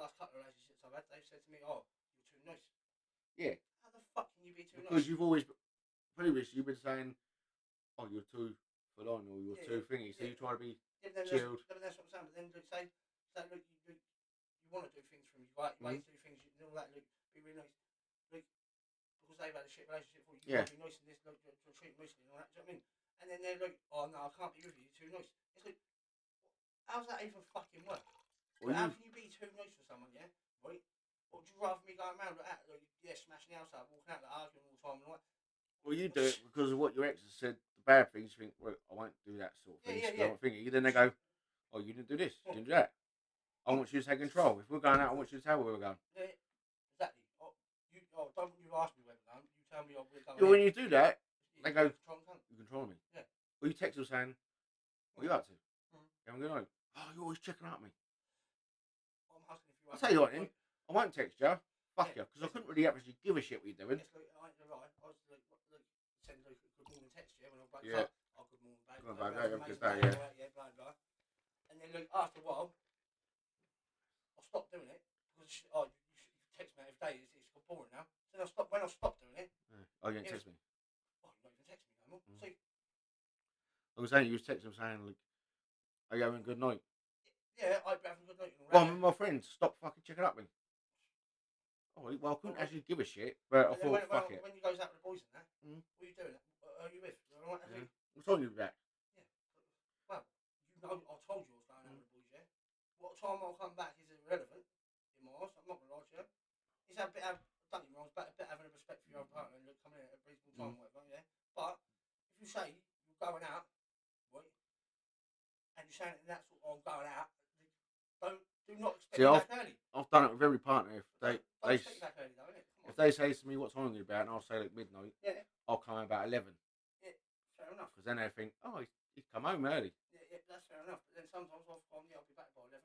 [SPEAKER 3] last couple of relationships I've had, they've said to me, oh, you're too nice.
[SPEAKER 2] Yeah.
[SPEAKER 3] How the fuck can you be too nice?
[SPEAKER 2] Because you've always, previously, you've been saying, oh, you're too full on or you're
[SPEAKER 3] Yeah,
[SPEAKER 2] too thingy. So
[SPEAKER 3] yeah.
[SPEAKER 2] you try to be,
[SPEAKER 3] Yeah, but then
[SPEAKER 2] Chilled.
[SPEAKER 3] That's, but that's what I'm saying. But then like, say, say look, you, you, you want to do things from your way,
[SPEAKER 2] Mm-hmm.
[SPEAKER 3] you way to do things, you know that. Look, be really nice. Look, because they've had a shit relationship, well, you
[SPEAKER 2] Yeah.
[SPEAKER 3] gotta be nice in this. Look, you're, you're treating nicely and all that. Do you know what I mean? And then they're like, oh no, I can't be with you. You're too nice. It's like, how's that even fucking work?
[SPEAKER 2] well,
[SPEAKER 3] how
[SPEAKER 2] you,
[SPEAKER 3] can you be too nice with someone? Yeah, right. Or would you rather me going around like that, like yeah, smashing the house out, walking out, like, arguing all the time and all that?
[SPEAKER 2] well, you do it because of what your ex has said, the bad things. You think, well, I won't do that sort
[SPEAKER 3] Yeah,
[SPEAKER 2] of thing.
[SPEAKER 3] yeah,
[SPEAKER 2] so
[SPEAKER 3] yeah.
[SPEAKER 2] I won't thingy. Then they go, oh, you didn't do this, you didn't do that. I want you to take control. If we're going out, I want you to tell where we're going.
[SPEAKER 3] Yeah, exactly. Oh, you, oh, don't you ask me where I'm. You tell me oh, we're going.
[SPEAKER 2] Yeah,
[SPEAKER 3] here.
[SPEAKER 2] when you do that, they go-
[SPEAKER 3] Control and cunt.
[SPEAKER 2] you control me.
[SPEAKER 3] Yeah.
[SPEAKER 2] Or you text them saying, what are you up to?
[SPEAKER 3] Mhm.
[SPEAKER 2] You haven't gone home. Oh, you're always checking out me.
[SPEAKER 3] I'm asking if you are-
[SPEAKER 2] I'll tell you what, then. I won't text you. Fuck
[SPEAKER 3] Yeah.
[SPEAKER 2] you, because I couldn't really actually give a shit what you're doing.
[SPEAKER 3] It's like, I ain't gonna lie, I was like, what, like, send like a good morning text, yeah, when I'm back
[SPEAKER 2] Yeah.
[SPEAKER 3] up. Oh, good morning, babe.
[SPEAKER 2] Good morning,
[SPEAKER 3] Hope you
[SPEAKER 2] babe.
[SPEAKER 3] had an
[SPEAKER 2] Have a good
[SPEAKER 3] amazing
[SPEAKER 2] day,
[SPEAKER 3] all right, yeah, blah, blah. And then, like, after a while, I stopped doing it because, she- oh, you, you you text me every day, it's, it's got boring now. So then I stopped, when I stopped doing it,
[SPEAKER 2] Yeah. Oh, you didn't
[SPEAKER 3] Yeah.
[SPEAKER 2] text me.
[SPEAKER 3] oh, you're not even texting me no more.
[SPEAKER 2] Mm.
[SPEAKER 3] So,
[SPEAKER 2] I was saying, you was texting them saying, like, are you having a good night?
[SPEAKER 3] yeah, I'd be having a good night and all
[SPEAKER 2] Well,
[SPEAKER 3] that.
[SPEAKER 2] I'm with my friends. Stop fucking checking up me. Oh, well, I couldn't actually give a shit, but I
[SPEAKER 3] And then when,
[SPEAKER 2] thought, fuck
[SPEAKER 3] when,
[SPEAKER 2] it.
[SPEAKER 3] when you goes out with the boys and that,
[SPEAKER 2] Mm.
[SPEAKER 3] what are you doing? Who are you with? You know what I
[SPEAKER 2] Yeah.
[SPEAKER 3] mean?
[SPEAKER 2] I'm telling you that.
[SPEAKER 3] You know, I told you I was going
[SPEAKER 2] Mm.
[SPEAKER 3] out with the boys, yeah? What time I'll come back is irrelevant in my eyes, I'm not going to lie to you. It's a bit of don't get me wrong, it's better, better having a respect for your
[SPEAKER 2] Mm-hmm.
[SPEAKER 3] other partner and look, coming in at a reasonable
[SPEAKER 2] Mm.
[SPEAKER 3] time, or whatever, yeah. But if you say you're going out, right, and you're saying it in that sort of, oh, I'm going out, don't, do not expect
[SPEAKER 2] See,
[SPEAKER 3] it
[SPEAKER 2] I've-
[SPEAKER 3] back early.
[SPEAKER 2] I've done it with every partner. If they,
[SPEAKER 3] Don't don't
[SPEAKER 2] they
[SPEAKER 3] expect it
[SPEAKER 2] s-
[SPEAKER 3] back early, though, innit? Come
[SPEAKER 2] if
[SPEAKER 3] on,
[SPEAKER 2] they say to me what time are you about, and I'll say at midnight,
[SPEAKER 3] Yeah.
[SPEAKER 2] I'll come home about eleven
[SPEAKER 3] fair enough.
[SPEAKER 2] because then they think, oh, he's, he's come home early.
[SPEAKER 3] Yeah, yeah, that's fair enough. But then sometimes I've gone, yeah, I'll be back by 11. Like,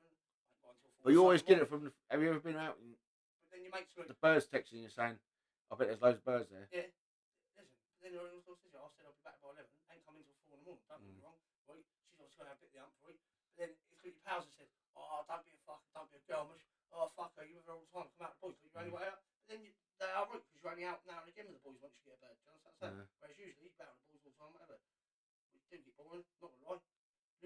[SPEAKER 3] well, until four
[SPEAKER 2] But you
[SPEAKER 3] Sunday
[SPEAKER 2] always get it
[SPEAKER 3] morning.
[SPEAKER 2] from. The, have you ever been out and
[SPEAKER 3] But then your mates look,
[SPEAKER 2] the birds texting you saying, I bet there's loads of birds there.
[SPEAKER 3] listen, but then you're in the conversation. I said I'll be back by 11. Ain't coming till 4 in the morning. Don't get me
[SPEAKER 2] Mm.
[SPEAKER 3] wrong. Right? She's obviously going to have a bit of the hump, right? But then it's got your pals that said, oh, don't be a fucker, don't be a girl, mush. Oh, fuck her, you with her all the time. Come out with the boys. You're only way out. But then you, they are right because you're only out now and again with the boys once you get a bird. Do you understand what I'm saying?
[SPEAKER 2] Yeah.
[SPEAKER 3] Whereas usually you go out with the boys all the time, whatever. We do get boring, not going to lie.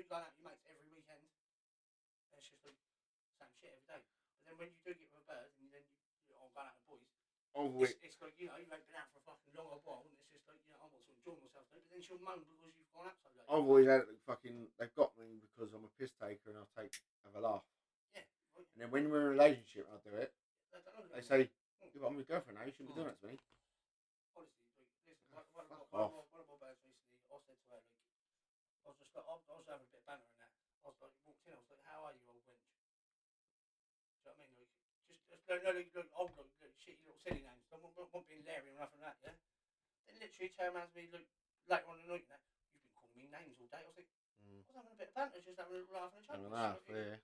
[SPEAKER 3] You go out with your mates every weekend, and it's just the same shit every day. But then when you do get with a bird, and then you, you're all going out with the boys,
[SPEAKER 2] Oh,
[SPEAKER 3] it's, it's like, you know, you ain't been out for a fucking long old while, and it's just like, you know, I'm not sort of enjoying myself, but then she'll moan because you've gone out so late.
[SPEAKER 2] I've always had it like fucking. They've got me because I'm a piss taker and I take have a laugh.
[SPEAKER 3] Yeah, right.
[SPEAKER 2] And then when we're in a relationship, and I do it.
[SPEAKER 3] They don't know
[SPEAKER 2] They
[SPEAKER 3] that
[SPEAKER 2] say,
[SPEAKER 3] anymore.
[SPEAKER 2] "Yeah, but I'm your girlfriend now. You shouldn't be doing that to me."
[SPEAKER 3] Honestly, like, listen, one, one, of my- one, of
[SPEAKER 2] Fuck off.
[SPEAKER 3] my- one of my birds recently, I said to her, like, I was just like, I was I was having a bit of banter and that. I was like, walked in, I was like, how are you, old wench? Do you know what I mean? Like, just, just no, no, like, like, old, like, like, shitty little silly names. I won't, won't, won't be Larry or nothing like that, yeah? Then literally turned around to me, like, later on in the night, and that, you've been calling me names all day. I was like,
[SPEAKER 2] Mm.
[SPEAKER 3] I was having a bit of banter, just having a laugh and a joke.
[SPEAKER 2] Having a
[SPEAKER 3] It's
[SPEAKER 2] laugh,
[SPEAKER 3] like,
[SPEAKER 2] yeah.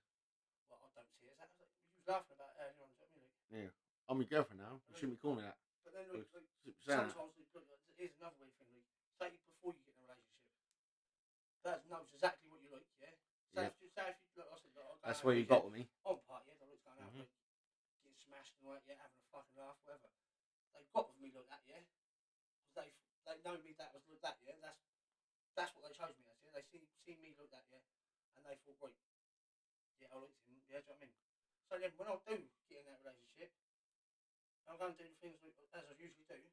[SPEAKER 3] Well, I don't see it as that. I was like, you was laughing about it earlier on, do you know what I mean? Like,
[SPEAKER 2] I'm your girlfriend now. You shouldn't be calling me that.
[SPEAKER 3] but then,
[SPEAKER 2] Well,
[SPEAKER 3] like, like
[SPEAKER 2] Shouldn't be saying that.
[SPEAKER 3] sometimes like, look, here's another weird thing. Like, say before you get in a relationship, that knows exactly what you like. Yeah. So
[SPEAKER 2] Yeah.
[SPEAKER 3] if you, say if you like, I said, like, I'll go
[SPEAKER 2] That's
[SPEAKER 3] out
[SPEAKER 2] where you
[SPEAKER 3] with
[SPEAKER 2] got with me.
[SPEAKER 3] On party, yeah, I like going out,
[SPEAKER 2] Mhm.
[SPEAKER 3] like, getting smashed and all that, yeah, having a fucking laugh, whatever. They got with me like that, yeah. 'Cause They they know me that was like that, yeah. That's that's what they chose me as. Yeah, they see see me like that, yeah, and they thought, right, yeah, I liked him. Yeah, do you know what I mean? So then, when I do get in that relationship, I'm going to do things like, as I usually do.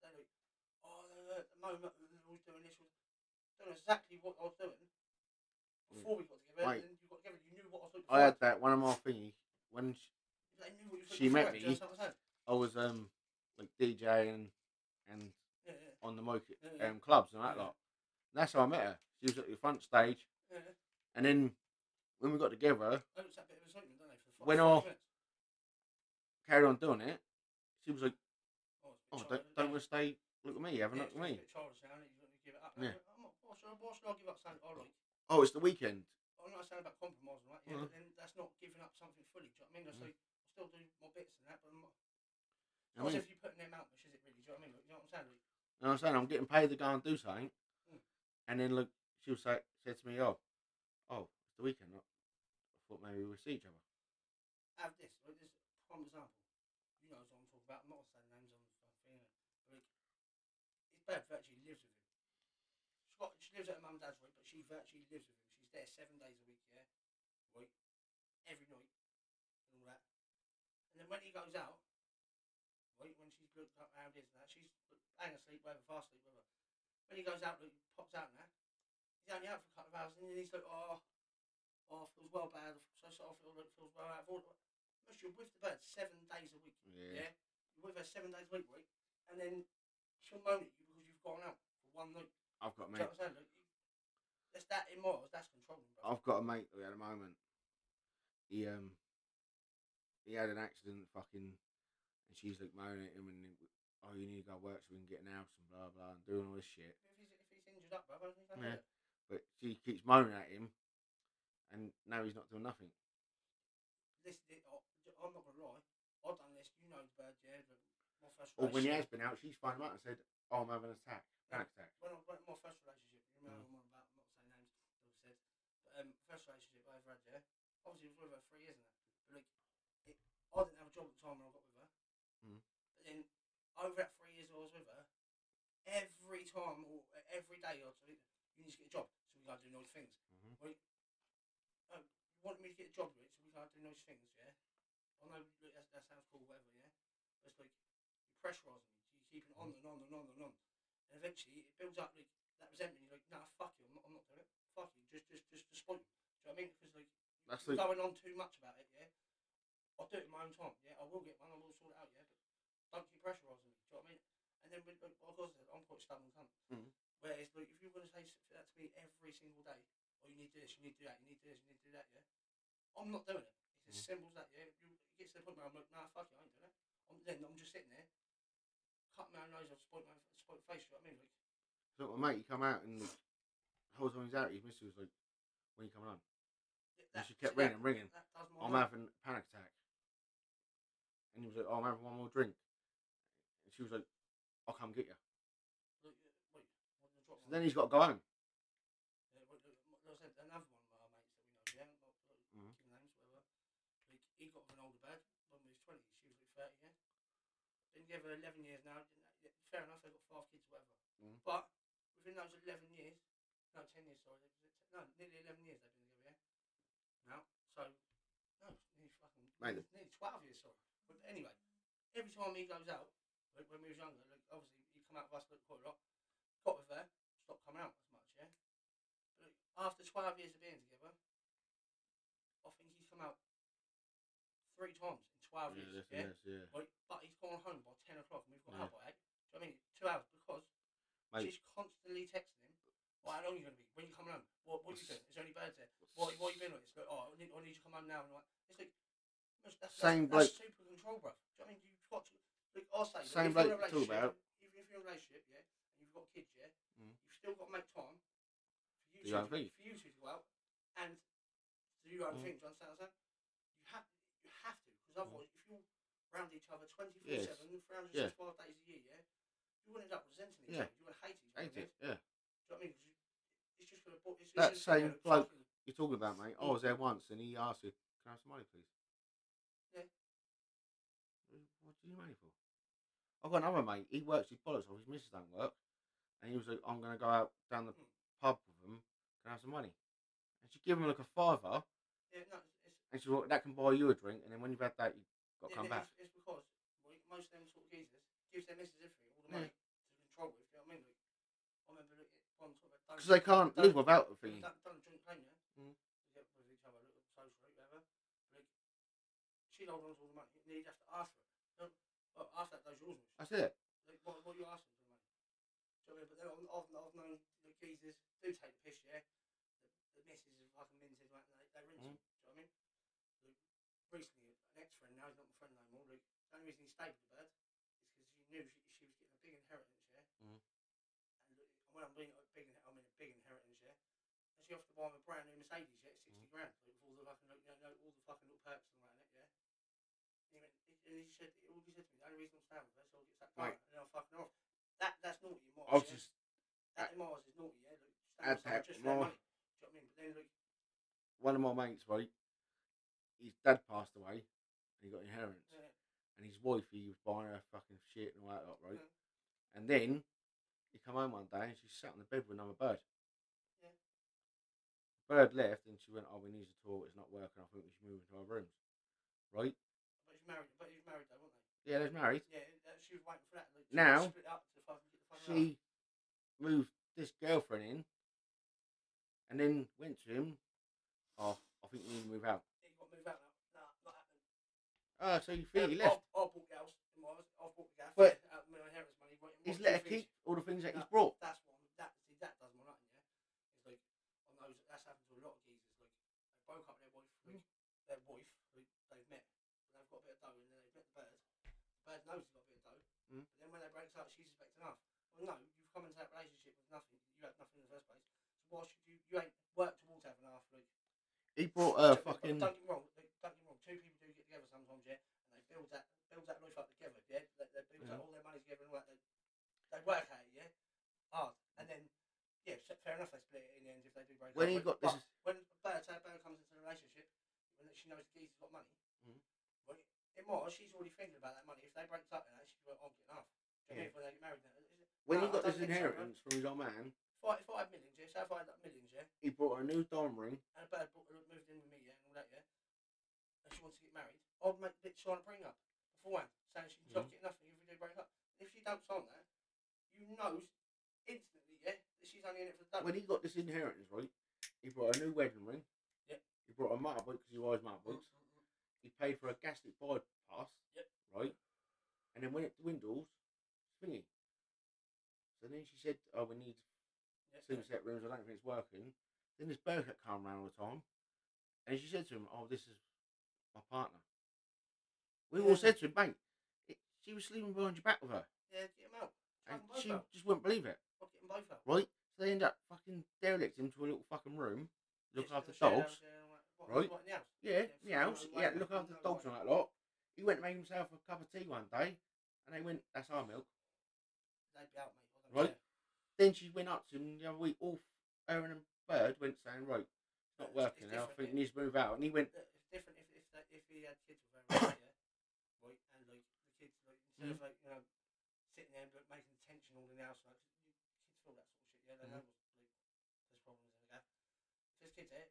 [SPEAKER 3] They're like, oh, they're at the moment they're always doing this, doing exactly what I was doing before we got together.
[SPEAKER 2] Mm. Mate.
[SPEAKER 3] And then you got together, you knew what I was doing.
[SPEAKER 2] I had that one of my thingy when sh-
[SPEAKER 3] They knew what you
[SPEAKER 2] She met
[SPEAKER 3] do you understand what I'm saying?
[SPEAKER 2] I was um like DJing and
[SPEAKER 3] Yeah, yeah,
[SPEAKER 2] on the mocha,
[SPEAKER 3] Yeah, yeah.
[SPEAKER 2] um, clubs and that
[SPEAKER 3] Yeah.
[SPEAKER 2] lot. And that's how I met her. She was at the front stage,
[SPEAKER 3] yeah, yeah.
[SPEAKER 2] and then when we got together,
[SPEAKER 3] They looked at a bit of excitement, don't they? For the five,
[SPEAKER 2] When
[SPEAKER 3] five
[SPEAKER 2] I-
[SPEAKER 3] minutes.
[SPEAKER 2] carried on doing it. She was like,
[SPEAKER 3] Oh,
[SPEAKER 2] "Oh,
[SPEAKER 3] it's a bit
[SPEAKER 2] don't, don't
[SPEAKER 3] childish.
[SPEAKER 2] want to stay. Look at me, have a
[SPEAKER 3] Yeah,
[SPEAKER 2] look
[SPEAKER 3] it's
[SPEAKER 2] at
[SPEAKER 3] a
[SPEAKER 2] me."
[SPEAKER 3] bit childish now, isn't it? You've got to give it up.
[SPEAKER 2] Yeah.
[SPEAKER 3] I'm not, why should I, why should I give up something I like?
[SPEAKER 2] Oh, it's the weekend.
[SPEAKER 3] I'm not saying about compromise, right?
[SPEAKER 2] Mm-hmm.
[SPEAKER 3] Yeah, but then that's not giving up something fully. Do you know what I mean? That's
[SPEAKER 2] Mm.
[SPEAKER 3] like, I still do my bits and that, but I'm not.
[SPEAKER 2] I mean,
[SPEAKER 3] What's Oh, if you're putting them out, which is it really? Do you know what I mean? Like, you know what I'm saying? Like,
[SPEAKER 2] You know what I'm saying? I'm getting paid to go and do something.
[SPEAKER 3] Mm.
[SPEAKER 2] And then look, she was like, said to me, "Oh, oh, it's the weekend. I thought maybe we'd see each other."
[SPEAKER 3] have this, like this prime example. You know what I'm talking about. I'm not saying names on the thing. Like, his dad virtually lives with him. She's got, she lives at her mum and dad's, right? But she virtually lives with him. She's there seven days a week, yeah? Right? Every night. And all that. And then when he goes out, right? When she's looked up around his and that, she's bang asleep, whatever, fast asleep, whatever. When he goes out, like, pops out and that, he's only out for a couple of hours and then he's like, oh, oh, I feels well bad. I feel so sorry, I feel like feels well out of order. Plus, you're with the bird seven days a week.
[SPEAKER 2] Yeah.
[SPEAKER 3] Yeah. You're with her seven days a week, right? And then she'll moan at you because you've gone out for one night.
[SPEAKER 2] I've
[SPEAKER 3] Do
[SPEAKER 2] got a mate.
[SPEAKER 3] you know what I'm saying? Like, you- that's that in miles, that's controlling, bro.
[SPEAKER 2] I've got a mate at the moment. He um, he had an accident, fucking, and she's like moaning at him and oh, you need to go work so we can get an house and blah blah and doing all this shit.
[SPEAKER 3] If he's, if he's injured up, bro, he's yeah.
[SPEAKER 2] Yeah. But she keeps moaning at him, and now he's not doing nothing.
[SPEAKER 3] this, this, I- I'm not gonna lie, I've done this, you know the bird, yeah, but my first
[SPEAKER 2] Or Oh, when he has
[SPEAKER 3] relationship-
[SPEAKER 2] been out, she's phoned him up and said, "Oh, I'm having an attack, panic attack."
[SPEAKER 3] when I went my first relationship, you remember I'm on about, I'm not saying names, like I said, but um, first relationship I ever had, yeah, obviously it was with her three years and that, but like, it, I didn't have a job at the time when I got with her,
[SPEAKER 2] Mm.
[SPEAKER 3] but then over that three years I was with her, every time or every day I'd say, you need to get a job, so we gotta do nice things.
[SPEAKER 2] Mhm.
[SPEAKER 3] Right? Um, you wanted me to get a job, right, so we gotta do nice things, yeah? I know look, that, that sounds cool, whatever, yeah? But it's like, you're pressurising me, you keep it on and on and on and on and eventually it builds up like that resentment. You're like, nah, fuck you, I'm not, I'm not doing it. Fuck you, just, just, just despite you. Do you know what I mean? Because like
[SPEAKER 2] That's
[SPEAKER 3] you're
[SPEAKER 2] like,
[SPEAKER 3] going on too much about it. Yeah, I'll do it in my own time. Yeah, I will get one. I will sort it out. Yeah, but don't depressurise me. Do you know what I mean? And then, when- of course, I'm quite stubborn, cunt.
[SPEAKER 2] Mhm.
[SPEAKER 3] Whereas, but if you're going to say s- that to me every single day, oh, you need to do this, you need to do that, you need to do this, you need to do that, yeah, I'm not doing it. It's
[SPEAKER 2] Mm.
[SPEAKER 3] as simple as that, yeah. You it gets to the point where I'm like, nah, fuck it, I ain't doing it. I'm, then I'm just sitting there, cutting my own nose off, spoiling my own spoiling face, you know what I mean? Like,
[SPEAKER 2] So my mate, he come out and the whole time he's out, his missus was like, "When you coming on?"
[SPEAKER 3] th-
[SPEAKER 2] And
[SPEAKER 3] that,
[SPEAKER 2] she kept
[SPEAKER 3] that-
[SPEAKER 2] ringing and ringing.
[SPEAKER 3] That does my
[SPEAKER 2] Oh, I'm
[SPEAKER 3] head.
[SPEAKER 2] having a panic attack. And he was like, "Oh, I'm having one more drink." And she was like, "I'll come get you."
[SPEAKER 3] Look, uh, wait, what did I drop
[SPEAKER 2] So
[SPEAKER 3] my-
[SPEAKER 2] then he's got to go home.
[SPEAKER 3] Yeah, well, there there was another one of our mates that we know, yeah, not not
[SPEAKER 2] Mhm.
[SPEAKER 3] giving names, whatever. Like, he got an older bird when we was 20, she was like 30, yeah. Didn't give her 11 years now, didn't, yeah, fair enough, they got five kids, whatever.
[SPEAKER 2] Mhm.
[SPEAKER 3] But within those 11 years, no, 10 years, sorry, they- they- no, nearly 11 years they've been together, yeah. Now, so, no, it's nearly fucking,
[SPEAKER 2] Mate, the-
[SPEAKER 3] nearly 12 years, sorry. But anyway, every time he goes out, like when we was younger, like obviously he'd come out with us like, quite a lot, got with her, stopped coming out as much, yeah. But like, after 12 years of being together, I think he's come out three times in 12
[SPEAKER 2] Yeah,
[SPEAKER 3] years,
[SPEAKER 2] this
[SPEAKER 3] yeah.
[SPEAKER 2] and this, yeah.
[SPEAKER 3] Like, but he's gone home by 10 o'clock and we've got
[SPEAKER 2] Yeah.
[SPEAKER 3] out by 8. Do you know what I mean? Two hours because
[SPEAKER 2] Mate.
[SPEAKER 3] she's constantly texting him. Well, how long are you going to be? When you coming home? What, what are you doing? Is there any birds there? What, what are you doing? It's like, oh, I need, I need you to come home now. And like, it's like, that's, that's,
[SPEAKER 2] Same
[SPEAKER 3] that's, that's super control, bro. Do you know what I mean? You've got to, like, I'll say,
[SPEAKER 2] Same
[SPEAKER 3] if you're in a
[SPEAKER 2] bloke you're talking
[SPEAKER 3] relationship-
[SPEAKER 2] about.
[SPEAKER 3] If, if you're in a relationship, yeah, and you've got kids, yeah,
[SPEAKER 2] Mm.
[SPEAKER 3] you've still got to make time for you,
[SPEAKER 2] Do your own
[SPEAKER 3] two,
[SPEAKER 2] thing.
[SPEAKER 3] to, for you two to go out and do your own
[SPEAKER 2] Mm.
[SPEAKER 3] thing. Do you understand what I'm saying? You have, you have to, because otherwise, if you're around each other 24
[SPEAKER 2] Yes.
[SPEAKER 3] 7, 365 days a year, yeah, you will end up resenting each
[SPEAKER 2] Yeah.
[SPEAKER 3] other. You will hate each other.
[SPEAKER 2] Ain't
[SPEAKER 3] yeah?
[SPEAKER 2] it? Yeah.
[SPEAKER 3] Do you know what I mean? 'Cause you, it's just going to. It's, it's
[SPEAKER 2] That
[SPEAKER 3] just
[SPEAKER 2] same
[SPEAKER 3] gonna
[SPEAKER 2] bloke-
[SPEAKER 3] fucking-
[SPEAKER 2] You're talking about, mate. I was there once, and he asked you, "Can I have some money, please?"
[SPEAKER 3] Yeah.
[SPEAKER 2] What do you need money for? I've got another mate. He works his bollocks off. His missus don't work, and he was like, "I'm gonna go out down the
[SPEAKER 3] Mm.
[SPEAKER 2] pub with him. Can I have some money?" And she gave him like a fiver,
[SPEAKER 3] Yeah, no, it's, it's,
[SPEAKER 2] and she went, "That can buy you a drink." And then when you've had that, you have got to
[SPEAKER 3] yeah,
[SPEAKER 2] come
[SPEAKER 3] yeah,
[SPEAKER 2] back.
[SPEAKER 3] It's, it's because like, most of them sort of geezers gives their missus everything, all the
[SPEAKER 2] Yeah.
[SPEAKER 3] money to control with. You know what I mean? Like, I remember like, it- one time I
[SPEAKER 2] Because they can't
[SPEAKER 3] Don't-
[SPEAKER 2] live without a
[SPEAKER 3] done,
[SPEAKER 2] thing.
[SPEAKER 3] done, done a joint claim, yeah.
[SPEAKER 2] Mm.
[SPEAKER 3] We get with each other, a little social, whatever. Like, she'd hold on to all the money, and he'd have to ask for it. Don't, well, after that, those yours. mate.
[SPEAKER 2] That's it.
[SPEAKER 3] Like, what, what are you asking for the money? Do you know what I mean? But then I've, I've, I've known the geezers do take the piss, yeah? The, the missus is fucking minted, right? They, they rinse them,
[SPEAKER 2] Mhm.
[SPEAKER 3] do you know what I mean? Like, recently, an ex friend, now he's not my friend no more. Like, the only reason he stayed with the bird is because he knew she, she was getting a big inheritance, yeah?
[SPEAKER 2] Mhm.
[SPEAKER 3] And look, when I'm being a big, inhe- I mean a big inheritance, yeah? And she offered to buy him a brand new Mercedes, yeah? 60
[SPEAKER 2] Mhm.
[SPEAKER 3] grand, like, with all the fucking, like, you know, all the fucking little perks and all that, yeah? And he went- he- and he said, all he said to me, the only reason I'm staying with her is I'll get that car,
[SPEAKER 2] Right.
[SPEAKER 3] and then I'll fucking off. That, that's naughty in Mars.
[SPEAKER 2] I was
[SPEAKER 3] yeah?
[SPEAKER 2] just
[SPEAKER 3] that in Mars is naughty, yeah? Like,
[SPEAKER 2] I'd
[SPEAKER 3] staying with someone just
[SPEAKER 2] pack
[SPEAKER 3] for their
[SPEAKER 2] more.
[SPEAKER 3] money. Do you know what I mean? But then, like,
[SPEAKER 2] one of my mates, right? His dad passed away, and he got inheritance.
[SPEAKER 3] uh,
[SPEAKER 2] and his wife, he was buying her fucking shit and all that lot, right?
[SPEAKER 3] Yeah. Mm.
[SPEAKER 2] And then he come home one day and she sat on the bed with another bird.
[SPEAKER 3] Yeah.
[SPEAKER 2] Bird left and she went, "Oh, we need a tour. It's not working. I think we should move into our rooms." Right?
[SPEAKER 3] but he's married, but he's married though, wasn't
[SPEAKER 2] Yeah, they're married.
[SPEAKER 3] he? Yeah, that, she was waiting for that. Like, to
[SPEAKER 2] Now,
[SPEAKER 3] split up to fucking get the fuck out.
[SPEAKER 2] She moved this girlfriend in, and then went to him. Oh, I think we need to move out.
[SPEAKER 3] He got moved out now. Nah, not happening.
[SPEAKER 2] Oh, so you think he
[SPEAKER 3] Um, I,
[SPEAKER 2] left?
[SPEAKER 3] I bought the house in Mars. I bought the house.
[SPEAKER 2] But-
[SPEAKER 3] yeah, out of my inheritance money. What,
[SPEAKER 2] He's
[SPEAKER 3] what
[SPEAKER 2] let
[SPEAKER 3] do
[SPEAKER 2] her
[SPEAKER 3] you think?
[SPEAKER 2] keep all the things that he's
[SPEAKER 3] Nah,
[SPEAKER 2] brought.
[SPEAKER 3] That's what I'm- that see that does my nothing, yeah. It's like I know that- that's happened to a lot of geezers. Like they broke up with their wife, like, their wife, like, they've met, and they've got a bit of dough, and then they've met the bird. The bird knows he's got a bit of dough,
[SPEAKER 2] Mm.
[SPEAKER 3] but then when they break up, she's expecting enough. Well, no, you've come into that relationship with nothing. You had nothing in the first place. So why should you? You ain't worked towards having half. Like,
[SPEAKER 2] He brought her
[SPEAKER 3] don't-
[SPEAKER 2] Uh, fucking.
[SPEAKER 3] Don't get me wrong. Like, don't get me wrong. Two people do get together sometimes, yeah, and they build that build that life up together, yeah. They, they build
[SPEAKER 2] Yeah.
[SPEAKER 3] up all their money together and all that. They, they work at it, yeah, hard. And then, yeah, so fair enough. They split it in the end if they do break
[SPEAKER 2] When
[SPEAKER 3] up.
[SPEAKER 2] he
[SPEAKER 3] but-
[SPEAKER 2] got this,
[SPEAKER 3] but when Bella, say Bella comes into the relationship, when she knows the geezer's got money,
[SPEAKER 2] Mhm.
[SPEAKER 3] well, in more, she's already thinking about that money. If they break up, and that, she's like, "Oh, I'm getting off. Do you know what I mean? When they
[SPEAKER 2] Yeah.
[SPEAKER 3] get married, then-
[SPEAKER 2] when he
[SPEAKER 3] No, I
[SPEAKER 2] got
[SPEAKER 3] don't
[SPEAKER 2] this
[SPEAKER 3] think so, bro.
[SPEAKER 2] inheritance from his old man,
[SPEAKER 3] Five, five millions, yeah. So if I had that millions, yeah.
[SPEAKER 2] he brought her a new diamond ring.
[SPEAKER 3] and a bird book moved in with me, yeah, and all that, yeah, and she wants to get married, I'd make bitch sign a bring up beforehand, saying she's not
[SPEAKER 2] Mm-hmm.
[SPEAKER 3] getting nothing if we do break up. If she don't sign that, you know instantly, yeah, that she's only in it for the
[SPEAKER 2] when
[SPEAKER 3] done.
[SPEAKER 2] he got this inheritance, right, he brought a new wedding ring.
[SPEAKER 3] Yep.
[SPEAKER 2] He brought a motorbike because he rides motorbikes. He paid for a gastric bypass.
[SPEAKER 3] Yep.
[SPEAKER 2] Right. And then when it dwindles, thingy. So then she said, "Oh, we need
[SPEAKER 3] Yeah,
[SPEAKER 2] two set rooms. I don't think it's working." Then this bird kept coming around all the time, and she said to him, "Oh, this is my partner." We
[SPEAKER 3] Yeah.
[SPEAKER 2] all said to him, "Mate, it, she was sleeping behind your back with her,"
[SPEAKER 3] yeah, get him out. Try
[SPEAKER 2] and
[SPEAKER 3] them both
[SPEAKER 2] she
[SPEAKER 3] out.
[SPEAKER 2] just wouldn't believe it,
[SPEAKER 3] I'll get them both out.
[SPEAKER 2] right? So they end up fucking derelict into a little fucking room, look
[SPEAKER 3] Just
[SPEAKER 2] after
[SPEAKER 3] shit out
[SPEAKER 2] dogs.
[SPEAKER 3] there and what-
[SPEAKER 2] right?
[SPEAKER 3] what, now?
[SPEAKER 2] Yeah,
[SPEAKER 3] fucking
[SPEAKER 2] meows.
[SPEAKER 3] no
[SPEAKER 2] Yeah,
[SPEAKER 3] way,
[SPEAKER 2] look after the
[SPEAKER 3] no
[SPEAKER 2] dogs
[SPEAKER 3] way.
[SPEAKER 2] and that lot. He went and made himself a cup of tea one day, and they went, "That's our milk."
[SPEAKER 3] They'd be out, mate. I don't
[SPEAKER 2] Right?
[SPEAKER 3] care.
[SPEAKER 2] Then she went up to him the other week. All her and a bird went saying, "Right, it's not
[SPEAKER 3] It's-
[SPEAKER 2] working.
[SPEAKER 3] it's
[SPEAKER 2] now. I
[SPEAKER 3] different,
[SPEAKER 2] think
[SPEAKER 3] yeah.
[SPEAKER 2] you need to move out." And he went,
[SPEAKER 3] Look, It's different if if that, if he had kids with her, right? yeah, right, and like the kids, like instead of like you know sitting there but making tension all in the house, like you- kids feel that sort of shit. Yeah, they
[SPEAKER 2] Mhm.
[SPEAKER 3] know what's like there's problems and that. There's kids there.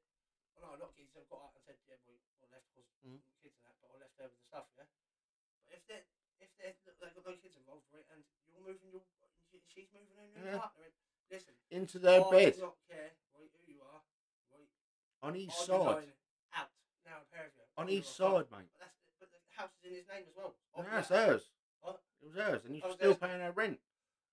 [SPEAKER 3] Well, no, not kids. I've got out and said, yeah, boy, I left was
[SPEAKER 2] Mhm.
[SPEAKER 3] kids and that, but I left over the stuff, yeah. But if they if they they've got no kids involved, right, and you're moving your, she's moving her new
[SPEAKER 2] Yeah.
[SPEAKER 3] partner in. Listen,
[SPEAKER 2] into their
[SPEAKER 3] I
[SPEAKER 2] bed
[SPEAKER 3] do not care, right, who you are, right.
[SPEAKER 2] on each
[SPEAKER 3] I
[SPEAKER 2] side,
[SPEAKER 3] design Out now in Perivia.
[SPEAKER 2] on
[SPEAKER 3] Who oh, you
[SPEAKER 2] each
[SPEAKER 3] are.
[SPEAKER 2] side, mate.
[SPEAKER 3] But that's but the house is in his name as well.
[SPEAKER 2] No,
[SPEAKER 3] Oh,
[SPEAKER 2] it's
[SPEAKER 3] yeah.
[SPEAKER 2] hers.
[SPEAKER 3] What?
[SPEAKER 2] It was hers, and
[SPEAKER 3] Oh,
[SPEAKER 2] you're
[SPEAKER 3] it's
[SPEAKER 2] still
[SPEAKER 3] theirs.
[SPEAKER 2] paying her rent.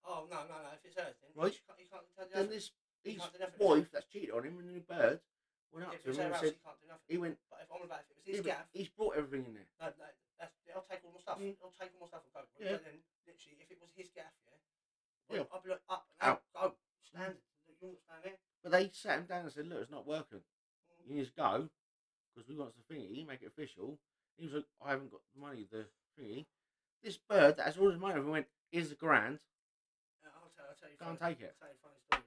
[SPEAKER 3] Oh no no no! If it's hers, then
[SPEAKER 2] Right.
[SPEAKER 3] He can't, he can't tell the
[SPEAKER 2] Then
[SPEAKER 3] husband.
[SPEAKER 2] this his
[SPEAKER 3] can't do nothing.
[SPEAKER 2] wife that's cheated on him and the bird went
[SPEAKER 3] If
[SPEAKER 2] up
[SPEAKER 3] it's
[SPEAKER 2] to him
[SPEAKER 3] her
[SPEAKER 2] and
[SPEAKER 3] house,
[SPEAKER 2] said,
[SPEAKER 3] he can't do nothing.
[SPEAKER 2] "He went,
[SPEAKER 3] But if I'm about, if it's
[SPEAKER 2] yeah,
[SPEAKER 3] his
[SPEAKER 2] but
[SPEAKER 3] gaff,
[SPEAKER 2] he's brought everything in there."
[SPEAKER 3] no, no, that's I'll take all my stuff.
[SPEAKER 2] Mm.
[SPEAKER 3] I'll take all my stuff and go. Right?
[SPEAKER 2] Yeah.
[SPEAKER 3] But then literally, if it was his gaff, yeah,
[SPEAKER 2] Yeah. Mm.
[SPEAKER 3] I'd be like up and out, go standard. You're not standing there.
[SPEAKER 2] But they sat him down and said, "Look, it's not working.
[SPEAKER 3] Mm.
[SPEAKER 2] You need to go because we want the thingy. Make it official." He was like, "I haven't got the money. The thingy." This bird that has all his money over went, "Here's a grand."
[SPEAKER 3] Uh, I'll tell, I'll tell you.
[SPEAKER 2] Can't
[SPEAKER 3] funny-
[SPEAKER 2] take it.
[SPEAKER 3] I'll tell you a funny story.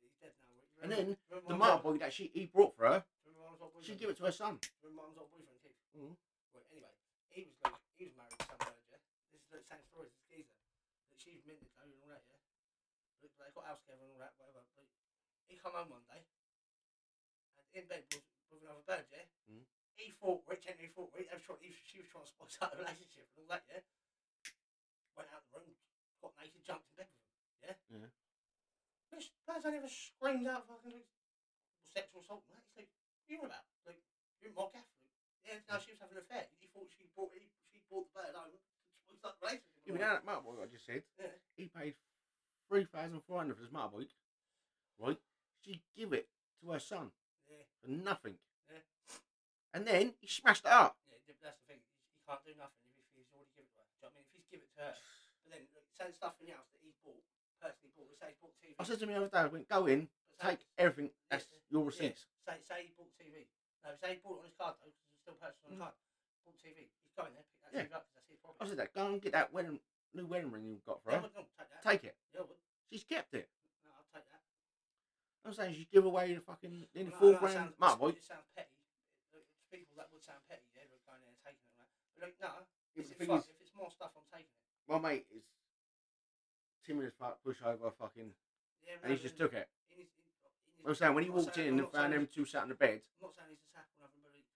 [SPEAKER 3] He's dead now. right?
[SPEAKER 2] And
[SPEAKER 3] Remember-
[SPEAKER 2] then
[SPEAKER 3] remember my
[SPEAKER 2] The motor
[SPEAKER 3] mum-
[SPEAKER 2] boy that she he brought for her,
[SPEAKER 3] remember my mum's old
[SPEAKER 2] she
[SPEAKER 3] boyfriend?
[SPEAKER 2] gave it to her son.
[SPEAKER 3] my mum's old boyfriend, Keith.
[SPEAKER 2] Mhm.
[SPEAKER 3] Well, anyway, he was like, he was married to some bird, yeah? This is the same story as this geezer. That she's minted over and all that, yeah? But they got house together and all that, whatever. But he come home one day, and in bed with, with another bird, yeah?
[SPEAKER 2] Mhm.
[SPEAKER 3] He thought, Rich and he thought, Rich, they was trying, he, she was trying to spice out the relationship and all that, yeah? Went out the room, got naked, jumped in bed with him, yeah?
[SPEAKER 2] Yeah.
[SPEAKER 3] This bird's only ever screamed out fucking like, sexual assault, and that. He's like, what are you on about? Like, you're more Catholic. Yeah,
[SPEAKER 2] Hmm.
[SPEAKER 3] no, she was having an affair. He thought she brought he, she brought the bird home. She was like relationship.
[SPEAKER 2] You know that motor boy I just said.
[SPEAKER 3] Yeah.
[SPEAKER 2] He paid three thousand four hundred for this motorbike, right? She give it to her son
[SPEAKER 3] Yeah,
[SPEAKER 2] for nothing,
[SPEAKER 3] Yeah.
[SPEAKER 2] and then he smashed it up.
[SPEAKER 3] yeah, yeah, that's the thing. He, he can't do nothing if he's already given it to her. Do you know what I mean? If he's given it to her, but then like, say stuff in the house that he's bought, personally bought, say he's bought TV.
[SPEAKER 2] I said to him the other day, I went, "Go in,
[SPEAKER 3] but say-
[SPEAKER 2] take everything. That's
[SPEAKER 3] Yeah.
[SPEAKER 2] your
[SPEAKER 3] Yeah,
[SPEAKER 2] receipts."
[SPEAKER 3] Say, say he bought TV. No, say he bought it on his card though, because it's still purchased on
[SPEAKER 2] Mm.
[SPEAKER 3] his card. Bought TV. He's going there, pick that
[SPEAKER 2] Yeah.
[SPEAKER 3] TV up 'cause that's his problem.
[SPEAKER 2] I said that. Go and get that wedding, new wedding ring you've got for
[SPEAKER 3] Yeah, I
[SPEAKER 2] her.
[SPEAKER 3] would not take that.
[SPEAKER 2] Take it.
[SPEAKER 3] Yeah, I would.
[SPEAKER 2] She's kept it.
[SPEAKER 3] No, I'll take that.
[SPEAKER 2] I'm saying she give away the fucking in the
[SPEAKER 3] Well,
[SPEAKER 2] four
[SPEAKER 3] I know it
[SPEAKER 2] grand
[SPEAKER 3] sounds-
[SPEAKER 2] motor boy.
[SPEAKER 3] It sounds petty. Like, to people that would sound petty, yeah, like going there and taking it, right? But like, no,
[SPEAKER 2] Yeah,
[SPEAKER 3] is
[SPEAKER 2] but
[SPEAKER 3] it
[SPEAKER 2] the thing
[SPEAKER 3] fun?
[SPEAKER 2] is,
[SPEAKER 3] if it's more stuff, I'm taking it.
[SPEAKER 2] my mate is timid as fuck, push over, fucking,
[SPEAKER 3] Yeah,
[SPEAKER 2] and he
[SPEAKER 3] rather
[SPEAKER 2] just
[SPEAKER 3] than
[SPEAKER 2] took it.
[SPEAKER 3] in his- in- in his-
[SPEAKER 2] I'm saying when he
[SPEAKER 3] oh, I'm not
[SPEAKER 2] walked
[SPEAKER 3] saying-
[SPEAKER 2] in
[SPEAKER 3] I'm
[SPEAKER 2] and
[SPEAKER 3] not
[SPEAKER 2] found
[SPEAKER 3] saying-
[SPEAKER 2] them two sat on the bed,
[SPEAKER 3] I'm not saying he's a sack or nothing, but like,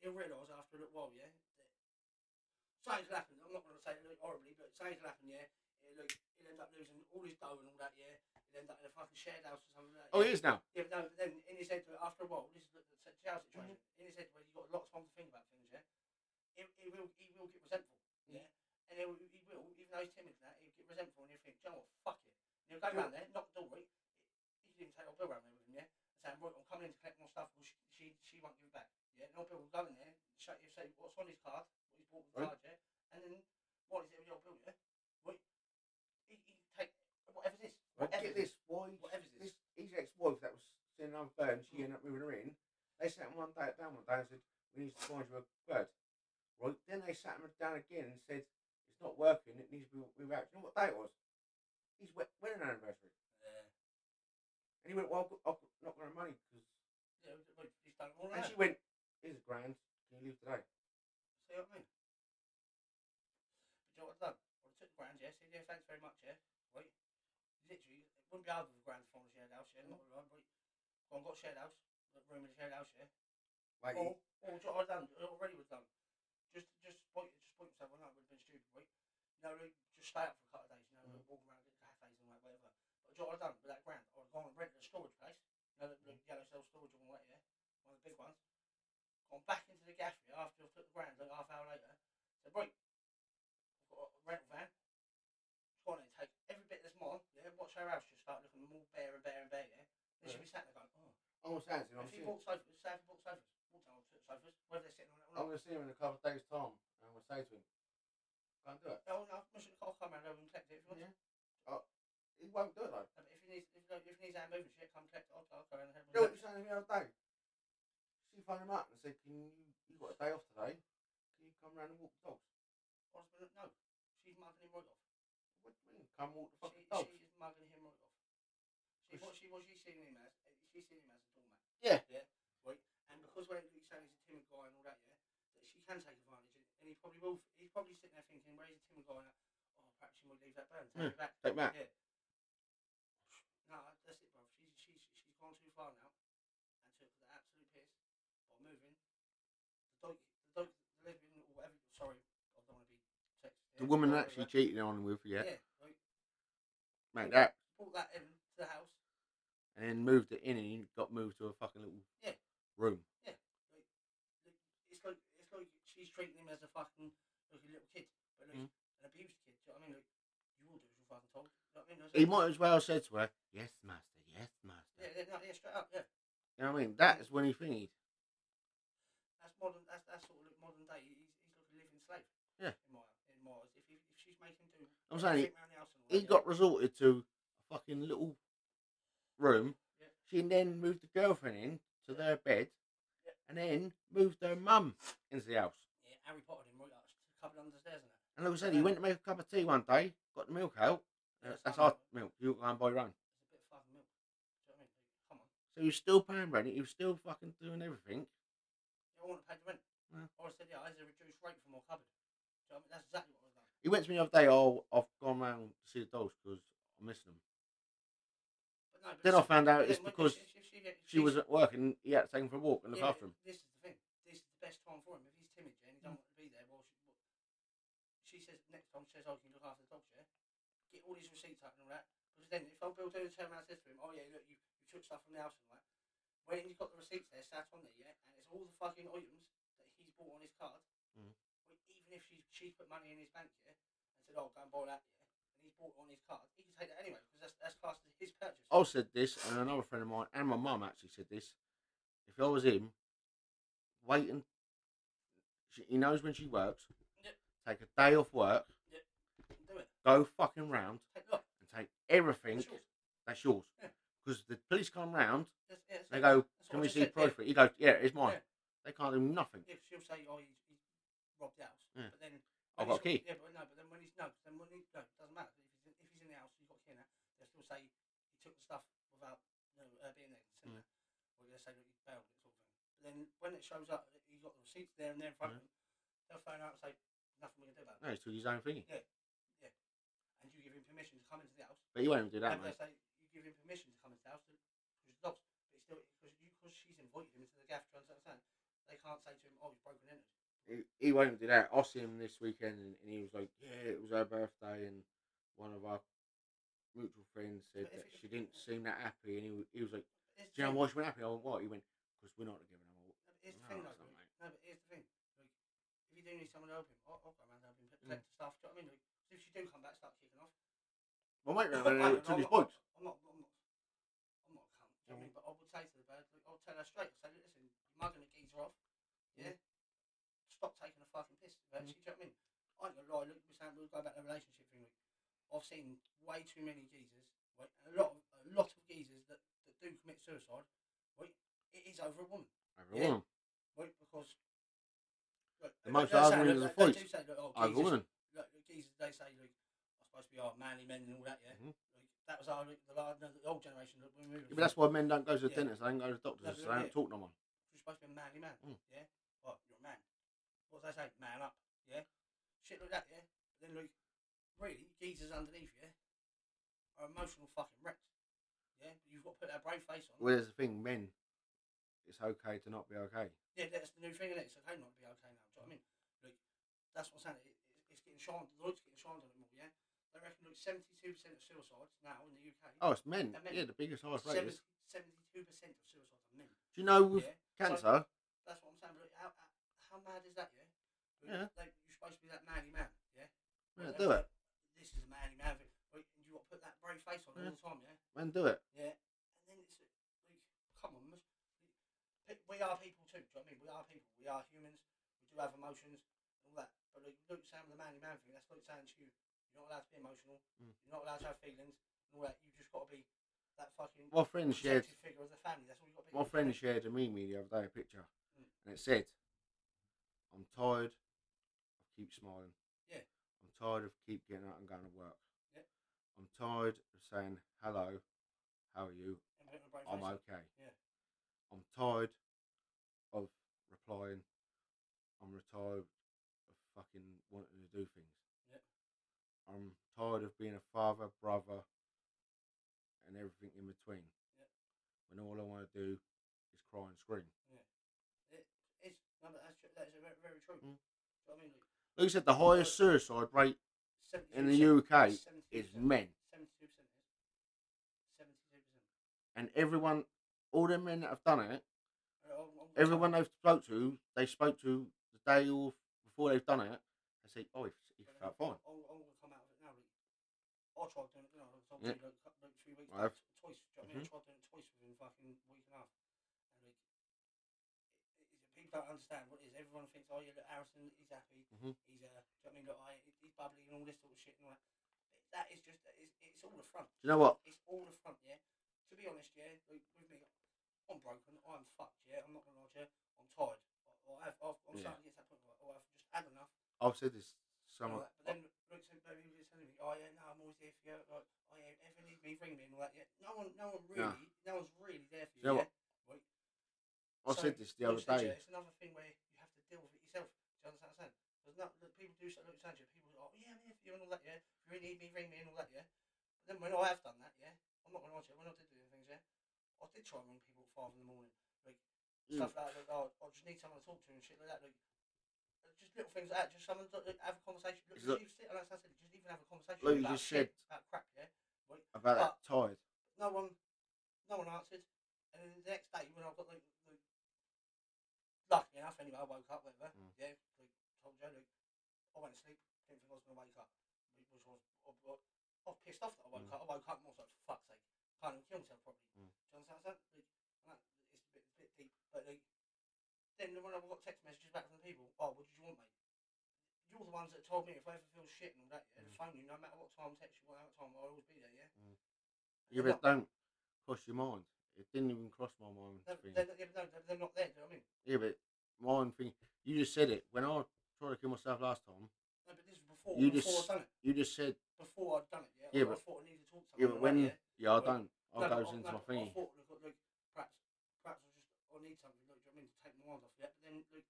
[SPEAKER 3] he'll realise after a little while, yeah, that something's happened. I'm not going to say it like, horribly, but something's happened, yeah. He'll, like, he'll end up losing all his dough and all that, yeah. He'll end up in a fucking shared house or something like that.
[SPEAKER 2] oh,
[SPEAKER 3] yeah.
[SPEAKER 2] he is now.
[SPEAKER 3] Yeah, but no, but then in his head, like, after a while, this is the, the se- jail situation.
[SPEAKER 2] Mm-hmm.
[SPEAKER 3] In his head, where you've got lots of time to think about things, yeah. He, he will, he will get resentful, yeah. And he will, he will, even though he's timid and that, he'll get resentful and he'll think, "Do you know what, fuck it. And he'll go round there, knock the door, right. He can even take old Bill round there with him, yeah. And say, right, I'm coming in to collect more stuff, well, she, she, she won't give it back, yeah. And old Bill will go in there, show you, say, what's on his card, what he's bought with the
[SPEAKER 2] Right.
[SPEAKER 3] card, yeah. And then, what is it with old Bill, yeah? Right. He, he take, whatever's this, whatever's
[SPEAKER 2] Get this, boy.
[SPEAKER 3] whatever's this.
[SPEAKER 2] This E his ex-wife that was seeing another bird, and
[SPEAKER 3] Mm.
[SPEAKER 2] she ended up moving her in. They sat him one day down one day and said, "We need to find you a bird." Right then they sat him down again and said, "It's not working. It needs to be moved out." You know what day it was? His we- wedding anniversary,
[SPEAKER 3] Yeah.
[SPEAKER 2] and he went, "Well, I've got, I've not got no money." 'cause-"
[SPEAKER 3] Yeah, well, he's done all
[SPEAKER 2] And
[SPEAKER 3] right.
[SPEAKER 2] she went, "Here's a grand. Can you leave today?"
[SPEAKER 3] See what I mean? But you know what I've done? Well, I took the grand, yeah, said, yeah, thanks very much, yeah, right? Literally, it wouldn't be hard with a grand for a shared house, yeah, not right, right? Well, I've got a shared house, got room in a shared house, yeah.
[SPEAKER 2] Like,
[SPEAKER 3] Or, or do you know what I've done? It already was done. Just, just point, just point yourself, well, that would have been stupid, right? No, like, just stay up for a couple of days, you know,
[SPEAKER 2] Mhm.
[SPEAKER 3] walk around, get cafes and like, whatever. But do you know what I've done with that grand? I've gone and rented a storage place, you know, the, the yellow cell storage one, right, yeah? One of the big ones gone back into the gaff after I took the grand like half hour later. Said, right, I've got, rental van. Just go on and take every bit that's mine, yeah, watch her house just start looking more bare and bare and bare, yeah. Then she'll be sat there going, oh.
[SPEAKER 2] I'm on Saturday,
[SPEAKER 3] If
[SPEAKER 2] I'm Oh,
[SPEAKER 3] you
[SPEAKER 2] seeing,
[SPEAKER 3] bought sofas, say if you bought sofas, walk down to the sofas, whether they're sitting on it or
[SPEAKER 2] I'm
[SPEAKER 3] not.
[SPEAKER 2] going to see him in a couple of days' time, and I'm going to say to him, "Go and do it."
[SPEAKER 3] Oh, no, Mr. Cole, come around over and collect it if you want.
[SPEAKER 2] Yeah. Oh, he won't do it though.
[SPEAKER 3] No, but if you need, if you, if you need hand moving shit, come collect it. I'll, I'll go around and have a
[SPEAKER 2] You know
[SPEAKER 3] look.
[SPEAKER 2] what she was saying to me the other day? She phoned him up and said, "Can you? You got a day off today? Can you come round and walk the dogs?"
[SPEAKER 3] Husband, no, she's mugging him right off.
[SPEAKER 2] What do you mean? Come walk the
[SPEAKER 3] She,
[SPEAKER 2] fucking dogs?
[SPEAKER 3] she is mugging him right off. She, what she, what she's seeing him as, she's seeing him as a doorman.
[SPEAKER 2] Yeah.
[SPEAKER 3] Yeah. Right. And because we're he's saying he's a timid guy and all that, yeah, that she can take advantage, and, and he probably will. He's probably sitting there thinking, well, he's a timid guy. And, oh, perhaps she might leave that band. Take it back.
[SPEAKER 2] Take back.
[SPEAKER 3] Yeah. No, that's it, bro. She's she's she's gone too far now, and took the absolute piss by moving. The dog, the dog, the lesbian, or whatever. Sorry, I don't want to be sexist.
[SPEAKER 2] The
[SPEAKER 3] yeah,
[SPEAKER 2] woman
[SPEAKER 3] whatever.
[SPEAKER 2] actually cheated on him with, yeah,
[SPEAKER 3] Yeah. Right.
[SPEAKER 2] mate, that,
[SPEAKER 3] Brought that in to the house.
[SPEAKER 2] and then moved it in, and he got moved to a fucking little
[SPEAKER 3] Yeah.
[SPEAKER 2] room.
[SPEAKER 3] It's like it's like she's treating him as a fucking like a little kid, but like
[SPEAKER 2] Mm.
[SPEAKER 3] an abused kid. Do you know what I mean? Like you will do as you're fucking told. Do you know what I mean? That's
[SPEAKER 2] He
[SPEAKER 3] it.
[SPEAKER 2] might as well have said to her, "Yes, master. Yes, master."
[SPEAKER 3] Yeah, yeah, no, yeah, straight up, yeah.
[SPEAKER 2] You know what I mean? That is when he thingied.
[SPEAKER 3] That's modern. That's that's sort of like modern day. He's, he's like a living slave.
[SPEAKER 2] Yeah.
[SPEAKER 3] In my in my eyes. if, he, if she's making do.
[SPEAKER 2] I'm saying
[SPEAKER 3] sit round the house and all
[SPEAKER 2] he
[SPEAKER 3] that,
[SPEAKER 2] got resorted to a fucking little room.
[SPEAKER 3] Yeah.
[SPEAKER 2] She then moved the girlfriend in to their bed,
[SPEAKER 3] Yeah.
[SPEAKER 2] and then moved her mum into the house.
[SPEAKER 3] yeah. yeah, Harry Potter him right up, covered under the stairs and that.
[SPEAKER 2] And like I said, he went to make a cup of tea one day, got the milk out.
[SPEAKER 3] Ah. Yeah,
[SPEAKER 2] that's
[SPEAKER 3] some-
[SPEAKER 2] our milk. You can buy your own.
[SPEAKER 3] It's a bit of fucking milk. Do you know what I mean? Like, come on.
[SPEAKER 2] So he was still paying rent. He was still fucking doing everything.
[SPEAKER 3] You want to pay the rent.
[SPEAKER 2] Yeah.
[SPEAKER 3] Or I said, yeah, I had a reduced rate from my cupboard. Do you know what I mean? That's exactly what I've done.
[SPEAKER 2] He went to me the other day. Oh, I've gone round to see the dogs because I'm missing them.
[SPEAKER 3] But no, but
[SPEAKER 2] Then I found out
[SPEAKER 3] Yeah,
[SPEAKER 2] it's
[SPEAKER 3] well,
[SPEAKER 2] because
[SPEAKER 3] if- if she- if
[SPEAKER 2] she was at work and he had to take him for a walk and look
[SPEAKER 3] yeah,
[SPEAKER 2] after him. Mm.
[SPEAKER 3] This is the thing. This is the best time for him. If he's timid yeah, and he don't want to be there, well, she, well, she says next time she says, "Oh, can you look after the dogs, yeah? Get all these receipts up and all that." Because then, if I'll build a turn around and says to him, "Oh yeah, look, you, you took stuff from the house and all that," when you've got the receipts there, sat on there, yeah, and it's all the fucking items that he's bought on his card.
[SPEAKER 2] Mhm.
[SPEAKER 3] Well, even if she's she's put money in his bank, yeah, and said, "Oh, go and buy that," yeah, and he's bought it on his card, he can take that anyway because that's that's classed as his purchase.
[SPEAKER 2] I said this, and another friend of mine, and my mum actually said this. If I was him, wait and she, he knows when she works.
[SPEAKER 3] Yep.
[SPEAKER 2] Take a day off work,
[SPEAKER 3] do it.
[SPEAKER 2] go fucking round,
[SPEAKER 3] Take the look.
[SPEAKER 2] and take everything
[SPEAKER 3] It's yours.
[SPEAKER 2] that's yours.
[SPEAKER 3] Yeah.
[SPEAKER 2] Because the police come round,
[SPEAKER 3] That's- yeah, that's
[SPEAKER 2] they
[SPEAKER 3] it.
[SPEAKER 2] go,
[SPEAKER 3] That's what
[SPEAKER 2] "Can
[SPEAKER 3] I
[SPEAKER 2] we
[SPEAKER 3] just
[SPEAKER 2] see
[SPEAKER 3] said, yeah.
[SPEAKER 2] proof?" for it?" He goes, "Yeah, it's mine."
[SPEAKER 3] Yeah.
[SPEAKER 2] They can't do nothing.
[SPEAKER 3] Yeah, 'cause she'll say, oh, he's, he's robbed the house.
[SPEAKER 2] Yeah.
[SPEAKER 3] But then.
[SPEAKER 2] I've
[SPEAKER 3] when
[SPEAKER 2] got a
[SPEAKER 3] he's
[SPEAKER 2] key.
[SPEAKER 3] Yeah, but no, but then when he's. No, but then when he. No, it doesn't matter. If he's in, if he's in the house, he's got a key in that, they'll still say he took the stuff without you know, uh, being there. Mm.
[SPEAKER 2] Mm.
[SPEAKER 3] Or they'll say that he failed it, sort of thing. But then when it shows up, that he's got the receipts there and there in front of him, they'll phone out and say, nothing we can do about it.
[SPEAKER 2] No, it's to his own thing.
[SPEAKER 3] And you give him permission to come into the house.
[SPEAKER 2] But he won't even do that,
[SPEAKER 3] and
[SPEAKER 2] mate.
[SPEAKER 3] they'll say, you give him permission to come into the house because the dogs. But it's still. Because you, cause she's invited him into the gaff, do you understand? They can't say to him, oh, he's broken in.
[SPEAKER 2] He, he won't even do that. I see him this weekend, and, and he was like, "Yeah, it was her birthday," and one of our mutual friends said
[SPEAKER 3] But if
[SPEAKER 2] that
[SPEAKER 3] it-
[SPEAKER 2] she didn't seem that happy, and he, wa- he was like.
[SPEAKER 3] It's
[SPEAKER 2] Do you know
[SPEAKER 3] the
[SPEAKER 2] why she went happy? I went, what? He went, because we're not giving them all.
[SPEAKER 3] No, but here's the
[SPEAKER 2] No,
[SPEAKER 3] thing,
[SPEAKER 2] it's
[SPEAKER 3] though.
[SPEAKER 2] Oh, not,
[SPEAKER 3] Like, no, but here's the thing. Like, if you do need someone to help him, oh, I'll, I'll go around and help him collect
[SPEAKER 2] Mm.
[SPEAKER 3] the stuff. Do you know what I mean? Like, 'cause if you do come back, start kicking off.
[SPEAKER 2] My mate
[SPEAKER 3] I
[SPEAKER 2] ran
[SPEAKER 3] don't
[SPEAKER 2] around
[SPEAKER 3] know,
[SPEAKER 2] and took
[SPEAKER 3] I'm
[SPEAKER 2] his
[SPEAKER 3] not-
[SPEAKER 2] bikes.
[SPEAKER 3] I'm not, I'm not, I'm not a cunt. Do you know what
[SPEAKER 2] Mm.
[SPEAKER 3] I mean? But I would say to the bird, like, I'll tell her straight. I'll say, "Look, listen, you're mugging the geezer off. Yeah. Stop taking a fucking piss. About
[SPEAKER 2] Mm.
[SPEAKER 3] you, do you know what I mean? I ain't gonna lie. Look, we're saying we'll go back to the relationship thing. Like, I've seen way too many geezers. Right, and a lot, of, a lot of geezers that, that do commit suicide. Right, it is over a woman.
[SPEAKER 2] Over a woman.
[SPEAKER 3] Right, because look,
[SPEAKER 2] The
[SPEAKER 3] they-
[SPEAKER 2] most
[SPEAKER 3] they say,
[SPEAKER 2] argument
[SPEAKER 3] look,
[SPEAKER 2] is a
[SPEAKER 3] they- they
[SPEAKER 2] voice.
[SPEAKER 3] do say, look, oh,
[SPEAKER 2] Over a
[SPEAKER 3] geezers-
[SPEAKER 2] woman.
[SPEAKER 3] Look, the geezers, they say, look, I'm supposed to be our manly men and all that, yeah.
[SPEAKER 2] Mhm.
[SPEAKER 3] Like, that was our the, la- no, the old generation. Look, when we were,
[SPEAKER 2] Yeah, but that's why men don't go to the
[SPEAKER 3] Yeah.
[SPEAKER 2] dentist, they don't go to the
[SPEAKER 3] No,
[SPEAKER 2] doctors,
[SPEAKER 3] but
[SPEAKER 2] they don't
[SPEAKER 3] yeah.
[SPEAKER 2] talk no one.
[SPEAKER 3] you're supposed to be a manly man.
[SPEAKER 2] Mm.
[SPEAKER 3] Yeah. Well, you're a man. What do they say? Man up. Yeah. Shit like that. Yeah. But then like, really, geezers underneath you are emotional fucking wrecks. Yeah. You've got to put that brave face on.
[SPEAKER 2] Well, there's the thing, men, it's okay to not be okay.
[SPEAKER 3] Yeah, that's the new thing, isn't it? It's okay not to be okay now. Do you know what I mean? Like, that's what I'm saying. It, it, it's getting shined. The light's getting shined on it more. Yeah. They reckon like 72% of suicides now in the UK.
[SPEAKER 2] Oh, it's men.
[SPEAKER 3] And men.
[SPEAKER 2] Yeah, the biggest, highest rate is.
[SPEAKER 3] 70, 72% of suicides are men.
[SPEAKER 2] Do you know with
[SPEAKER 3] Yeah.
[SPEAKER 2] cancer,
[SPEAKER 3] That's what I'm saying. But like, how, how, how mad is that? Yeah.
[SPEAKER 2] Yeah.
[SPEAKER 3] Like, you're supposed to be that manly man. Yeah.
[SPEAKER 2] Yeah,
[SPEAKER 3] Right,
[SPEAKER 2] do it.
[SPEAKER 3] This is a manly man thing. Right, and you got to put that brave face on all the time, yeah?
[SPEAKER 2] Man, do it.
[SPEAKER 3] Yeah. And then it's like, come on, must, pe- we are people too. Do you know what I mean? We are people. We are humans. We do have emotions and all that. But like, Luke saying the manly man thing, that's Luke saying to you. You're not allowed to be emotional.
[SPEAKER 2] Mm.
[SPEAKER 3] You're not allowed to have feelings and all that. You just got to be that fucking
[SPEAKER 2] My friend shared
[SPEAKER 3] protective figure of the family. That's all you Mm. got to be.
[SPEAKER 2] my friend shared a meme the other day, a picture, and it said, "I'm tired of keep smiling.
[SPEAKER 3] Yeah.
[SPEAKER 2] I'm tired of keep getting up and going to work.
[SPEAKER 3] Yeah.
[SPEAKER 2] I'm tired of saying hello, how are you?
[SPEAKER 3] And put a brave
[SPEAKER 2] I'm
[SPEAKER 3] face on.
[SPEAKER 2] okay.
[SPEAKER 3] Yeah.
[SPEAKER 2] I'm tired of replying. I'm retired of fucking wanting to do things.
[SPEAKER 3] Yeah.
[SPEAKER 2] I'm tired of being a father, brother, and everything in between.
[SPEAKER 3] Yeah.
[SPEAKER 2] When all I want to do is cry and scream.
[SPEAKER 3] It's, no, but that's, tr- that is very, very true. Do you
[SPEAKER 2] Mm.
[SPEAKER 3] know what I mean? Like,
[SPEAKER 2] Like I said, the highest suicide rate in the UK is men,
[SPEAKER 3] Seventy-two percent. Seventy-two percent.
[SPEAKER 2] and everyone, all the men that have done it, everyone they've spoke to, they spoke to the day or before they've done it. They say, "Oh, he, he felt fine."
[SPEAKER 3] I'm, I'm gonna come out of it now. Like, I tried doing it, you know, like,
[SPEAKER 2] Yeah.
[SPEAKER 3] obviously, like, like three weeks,
[SPEAKER 2] I have. Mm-hmm.
[SPEAKER 3] t- twice. Do you know what I mean? I tried doing it twice within fucking week and a half. And like, it, it, people don't understand what it is. Everyone thinks, oh yeah, look, Harrison, he's happy.
[SPEAKER 2] Mhm.
[SPEAKER 3] He's uh, do you know what I mean? Look, I, he's bubbly and all this sort of shit and all that. That is just, it's, it's all a front.
[SPEAKER 2] Do you know what?
[SPEAKER 3] It's all the front, yeah. To be honest, yeah, like with me, I'm broken. I'm fucked, yeah. I'm not gonna lie to you. I'm tired. I, I have, I've, I'm
[SPEAKER 2] Yeah.
[SPEAKER 3] starting to get to that point where I've just had enough. and
[SPEAKER 2] I've said this
[SPEAKER 3] all
[SPEAKER 2] somewhere.
[SPEAKER 3] that. But then, like, so, like, people just telling me, oh yeah, no, I'm always here for you. Like, oh yeah, if you need me, ring me and all that. Yeah, no one, no one really, no one's really there for you.
[SPEAKER 2] You know
[SPEAKER 3] yeah?
[SPEAKER 2] I
[SPEAKER 3] so,
[SPEAKER 2] said this the
[SPEAKER 3] Like I
[SPEAKER 2] other
[SPEAKER 3] said to
[SPEAKER 2] day.
[SPEAKER 3] you, It's another thing where you have to deal with it yourself. Do you understand what I'm saying? There's not that people do something like Sanchez. People are like, oh, yeah, I'm here for you and all that, yeah. If you really need me, ring me and all that, yeah. But then when I have done that, yeah, I'm not going to answer. When I did do the things, yeah, I did try and ring people at five in the morning, like
[SPEAKER 2] Mm.
[SPEAKER 3] stuff like that. Like, oh, I just need someone to talk to and shit like that. Like, just little things like that. Just someone to like, have a conversation. Look,
[SPEAKER 2] It's
[SPEAKER 3] just
[SPEAKER 2] like-
[SPEAKER 3] even sit, like I said, just even have a conversation.
[SPEAKER 2] Like you
[SPEAKER 3] about
[SPEAKER 2] just
[SPEAKER 3] shit,
[SPEAKER 2] said.
[SPEAKER 3] about crap, yeah.
[SPEAKER 2] about that tired.
[SPEAKER 3] no one, no one answered. And then the next day, when I got like, like lucky enough, anyway, I woke up, whatever.
[SPEAKER 2] Mm.
[SPEAKER 3] Yeah, like told you, like I went to sleep, didn't think I was gonna wake up, which was I, I, I was pissed off that I woke
[SPEAKER 2] Mm.
[SPEAKER 3] up. I woke up and I was like, for fuck's sake, can't even kill myself properly. Do
[SPEAKER 2] Mm.
[SPEAKER 3] you understand? That? Like, that, it's a bit, bit deep, but like, then when I got text messages back from the people, oh, what did you want, mate? You're the ones that told me if I ever feel shit and all that, yeah, to
[SPEAKER 2] Mm.
[SPEAKER 3] phone you, no matter what time, text you, whatever time, I'll always be there, yeah.
[SPEAKER 2] Mm.
[SPEAKER 3] And
[SPEAKER 2] You
[SPEAKER 3] they're
[SPEAKER 2] bet don't cross your mind. It didn't even cross my mind.
[SPEAKER 3] They're,
[SPEAKER 2] thing.
[SPEAKER 3] they're, they're, they're, they're not there, do you know what I mean?
[SPEAKER 2] Yeah, but mine thing. You just said it when I tried to kill myself last
[SPEAKER 3] No,
[SPEAKER 2] time.
[SPEAKER 3] but this is before,
[SPEAKER 2] You
[SPEAKER 3] before
[SPEAKER 2] just-
[SPEAKER 3] I'd done it.
[SPEAKER 2] You just said,
[SPEAKER 3] Before I'd done it, yeah?
[SPEAKER 2] Yeah,
[SPEAKER 3] I,
[SPEAKER 2] but-
[SPEAKER 3] thought I needed to talk to someone.
[SPEAKER 2] yeah, but
[SPEAKER 3] like,
[SPEAKER 2] when
[SPEAKER 3] yeah.
[SPEAKER 2] yeah, I
[SPEAKER 3] Well,
[SPEAKER 2] don't. I
[SPEAKER 3] No, but
[SPEAKER 2] goes
[SPEAKER 3] I- no,
[SPEAKER 2] into
[SPEAKER 3] but
[SPEAKER 2] my
[SPEAKER 3] I
[SPEAKER 2] thingy.
[SPEAKER 3] thought, look, look, perhaps, perhaps I just, I need something, like, do you know what I mean, to take my mind off, yeah? But then, like,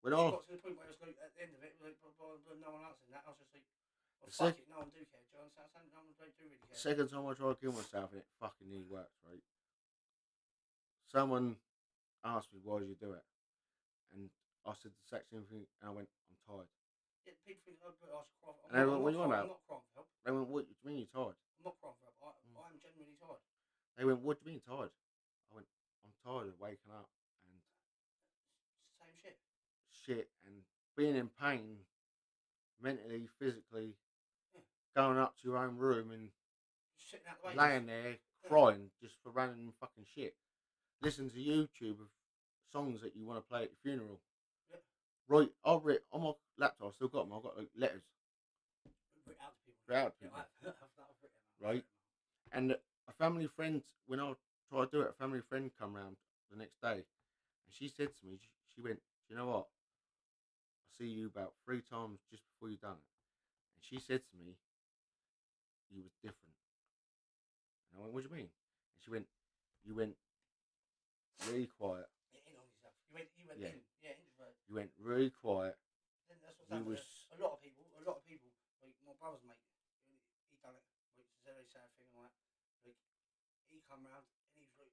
[SPEAKER 2] When
[SPEAKER 3] it
[SPEAKER 2] I
[SPEAKER 3] got to the point where I was like, at the end of it, like, blah, blah, blah, no one answered that, I was just like, well, fuck
[SPEAKER 2] Sec-
[SPEAKER 3] it, no one do care, do you understand? what I'm saying? No one don't do really care.
[SPEAKER 2] second time I tried to kill myself and it fucking nearly worked, right? Someone asked me why did you do it, and I said the exact same thing, and I went, I'm tired.
[SPEAKER 3] Yeah, people think, oh, but I was crying.
[SPEAKER 2] And everyone, what
[SPEAKER 3] I'm
[SPEAKER 2] you on
[SPEAKER 3] not-
[SPEAKER 2] about?
[SPEAKER 3] I'm not crying for help.
[SPEAKER 2] They went, what do you mean you're tired?
[SPEAKER 3] I'm not crying for help. I,
[SPEAKER 2] Mm.
[SPEAKER 3] I'm genuinely tired.
[SPEAKER 2] They went, what do you mean you're tired? I went, I'm tired of waking up and
[SPEAKER 3] Same shit.
[SPEAKER 2] shit and being in pain mentally, physically,
[SPEAKER 3] Yeah.
[SPEAKER 2] going up to your own room and
[SPEAKER 3] Just sitting out the way.
[SPEAKER 2] laying there crying just for random fucking shit. Listen to YouTube of songs that you want to play at your funeral.
[SPEAKER 3] Yeah.
[SPEAKER 2] Right, I'll write on my laptop. I've still got them. I've got like, letters
[SPEAKER 3] Written out to people.
[SPEAKER 2] for out to
[SPEAKER 3] Yeah,
[SPEAKER 2] people.
[SPEAKER 3] I've, I've not written out.
[SPEAKER 2] Right. And a family friend, when I try to do it, a family friend come round the next day, and she said to me, she, she went, "Do you know what? I see you about three times just before you done it." And she said to me, "You was different." And I went, "What do you mean?" And she went, "You went really quiet.
[SPEAKER 3] Yeah, in on yourself. You went, you went
[SPEAKER 2] Yeah.
[SPEAKER 3] in. Yeah, introvert.
[SPEAKER 2] You went really quiet.
[SPEAKER 3] Then that's what's
[SPEAKER 2] You
[SPEAKER 3] happened.
[SPEAKER 2] was
[SPEAKER 3] A lot of people, a lot of people, like my brother's mate, he, he done it, like it's a very sad thing and all that. Like, he come round and he's like,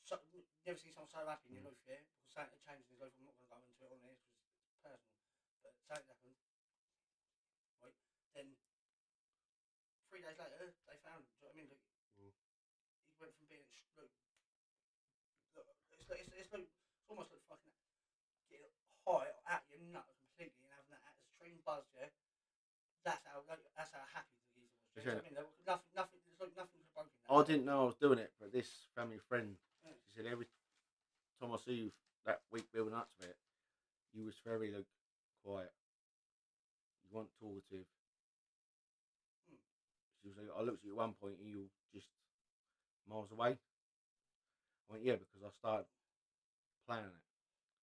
[SPEAKER 3] so, never seen someone so happy in your
[SPEAKER 2] Mm.
[SPEAKER 3] life, yeah? Because something had changed in his life, I'm not going to go into it on here because it's personal. But something happened. Right, then, three days later, they found him, do you know what I mean? Like,
[SPEAKER 2] Mm.
[SPEAKER 3] he went from being, sh- like, like, it's like, it's, it's like, it's almost like fucking get high out your nut completely and having that extreme buzz, yeah. That's how like, that's how happy the geezer was. Do you know
[SPEAKER 2] Yeah.
[SPEAKER 3] what I mean? There was nothing, nothing, there's like nothing could have broken that.
[SPEAKER 2] I didn't know I was doing it, but this family friend,
[SPEAKER 3] Yeah.
[SPEAKER 2] she said every time I see you that week building up to it, you was very like quiet. You weren't talkative.
[SPEAKER 3] Hmm.
[SPEAKER 2] She was like, I looked at you at one point and you were just miles away. I went, yeah, because I started planning it.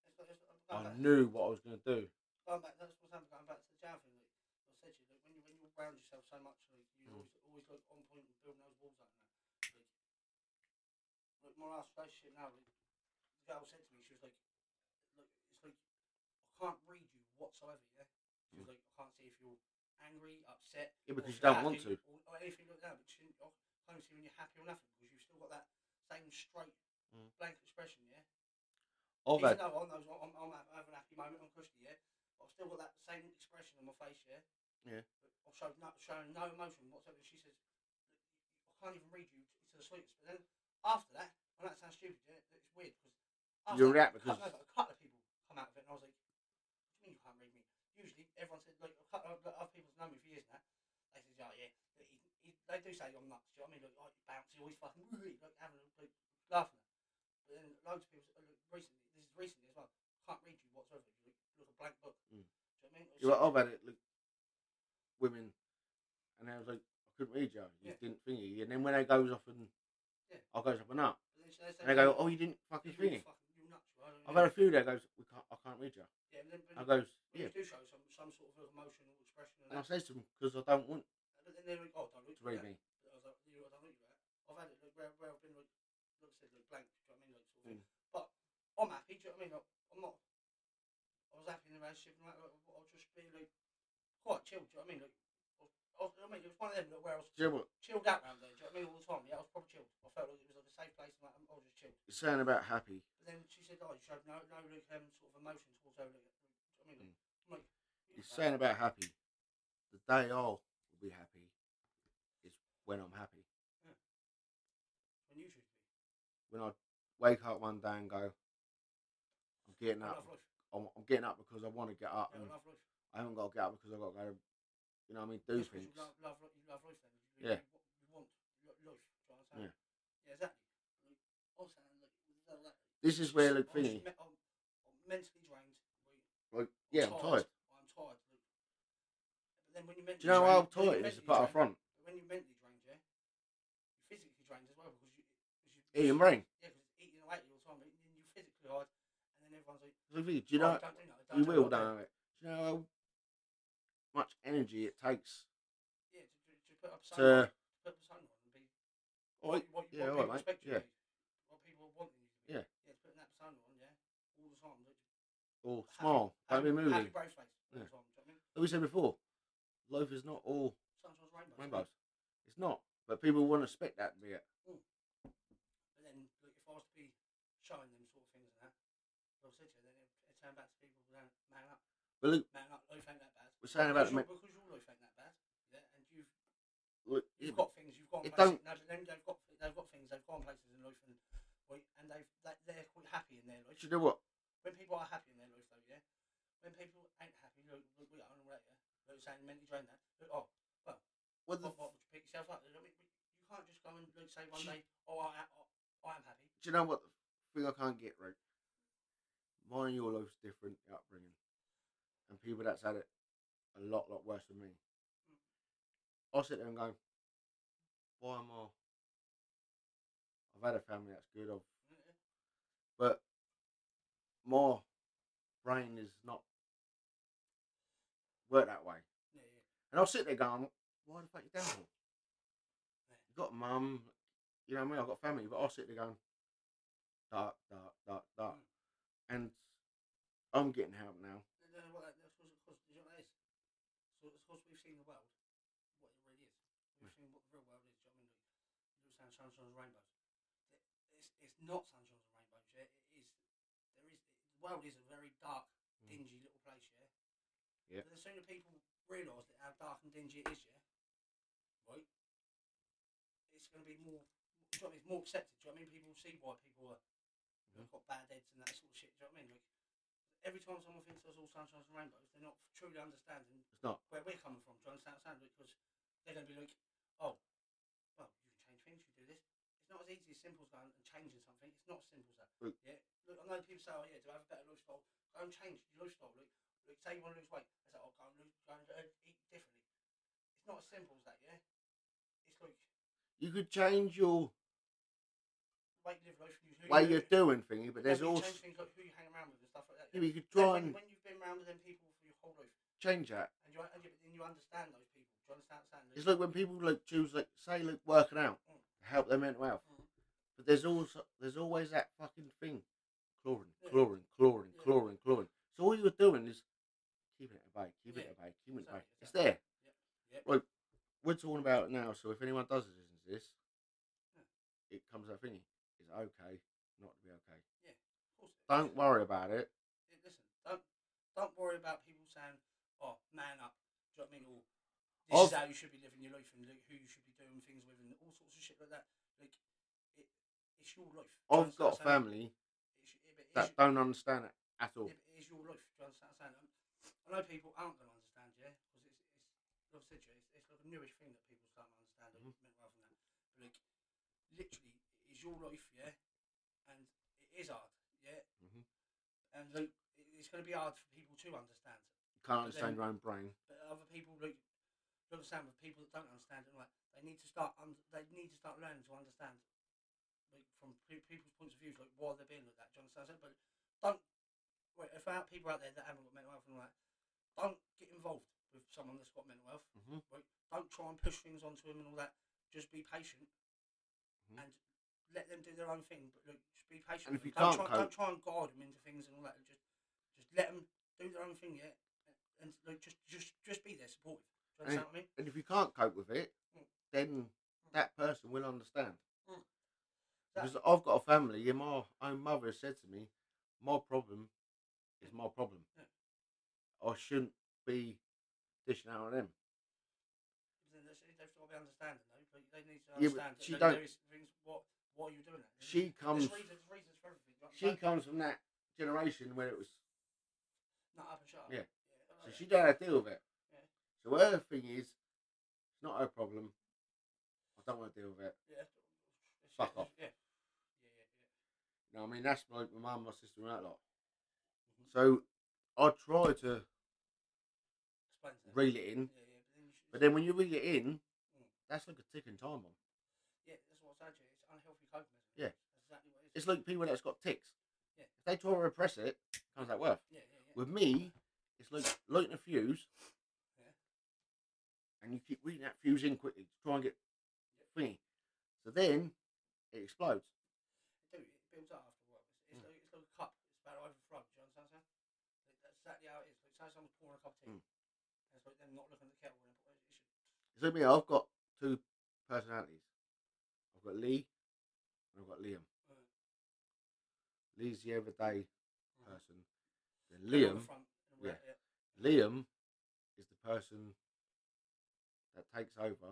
[SPEAKER 3] It's not- it's not-
[SPEAKER 2] I
[SPEAKER 3] that-
[SPEAKER 2] knew what I was going to do.
[SPEAKER 3] going back, that's what's happened, going back to the jam thing, like I said to you, like, when you when you round yourself so much, like you
[SPEAKER 2] Mm.
[SPEAKER 3] always always like on point and building those walls up now. Like, like my last relationship now, like, the girl said to me, she was like, like it's like I can't read you whatsoever, yeah. She was like, I can't see if you're angry, upset,
[SPEAKER 2] Mm. Yeah,
[SPEAKER 3] or
[SPEAKER 2] because
[SPEAKER 3] if
[SPEAKER 2] you
[SPEAKER 3] you're
[SPEAKER 2] don't want
[SPEAKER 3] happy,
[SPEAKER 2] to.
[SPEAKER 3] or, or anything like that. But she didn't, I can't see when you're happy or nothing because you've still got that same straight,
[SPEAKER 2] Mm.
[SPEAKER 3] blank expression, yeah.
[SPEAKER 2] I've
[SPEAKER 3] Even
[SPEAKER 2] had,
[SPEAKER 3] though I'm, those, I'm, I'm ha- having a happy moment, I'm cushy, yeah. But I've still got that same expression on my face, yeah.
[SPEAKER 2] Yeah.
[SPEAKER 3] But I've showed no, showing no emotion whatsoever. She says, I can't even read you to the sweetest. But then after that, I know it sounds stupid, yeah, it's weird because after that,
[SPEAKER 2] You react
[SPEAKER 3] a couple-
[SPEAKER 2] because-
[SPEAKER 3] no, but a couple of people come out of it, and I was like, what do you mean you can't read me? Usually, everyone said, like, a couple of other people's known me for years now. They said, oh, yeah, but he, he, they do say I'm nuts, do you know what I mean? Like, oh, you bounce, you always fucking, like, having a, like, laughing. But then loads of people, uh, look, recently, this is recently as well, can't read you whatsoever. You look, look a blank book. Do you
[SPEAKER 2] Mm.
[SPEAKER 3] know what I mean? It's
[SPEAKER 2] you oh, know,
[SPEAKER 3] like-
[SPEAKER 2] I've had it, like, women, and I was like, I couldn't read you. You
[SPEAKER 3] Yeah.
[SPEAKER 2] didn't think you. And then when I goes off and
[SPEAKER 3] Yeah.
[SPEAKER 2] I goes up and up,
[SPEAKER 3] but then they say,
[SPEAKER 2] and they go, oh, you didn't
[SPEAKER 3] you're
[SPEAKER 2] fucking
[SPEAKER 3] really
[SPEAKER 2] think.
[SPEAKER 3] fucking- you're nuts, right?
[SPEAKER 2] I've had a few that goes, we can't, I can't read you.
[SPEAKER 3] Yeah, but then, but then
[SPEAKER 2] I goes,
[SPEAKER 3] when
[SPEAKER 2] yeah.
[SPEAKER 3] you do show some, some sort of emotional expression and
[SPEAKER 2] And I
[SPEAKER 3] that,
[SPEAKER 2] says to them, because I don't want
[SPEAKER 3] but then they're like, oh, don't look
[SPEAKER 2] to read me.
[SPEAKER 3] I was like, you know, I don't like that. I've had it like where, where I've been like, like I said, like blank. Do you know what I mean? Like sort of
[SPEAKER 2] Mm.
[SPEAKER 3] thing. But I'm happy. Do you know what I mean? Like, I'm not. I was happy in the relationship, and like, like, I'll just be like quite chilled. Do you know what I mean? Like, I, was- I, was- I mean, it was one of them like, where I was
[SPEAKER 2] Do you know what?
[SPEAKER 3] chilled out round there. Do you know what I mean? All the time. Yeah, I was probably chilled. I felt like it was like a safe place, and like, I was just chilled.
[SPEAKER 2] It's saying about happy.
[SPEAKER 3] But then she said, oh, you showed no, no like, um, sort of emotion towards her. Like, do you know what I mean? Like, I'm like,
[SPEAKER 2] It's saying about happy. The day I will be happy is when I'm happy.
[SPEAKER 3] when you should be.
[SPEAKER 2] When I wake up one day and go, I'm getting
[SPEAKER 3] I
[SPEAKER 2] up.
[SPEAKER 3] love life.
[SPEAKER 2] I'm, I'm getting up because I want to get up.
[SPEAKER 3] Yeah,
[SPEAKER 2] And
[SPEAKER 3] I love life.
[SPEAKER 2] I haven't got to get up because I've got to go, you know what I mean, do
[SPEAKER 3] That's what
[SPEAKER 2] things.
[SPEAKER 3] You love, love, you love life then. You,
[SPEAKER 2] Yeah.
[SPEAKER 3] You, you want you want life. Do you know what I'm saying? Yeah. exactly. Like, also, like, like, like,
[SPEAKER 2] This is where,
[SPEAKER 3] I'm
[SPEAKER 2] like,
[SPEAKER 3] just
[SPEAKER 2] thingy,
[SPEAKER 3] me- I'm, I'm mentally drained. Like,
[SPEAKER 2] like, yeah, I'm tired.
[SPEAKER 3] I'm tired. Like, but then when you
[SPEAKER 2] Do
[SPEAKER 3] mentally
[SPEAKER 2] you know how
[SPEAKER 3] drained- when
[SPEAKER 2] tired
[SPEAKER 3] you're
[SPEAKER 2] it is to
[SPEAKER 3] mentally
[SPEAKER 2] put our
[SPEAKER 3] drained-
[SPEAKER 2] front?
[SPEAKER 3] When you're mentally drained, yeah, you're physically drained as well because you, because you
[SPEAKER 2] Ian Rain.
[SPEAKER 3] yeah, because it's eating away at you all the time. Like, and you're physically hard, and then everyone's like,
[SPEAKER 2] Do
[SPEAKER 3] oh,
[SPEAKER 2] you know,
[SPEAKER 3] don't do that. Don't
[SPEAKER 2] you
[SPEAKER 3] do
[SPEAKER 2] will
[SPEAKER 3] that.
[SPEAKER 2] know it. Do you know how much energy it takes
[SPEAKER 3] Yeah, to, to, to put up so
[SPEAKER 2] to.
[SPEAKER 3] much- put up so much and be
[SPEAKER 2] Oh,
[SPEAKER 3] what, what,
[SPEAKER 2] yeah,
[SPEAKER 3] what people
[SPEAKER 2] all right, mate.
[SPEAKER 3] expect you to
[SPEAKER 2] Yeah.
[SPEAKER 3] be, what people want you to be.
[SPEAKER 2] Yeah.
[SPEAKER 3] Yeah, putting that persona on, yeah, all the time. Like,
[SPEAKER 2] Or
[SPEAKER 3] happy-
[SPEAKER 2] smile. Don't
[SPEAKER 3] happy,
[SPEAKER 2] be moody.
[SPEAKER 3] Happy
[SPEAKER 2] Like
[SPEAKER 3] brave face all
[SPEAKER 2] Yeah.
[SPEAKER 3] the time. Do you know what I mean?
[SPEAKER 2] we said before, life is not all
[SPEAKER 3] Sometimes rainbows.
[SPEAKER 2] rainbows. It's not. But people won't expect that to be it.
[SPEAKER 3] But then, like, if I was to be showing them sort of things and that, well, said to you, then it, it turned back to people going, man up,
[SPEAKER 2] But look,
[SPEAKER 3] man up, life ain't that bad.
[SPEAKER 2] we're saying about
[SPEAKER 3] Because
[SPEAKER 2] the.
[SPEAKER 3] your,
[SPEAKER 2] ma-
[SPEAKER 3] because your life ain't that bad, yeah, and you've
[SPEAKER 2] Look,
[SPEAKER 3] you've got things, you've gone
[SPEAKER 2] It
[SPEAKER 3] places.
[SPEAKER 2] don't-
[SPEAKER 3] No, but then they've got they've got things, they've gone places in life, and like, and they've that, they're quite happy in their life.
[SPEAKER 2] do you know what?
[SPEAKER 3] when people are happy in their life though, yeah. When people ain't happy, look, look, we are and all that, yeah. Like saying mentally drained that. Look, oh,
[SPEAKER 2] Well, the,
[SPEAKER 3] what, what would you pick yourself up? I mean, you can't just go and like say one day, oh, I, I, I am happy.
[SPEAKER 2] do you know what the thing I can't get right? Mine and your life's different the upbringing, and people that's had it a lot, lot worse than me. I sit there and go, why am I? I've had a family that's good. I've,
[SPEAKER 3] Mm, Yeah.
[SPEAKER 2] but my brain is not work that way.
[SPEAKER 3] Yeah, yeah.
[SPEAKER 2] And I'll sit there going, why the fuck you down? for? You've got mum, you know what I mean? I've got family, but I'll sit there going, dark, dark, dark, dark.
[SPEAKER 3] Mm.
[SPEAKER 2] And I'm getting help now.
[SPEAKER 3] And then what that, that's what's because you know what it is. So it's because we've seen the world, what it really is. We've seen what the real world is. Do you know what I mean? Like, you sound sunshine and rainbows. It- It's, it's not sunshine and rainbows. Yeah, it is. There is the world is a very dark,
[SPEAKER 2] Mm.
[SPEAKER 3] dingy little place. Yeah.
[SPEAKER 2] Yeah.
[SPEAKER 3] But the sooner people realise that how dark and dingy it is, yeah, right, it's going to be more. Do you know what I mean? It's more accepted. Do you know what I mean? People see why people are, you know, got bad heads and that sort of shit. Do you know what I mean? Like, every time someone thinks there's all sunshine and rainbows, they're not truly understanding
[SPEAKER 2] It's not.
[SPEAKER 3] where we're coming from, John Southampton, because they're going to be like, oh, well, you change things, you do this. It's not as easy as simple as going and changing something. It's not as simple as that.
[SPEAKER 2] Look-
[SPEAKER 3] Yeah. Look, I know people say, oh, yeah, to have a better lifestyle, go and change your lifestyle. Look, look say you want to lose weight. They say, oh, go and, lose, go and uh, eat differently. It's not as simple as that, yeah? It's like,
[SPEAKER 2] You could change your
[SPEAKER 3] weight, live life, and use who
[SPEAKER 2] way
[SPEAKER 3] you
[SPEAKER 2] you're doing things, but there's
[SPEAKER 3] you
[SPEAKER 2] also
[SPEAKER 3] change things like who you hang around with and stuff like that.
[SPEAKER 2] you could
[SPEAKER 3] So
[SPEAKER 2] try
[SPEAKER 3] when,
[SPEAKER 2] and
[SPEAKER 3] when you've been around with them people for your whole life,
[SPEAKER 2] change that.
[SPEAKER 3] and you, and you, and you understand those people, do you understand? what I'm saying?
[SPEAKER 2] It's like when people like choose like say like working out to help their mental health,
[SPEAKER 3] Mm.
[SPEAKER 2] but there's also there's always that fucking thing, chlorine,
[SPEAKER 3] Yeah.
[SPEAKER 2] chlorine, chlorine,
[SPEAKER 3] Yeah.
[SPEAKER 2] chlorine, chlorine. So all you're doing is keeping it at bay, keeping it
[SPEAKER 3] Yeah.
[SPEAKER 2] at bay, keeping it at bay.
[SPEAKER 3] Exactly,
[SPEAKER 2] It's
[SPEAKER 3] exactly.
[SPEAKER 2] there.
[SPEAKER 3] Yep, yep.
[SPEAKER 2] Right, we're talking about it now. So if anyone does listen to this,
[SPEAKER 3] Yeah.
[SPEAKER 2] it comes that thingy. It's okay not to be okay.
[SPEAKER 3] Of course it is.
[SPEAKER 2] Don't worry about it.
[SPEAKER 3] Yeah, listen, don't don't worry about people saying, "Oh, man up." Do you know what I mean? Or this is
[SPEAKER 2] I've-
[SPEAKER 3] how you should be living your life, and like, who you should be doing things with, and all sorts of shit like that. Like, it, it's your life. Do you
[SPEAKER 2] I've
[SPEAKER 3] understand
[SPEAKER 2] got
[SPEAKER 3] what I'm
[SPEAKER 2] a
[SPEAKER 3] saying?
[SPEAKER 2] family
[SPEAKER 3] It's, yeah, but it's
[SPEAKER 2] that
[SPEAKER 3] your-
[SPEAKER 2] don't understand it at all.
[SPEAKER 3] yeah, but it's your life. Do you understand what I'm saying? Um, I know people aren't going to understand, yeah, because it's, it's like I said, to you, it's, it's like a newish thing that people start to understand
[SPEAKER 2] Mhm.
[SPEAKER 3] mm mental health and that. But like, literally, it is your life, yeah, and it is hard, yeah,
[SPEAKER 2] Mhm.
[SPEAKER 3] and like, it, it's going to be hard for people to understand.
[SPEAKER 2] You can't
[SPEAKER 3] but then-
[SPEAKER 2] understand your own brain.
[SPEAKER 3] But other people, like, you understand, with people that don't understand it, like, they need to start, un- they need to start learning to understand, like, from pe- people's points of views, like, why they're being like that. Do you understand? what I'm saying? But don't, wait, if there are people out there that haven't got mental health and all that, don't get involved with someone that's got mental health.
[SPEAKER 2] Mm-hmm.
[SPEAKER 3] Right? Don't try and push things onto them and all that. Just be patient
[SPEAKER 2] Mhm.
[SPEAKER 3] and let them do their own thing. But look, just be patient.
[SPEAKER 2] And
[SPEAKER 3] with
[SPEAKER 2] if
[SPEAKER 3] them.
[SPEAKER 2] you
[SPEAKER 3] don't
[SPEAKER 2] can't
[SPEAKER 3] try, don't try and guide them into things and all that. Just, just let them do their own thing. Yeah, and like just, just, just be there, supportive. Do you
[SPEAKER 2] And-
[SPEAKER 3] understand what I mean?
[SPEAKER 2] and if you can't cope with it,
[SPEAKER 3] Mm.
[SPEAKER 2] then that person will understand.
[SPEAKER 3] Mm.
[SPEAKER 2] Because I've got a family, and my own mother has said to me, "My problem is my problem.
[SPEAKER 3] Yeah. Mm.
[SPEAKER 2] I shouldn't be dishing out on them."
[SPEAKER 3] Then that's it, They've got to be understanding though. Like, they need to
[SPEAKER 2] Yeah, but
[SPEAKER 3] understand. that,
[SPEAKER 2] she
[SPEAKER 3] like,
[SPEAKER 2] don't-
[SPEAKER 3] there is things. What, what are you doing? At?
[SPEAKER 2] She comes-
[SPEAKER 3] There's reasons, reasons for everything. do you
[SPEAKER 2] She
[SPEAKER 3] understand?
[SPEAKER 2] comes from that generation where it was,
[SPEAKER 3] Not up and shut up.
[SPEAKER 2] Yeah.
[SPEAKER 3] yeah
[SPEAKER 2] so
[SPEAKER 3] alright.
[SPEAKER 2] she don't have to deal with it.
[SPEAKER 3] Yeah.
[SPEAKER 2] So her thing is, it's not her problem. I don't want to deal with it.
[SPEAKER 3] Yeah.
[SPEAKER 2] Fuck off.
[SPEAKER 3] Yeah. Yeah, yeah, yeah.
[SPEAKER 2] You know what I mean? That's like my mum, my sister, and that lot.
[SPEAKER 3] Mhm.
[SPEAKER 2] So I try to
[SPEAKER 3] Explain to them.
[SPEAKER 2] reel it in,
[SPEAKER 3] Yeah, yeah, but then you should.
[SPEAKER 2] but then when you reel it in,
[SPEAKER 3] Mm.
[SPEAKER 2] that's like a ticking time bomb.
[SPEAKER 3] yeah, that's what I said to you. It's unhealthy coping mechanism.
[SPEAKER 2] Yeah.
[SPEAKER 3] That's exactly what it is.
[SPEAKER 2] It's like people that's got ticks.
[SPEAKER 3] Yeah.
[SPEAKER 2] If they try to repress it, comes out worse.
[SPEAKER 3] yeah, yeah, yeah.
[SPEAKER 2] With me, it's like lighting a fuse,
[SPEAKER 3] Yeah.
[SPEAKER 2] and you keep reading that fuse in quickly to try and get thingy. So then it explodes.
[SPEAKER 3] Dude, it builds up after a while. It's,
[SPEAKER 2] Mm.
[SPEAKER 3] it's, like, it's like a cup. It's about to overflow. Do you understand what I'm saying? Like, That's exactly how it is. Like, say someone's pouring a cup of tea.
[SPEAKER 2] Mm.
[SPEAKER 3] And it's like them not looking at the kettle when they put it. it should, uh,
[SPEAKER 2] So me, I've got two personalities. I've got Lee, and I've got Liam.
[SPEAKER 3] Right.
[SPEAKER 2] Lee's the everyday person. Then
[SPEAKER 3] Put it Mm-hmm. on the
[SPEAKER 2] Uh, Liam,
[SPEAKER 3] front and all
[SPEAKER 2] yeah.
[SPEAKER 3] that, yeah.
[SPEAKER 2] Liam is the person that takes over,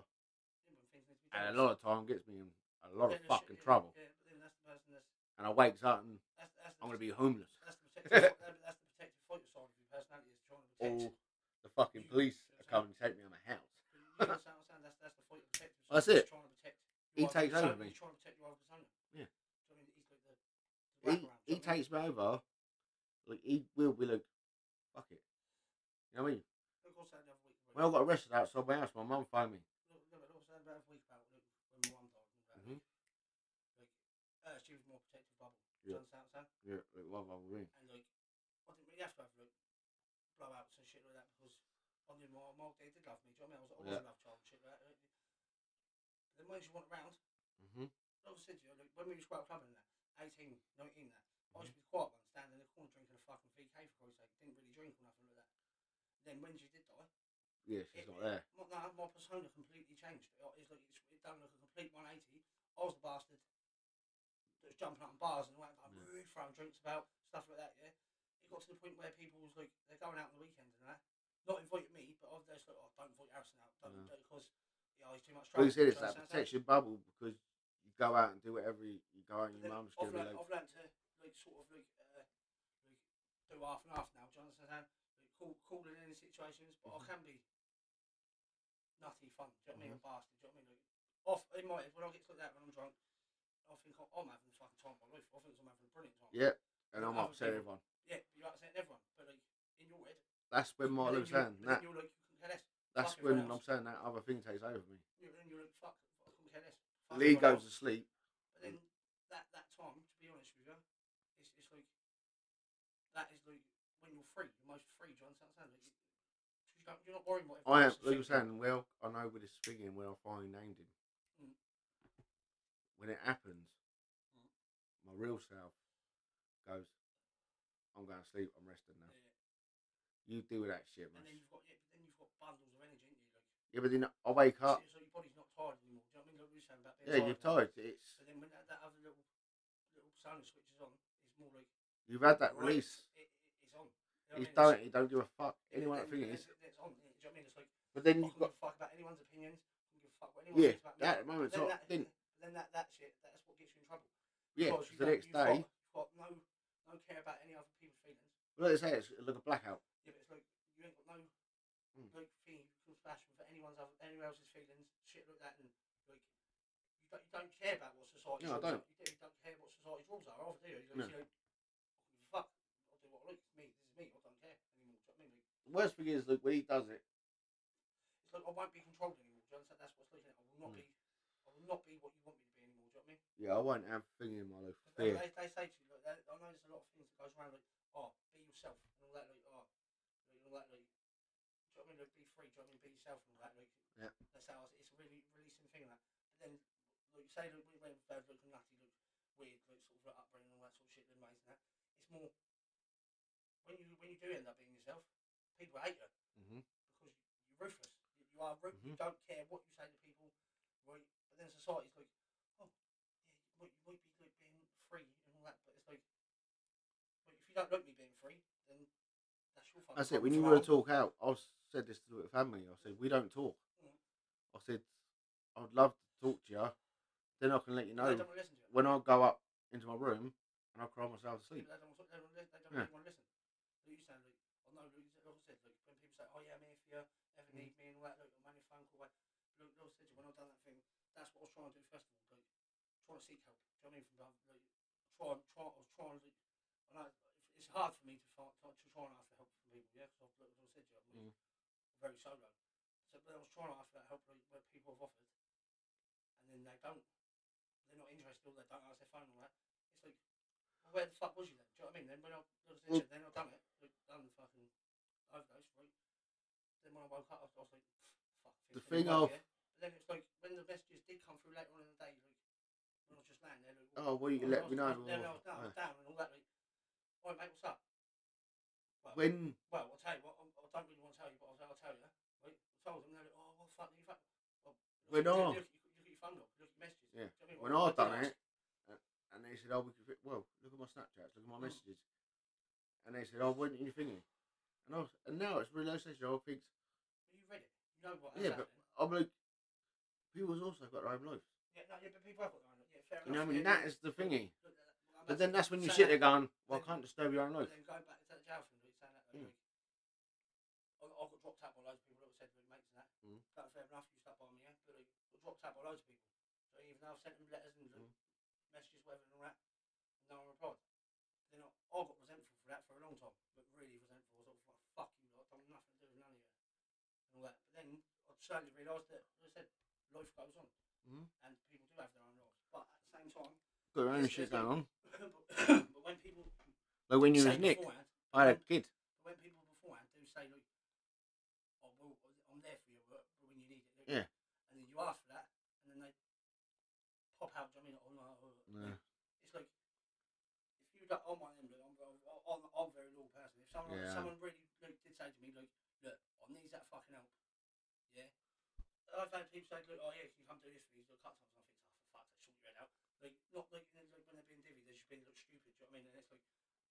[SPEAKER 3] Yeah, when things need to be
[SPEAKER 2] and
[SPEAKER 3] done.
[SPEAKER 2] a lot of time gets me in a lot of
[SPEAKER 3] Then it should-
[SPEAKER 2] fucking
[SPEAKER 3] yeah,
[SPEAKER 2] trouble.
[SPEAKER 3] Yeah, but then that's the person that's.
[SPEAKER 2] and I wakes up and
[SPEAKER 3] that's, that's the
[SPEAKER 2] I'm gonna
[SPEAKER 3] protect-
[SPEAKER 2] be homeless.
[SPEAKER 3] That's the protective, that's the protective fighter side of your personality is trying to protect.
[SPEAKER 2] Or the fucking police are coming to take me out of my house.
[SPEAKER 3] You understand what I'm saying? That's, that's the fight of protective.
[SPEAKER 2] That's
[SPEAKER 3] He's
[SPEAKER 2] it.
[SPEAKER 3] Trying to protect
[SPEAKER 2] He
[SPEAKER 3] your other
[SPEAKER 2] takes
[SPEAKER 3] persona.
[SPEAKER 2] over me.
[SPEAKER 3] He's trying to protect your other persona. Do you
[SPEAKER 2] Yeah.
[SPEAKER 3] know what I mean? He's like the, the wraparound, do you know
[SPEAKER 2] He, he
[SPEAKER 3] what I mean?
[SPEAKER 2] takes me over, like he will be like, fuck it. You know what I mean?
[SPEAKER 3] Look what's happened the other week.
[SPEAKER 2] When I got arrested outside my house, my mum phoned me.
[SPEAKER 3] Look, look, look what's happened the other week about look, when my mum died. and all that.
[SPEAKER 2] Mhm.
[SPEAKER 3] Like, uh, she was more protective bubble. Do you
[SPEAKER 2] Yeah.
[SPEAKER 3] understand what I'm saying?
[SPEAKER 2] Yeah, like, what have I been?
[SPEAKER 3] And like, I didn't really have to have like blowouts and shit like that because I knew my mum, they did love me. Do you know what I mean? I was always
[SPEAKER 2] Yeah.
[SPEAKER 3] a love child and shit like that. Like, then when she went around,
[SPEAKER 2] Mm-hmm.
[SPEAKER 3] like I said to you, like, when we was quite clubbing and that, 18, 19 that, I
[SPEAKER 2] Mm-hmm.
[SPEAKER 3] should be quiet one, standing in the corner drinking a fucking VK for Christ's sake, didn't really drink or nothing like that. Then when she did die,
[SPEAKER 2] Yeah, she's not there.
[SPEAKER 3] my, no, my persona completely changed. It, it's like, it's, it done like a complete 180. I was the bastard that was jumping up on bars and all that, like,
[SPEAKER 2] Yeah.
[SPEAKER 3] throwing drinks about, stuff like that, yeah? It got to the point where people was like, they're going out on the weekend and that, not inviting me, but I was just like, oh, don't invite Harrison out, don't,
[SPEAKER 2] Yeah.
[SPEAKER 3] do because, you know, he's too much
[SPEAKER 2] Well,
[SPEAKER 3] trouble.
[SPEAKER 2] you said
[SPEAKER 3] do
[SPEAKER 2] it's
[SPEAKER 3] you
[SPEAKER 2] that
[SPEAKER 3] understand what I'm saying?
[SPEAKER 2] protection bubble because you go out and do whatever you, you go out and
[SPEAKER 3] But
[SPEAKER 2] your
[SPEAKER 3] then
[SPEAKER 2] mum's
[SPEAKER 3] I've
[SPEAKER 2] gonna be
[SPEAKER 3] learned,
[SPEAKER 2] like,
[SPEAKER 3] I've learned to like sort of like, uh, like do half and half now. Jonathan said, cool, cool in any situations, but I
[SPEAKER 2] Mm-hmm.
[SPEAKER 3] can be nutty fun. Do you know what I mean? A bastard. Do you know what I mean? Like, off in my head, when I get to that when I'm drunk, I think I'm, I'm having a fucking time of my life. I think I'm having a brilliant time.
[SPEAKER 2] Yeah, and I'm
[SPEAKER 3] Other
[SPEAKER 2] upset
[SPEAKER 3] people-
[SPEAKER 2] everyone.
[SPEAKER 3] Yeah, but you're upsetting everyone. But like in your head,
[SPEAKER 2] That's when my
[SPEAKER 3] and
[SPEAKER 2] lives
[SPEAKER 3] then
[SPEAKER 2] down.
[SPEAKER 3] you-
[SPEAKER 2] That
[SPEAKER 3] You're like, you can care less.
[SPEAKER 2] that's
[SPEAKER 3] fuck
[SPEAKER 2] when
[SPEAKER 3] everyone
[SPEAKER 2] I'm
[SPEAKER 3] else.
[SPEAKER 2] saying that other thing takes over me.
[SPEAKER 3] You're, and you're like, fuck, I couldn't care less. Fuck
[SPEAKER 2] Lee
[SPEAKER 3] everyone
[SPEAKER 2] goes
[SPEAKER 3] else.
[SPEAKER 2] to sleep.
[SPEAKER 3] But then
[SPEAKER 2] Mm.
[SPEAKER 3] that that time, to be honest with you, it's, it's like that is like when you're free, the most free. Do you understand? Like, you, you don't, you're not worrying what.
[SPEAKER 2] I
[SPEAKER 3] everyone
[SPEAKER 2] am.
[SPEAKER 3] else is
[SPEAKER 2] Like I'm
[SPEAKER 3] thinking.
[SPEAKER 2] saying, well, I know with this thing when I finally named him.
[SPEAKER 3] Mm.
[SPEAKER 2] When it happens,
[SPEAKER 3] Mm.
[SPEAKER 2] my real self goes, "I'm going to sleep. I'm resting now.
[SPEAKER 3] Yeah.
[SPEAKER 2] You deal with that shit,
[SPEAKER 3] And
[SPEAKER 2] man."
[SPEAKER 3] then you've got yeah, but then you've got bundles of energy, ain't you? Like,
[SPEAKER 2] Yeah, but then I wake up.
[SPEAKER 3] so, so your body's not tired anymore. Do you know what I mean? Like we were saying about being
[SPEAKER 2] Yeah, you're
[SPEAKER 3] now.
[SPEAKER 2] tired. It's
[SPEAKER 3] So then when that, that other little little sound switches on, it's more like
[SPEAKER 2] you've had that
[SPEAKER 3] right,
[SPEAKER 2] release.
[SPEAKER 3] It, it, it's on. You know what I
[SPEAKER 2] He's
[SPEAKER 3] mean?
[SPEAKER 2] done it.
[SPEAKER 3] It's-
[SPEAKER 2] He don't give a fuck.
[SPEAKER 3] it-
[SPEAKER 2] Anyone
[SPEAKER 3] it-
[SPEAKER 2] that thing
[SPEAKER 3] it-
[SPEAKER 2] is.
[SPEAKER 3] it- it's on. Do you know what I mean? It's like
[SPEAKER 2] But then
[SPEAKER 3] I
[SPEAKER 2] you've
[SPEAKER 3] don't
[SPEAKER 2] got
[SPEAKER 3] give a fuck about anyone's opinions. I don't give a fuck what anyone
[SPEAKER 2] yeah.
[SPEAKER 3] thinks about me.
[SPEAKER 2] That at the moment,
[SPEAKER 3] then,
[SPEAKER 2] so
[SPEAKER 3] that,
[SPEAKER 2] then
[SPEAKER 3] then that that shit that's what gets you in trouble.
[SPEAKER 2] yeah.
[SPEAKER 3] Because
[SPEAKER 2] 'cause
[SPEAKER 3] you
[SPEAKER 2] The
[SPEAKER 3] don't-
[SPEAKER 2] next
[SPEAKER 3] you've
[SPEAKER 2] day,
[SPEAKER 3] got, you've got no no care about any other people's feelings.
[SPEAKER 2] well, let's say it's like a blackout.
[SPEAKER 3] Yeah, but it's like you ain't got no
[SPEAKER 2] Mm.
[SPEAKER 3] no thing you can flash for anyone's other, anyone else's feelings, shit like that, and like you don't, you don't care about what society.
[SPEAKER 2] No, I don't.
[SPEAKER 3] You, do, you don't care what society's rules are. Either, do you? You,
[SPEAKER 2] No.
[SPEAKER 3] you know, fuck. I'll do what I like. It's me. This is me. I don't care anymore. Do you know what I mean? Like,
[SPEAKER 2] The worst thing is, like when he does it,
[SPEAKER 3] it's like I won't be controlled anymore. Do you understand? That's what's looking at. I will not
[SPEAKER 2] Mm.
[SPEAKER 3] be. I will not be what you want me to be anymore. Do you know what I mean?
[SPEAKER 2] yeah, I won't have thing in my life.
[SPEAKER 3] They,
[SPEAKER 2] Fear.
[SPEAKER 3] they, they say to you, like, they, I know there's a lot of things that goes around, like, oh, be yourself and all that, like, oh, like, all that, like, do you know what I mean? Like, be free, do you know what I mean? Be yourself and all that, like,
[SPEAKER 2] Yeah.
[SPEAKER 3] that's how it's, it's a really releasing thing, that. But then, like, say, like, we went with uh, like, nutty, like, weird, like, sort of like, upbringing and all that sort of shit, then, mates and that. It's more, when you when you do end up being yourself, people hate you
[SPEAKER 2] Mhm.
[SPEAKER 3] because you're ruthless. You, you are ruthless. You don't care what you say to people, right? But then society's like, oh, yeah, you might, you might be like being free and all that, but it's like, but if you don't like me being free, then that's your fucking
[SPEAKER 2] That's it. When
[SPEAKER 3] problem.
[SPEAKER 2] you
[SPEAKER 3] So
[SPEAKER 2] want to
[SPEAKER 3] I'll-
[SPEAKER 2] talk out, I said this to the family. I said we don't talk.
[SPEAKER 3] Mm.
[SPEAKER 2] I said I'd love to talk to you. Then I can let you
[SPEAKER 3] they
[SPEAKER 2] know
[SPEAKER 3] don't want to listen to it.
[SPEAKER 2] when I go up into my room and I cry myself to
[SPEAKER 3] They
[SPEAKER 2] sleep.
[SPEAKER 3] don't want to, they don't, they don't
[SPEAKER 2] Yeah.
[SPEAKER 3] really want to listen. Like you sound like, I know, like, like I said, like, when people say, oh, yeah, I'm here for you, ever
[SPEAKER 2] Mm.
[SPEAKER 3] need me and all that, like, I'm on your phone call, like, like I said, to you, when I've done that thing, that's what I was trying to do first of all, like, trying to seek help. Do you know what I mean? From the, like, try, try, I was trying to, like, I know it's- it's hard for me to, find, to, to try and ask for help from people, yeah, because I've, like I said to you, I'm like, very solo. So, but I was trying to ask for that help like, where people have offered, and then they don't, they're not interested, or they don't answer their phone, and all that. It's like, well, where the fuck was you then? Do you know what I mean? Then when I, like I said, to you, then I done it, like, done the fucking overdose, right? Then when I woke up, I was, I was like, fuck.
[SPEAKER 2] The
[SPEAKER 3] things
[SPEAKER 2] thing
[SPEAKER 3] didn't work,
[SPEAKER 2] of-
[SPEAKER 3] yeah. But then it's like when the messages did come through later on in the day, like when I was just laying there, like,
[SPEAKER 2] Oh, well, you
[SPEAKER 3] I was- I
[SPEAKER 2] let me
[SPEAKER 3] was-
[SPEAKER 2] know.
[SPEAKER 3] I was- Then I was down, I
[SPEAKER 2] Yeah.
[SPEAKER 3] was down and all that. Like, all right, mate, what's up? Well,
[SPEAKER 2] When
[SPEAKER 3] well, I'll tell you what, I, I don't really want to tell you, but I'll, I'll tell you. Right? I told them, they're like, oh, well, fuck, you fuck. Well,
[SPEAKER 2] When
[SPEAKER 3] look, look, at
[SPEAKER 2] I-
[SPEAKER 3] your- look at your phone log, look at your messages.
[SPEAKER 2] Yeah.
[SPEAKER 3] Do you know
[SPEAKER 2] when I
[SPEAKER 3] what I mean?
[SPEAKER 2] done
[SPEAKER 3] did
[SPEAKER 2] it, a- and they said, "Oh, we could, fi- well, look at my Snapchats, look at my
[SPEAKER 3] Mm.
[SPEAKER 2] messages," and they said, "Oh, when you thinking?" And I was, and now it's realization. I think,
[SPEAKER 3] But you read it. You know what
[SPEAKER 2] yeah,
[SPEAKER 3] yeah,
[SPEAKER 2] but
[SPEAKER 3] happening.
[SPEAKER 2] I'm like, people's also got their own life.
[SPEAKER 3] Yeah, no, yeah, but people have got their own. Yeah, fair
[SPEAKER 2] You know,
[SPEAKER 3] enough.
[SPEAKER 2] what I mean,
[SPEAKER 3] yeah,
[SPEAKER 2] that is the thingy.
[SPEAKER 3] Look, that- well,
[SPEAKER 2] But then that's when you
[SPEAKER 3] saying
[SPEAKER 2] sit there
[SPEAKER 3] that-
[SPEAKER 2] going, "Well, I can't disturb your own life."
[SPEAKER 3] But then going back to that jail thing, like saying that, like,
[SPEAKER 2] Mm.
[SPEAKER 3] like, I, I got dropped out by loads of people that said, like, mates and that.
[SPEAKER 2] Mm.
[SPEAKER 3] That's fair enough, you stuck by me, yeah? But like, I got dropped out by loads of people. So even though I've sent them letters and like,
[SPEAKER 2] Mm.
[SPEAKER 3] messages, whatever, and all that, no one replied. Then I, I got resentful for that for a long time, but really resentful. I was like, fuck you, lot, I've done nothing to do with none of you. And all that. But then I slowly realised that, like I said, life goes on.
[SPEAKER 2] Mhm.
[SPEAKER 3] And people do have their own lives. But at the same time,
[SPEAKER 2] Got your own
[SPEAKER 3] Yes, there's
[SPEAKER 2] shit going on.
[SPEAKER 3] but, but when people
[SPEAKER 2] Like when you
[SPEAKER 3] say
[SPEAKER 2] was Nick,
[SPEAKER 3] beforehand,
[SPEAKER 2] I had a kid.
[SPEAKER 3] when people beforehand do say, look, oh, well, I'm there for you but but when you need it. look."
[SPEAKER 2] Yeah.
[SPEAKER 3] And then you ask for that, and then they pop out, do you know what I mean? Oh, no, oh,
[SPEAKER 2] Yeah.
[SPEAKER 3] It's like, if you don't, I'm one of them, look, "Oh, I'm, I'm, I'm, I'm a very loyal person. If someone,
[SPEAKER 2] Yeah.
[SPEAKER 3] someone really like, did say to me, like, look, I need that fucking help, yeah? I've had people say, look, oh yeah, can you come do this for me? Look, cut times, I think, oh, for fuck's sake, sort your head out. Like, not like, like when they're being divvy, they're just being look stupid, do you know what I mean? And it's like,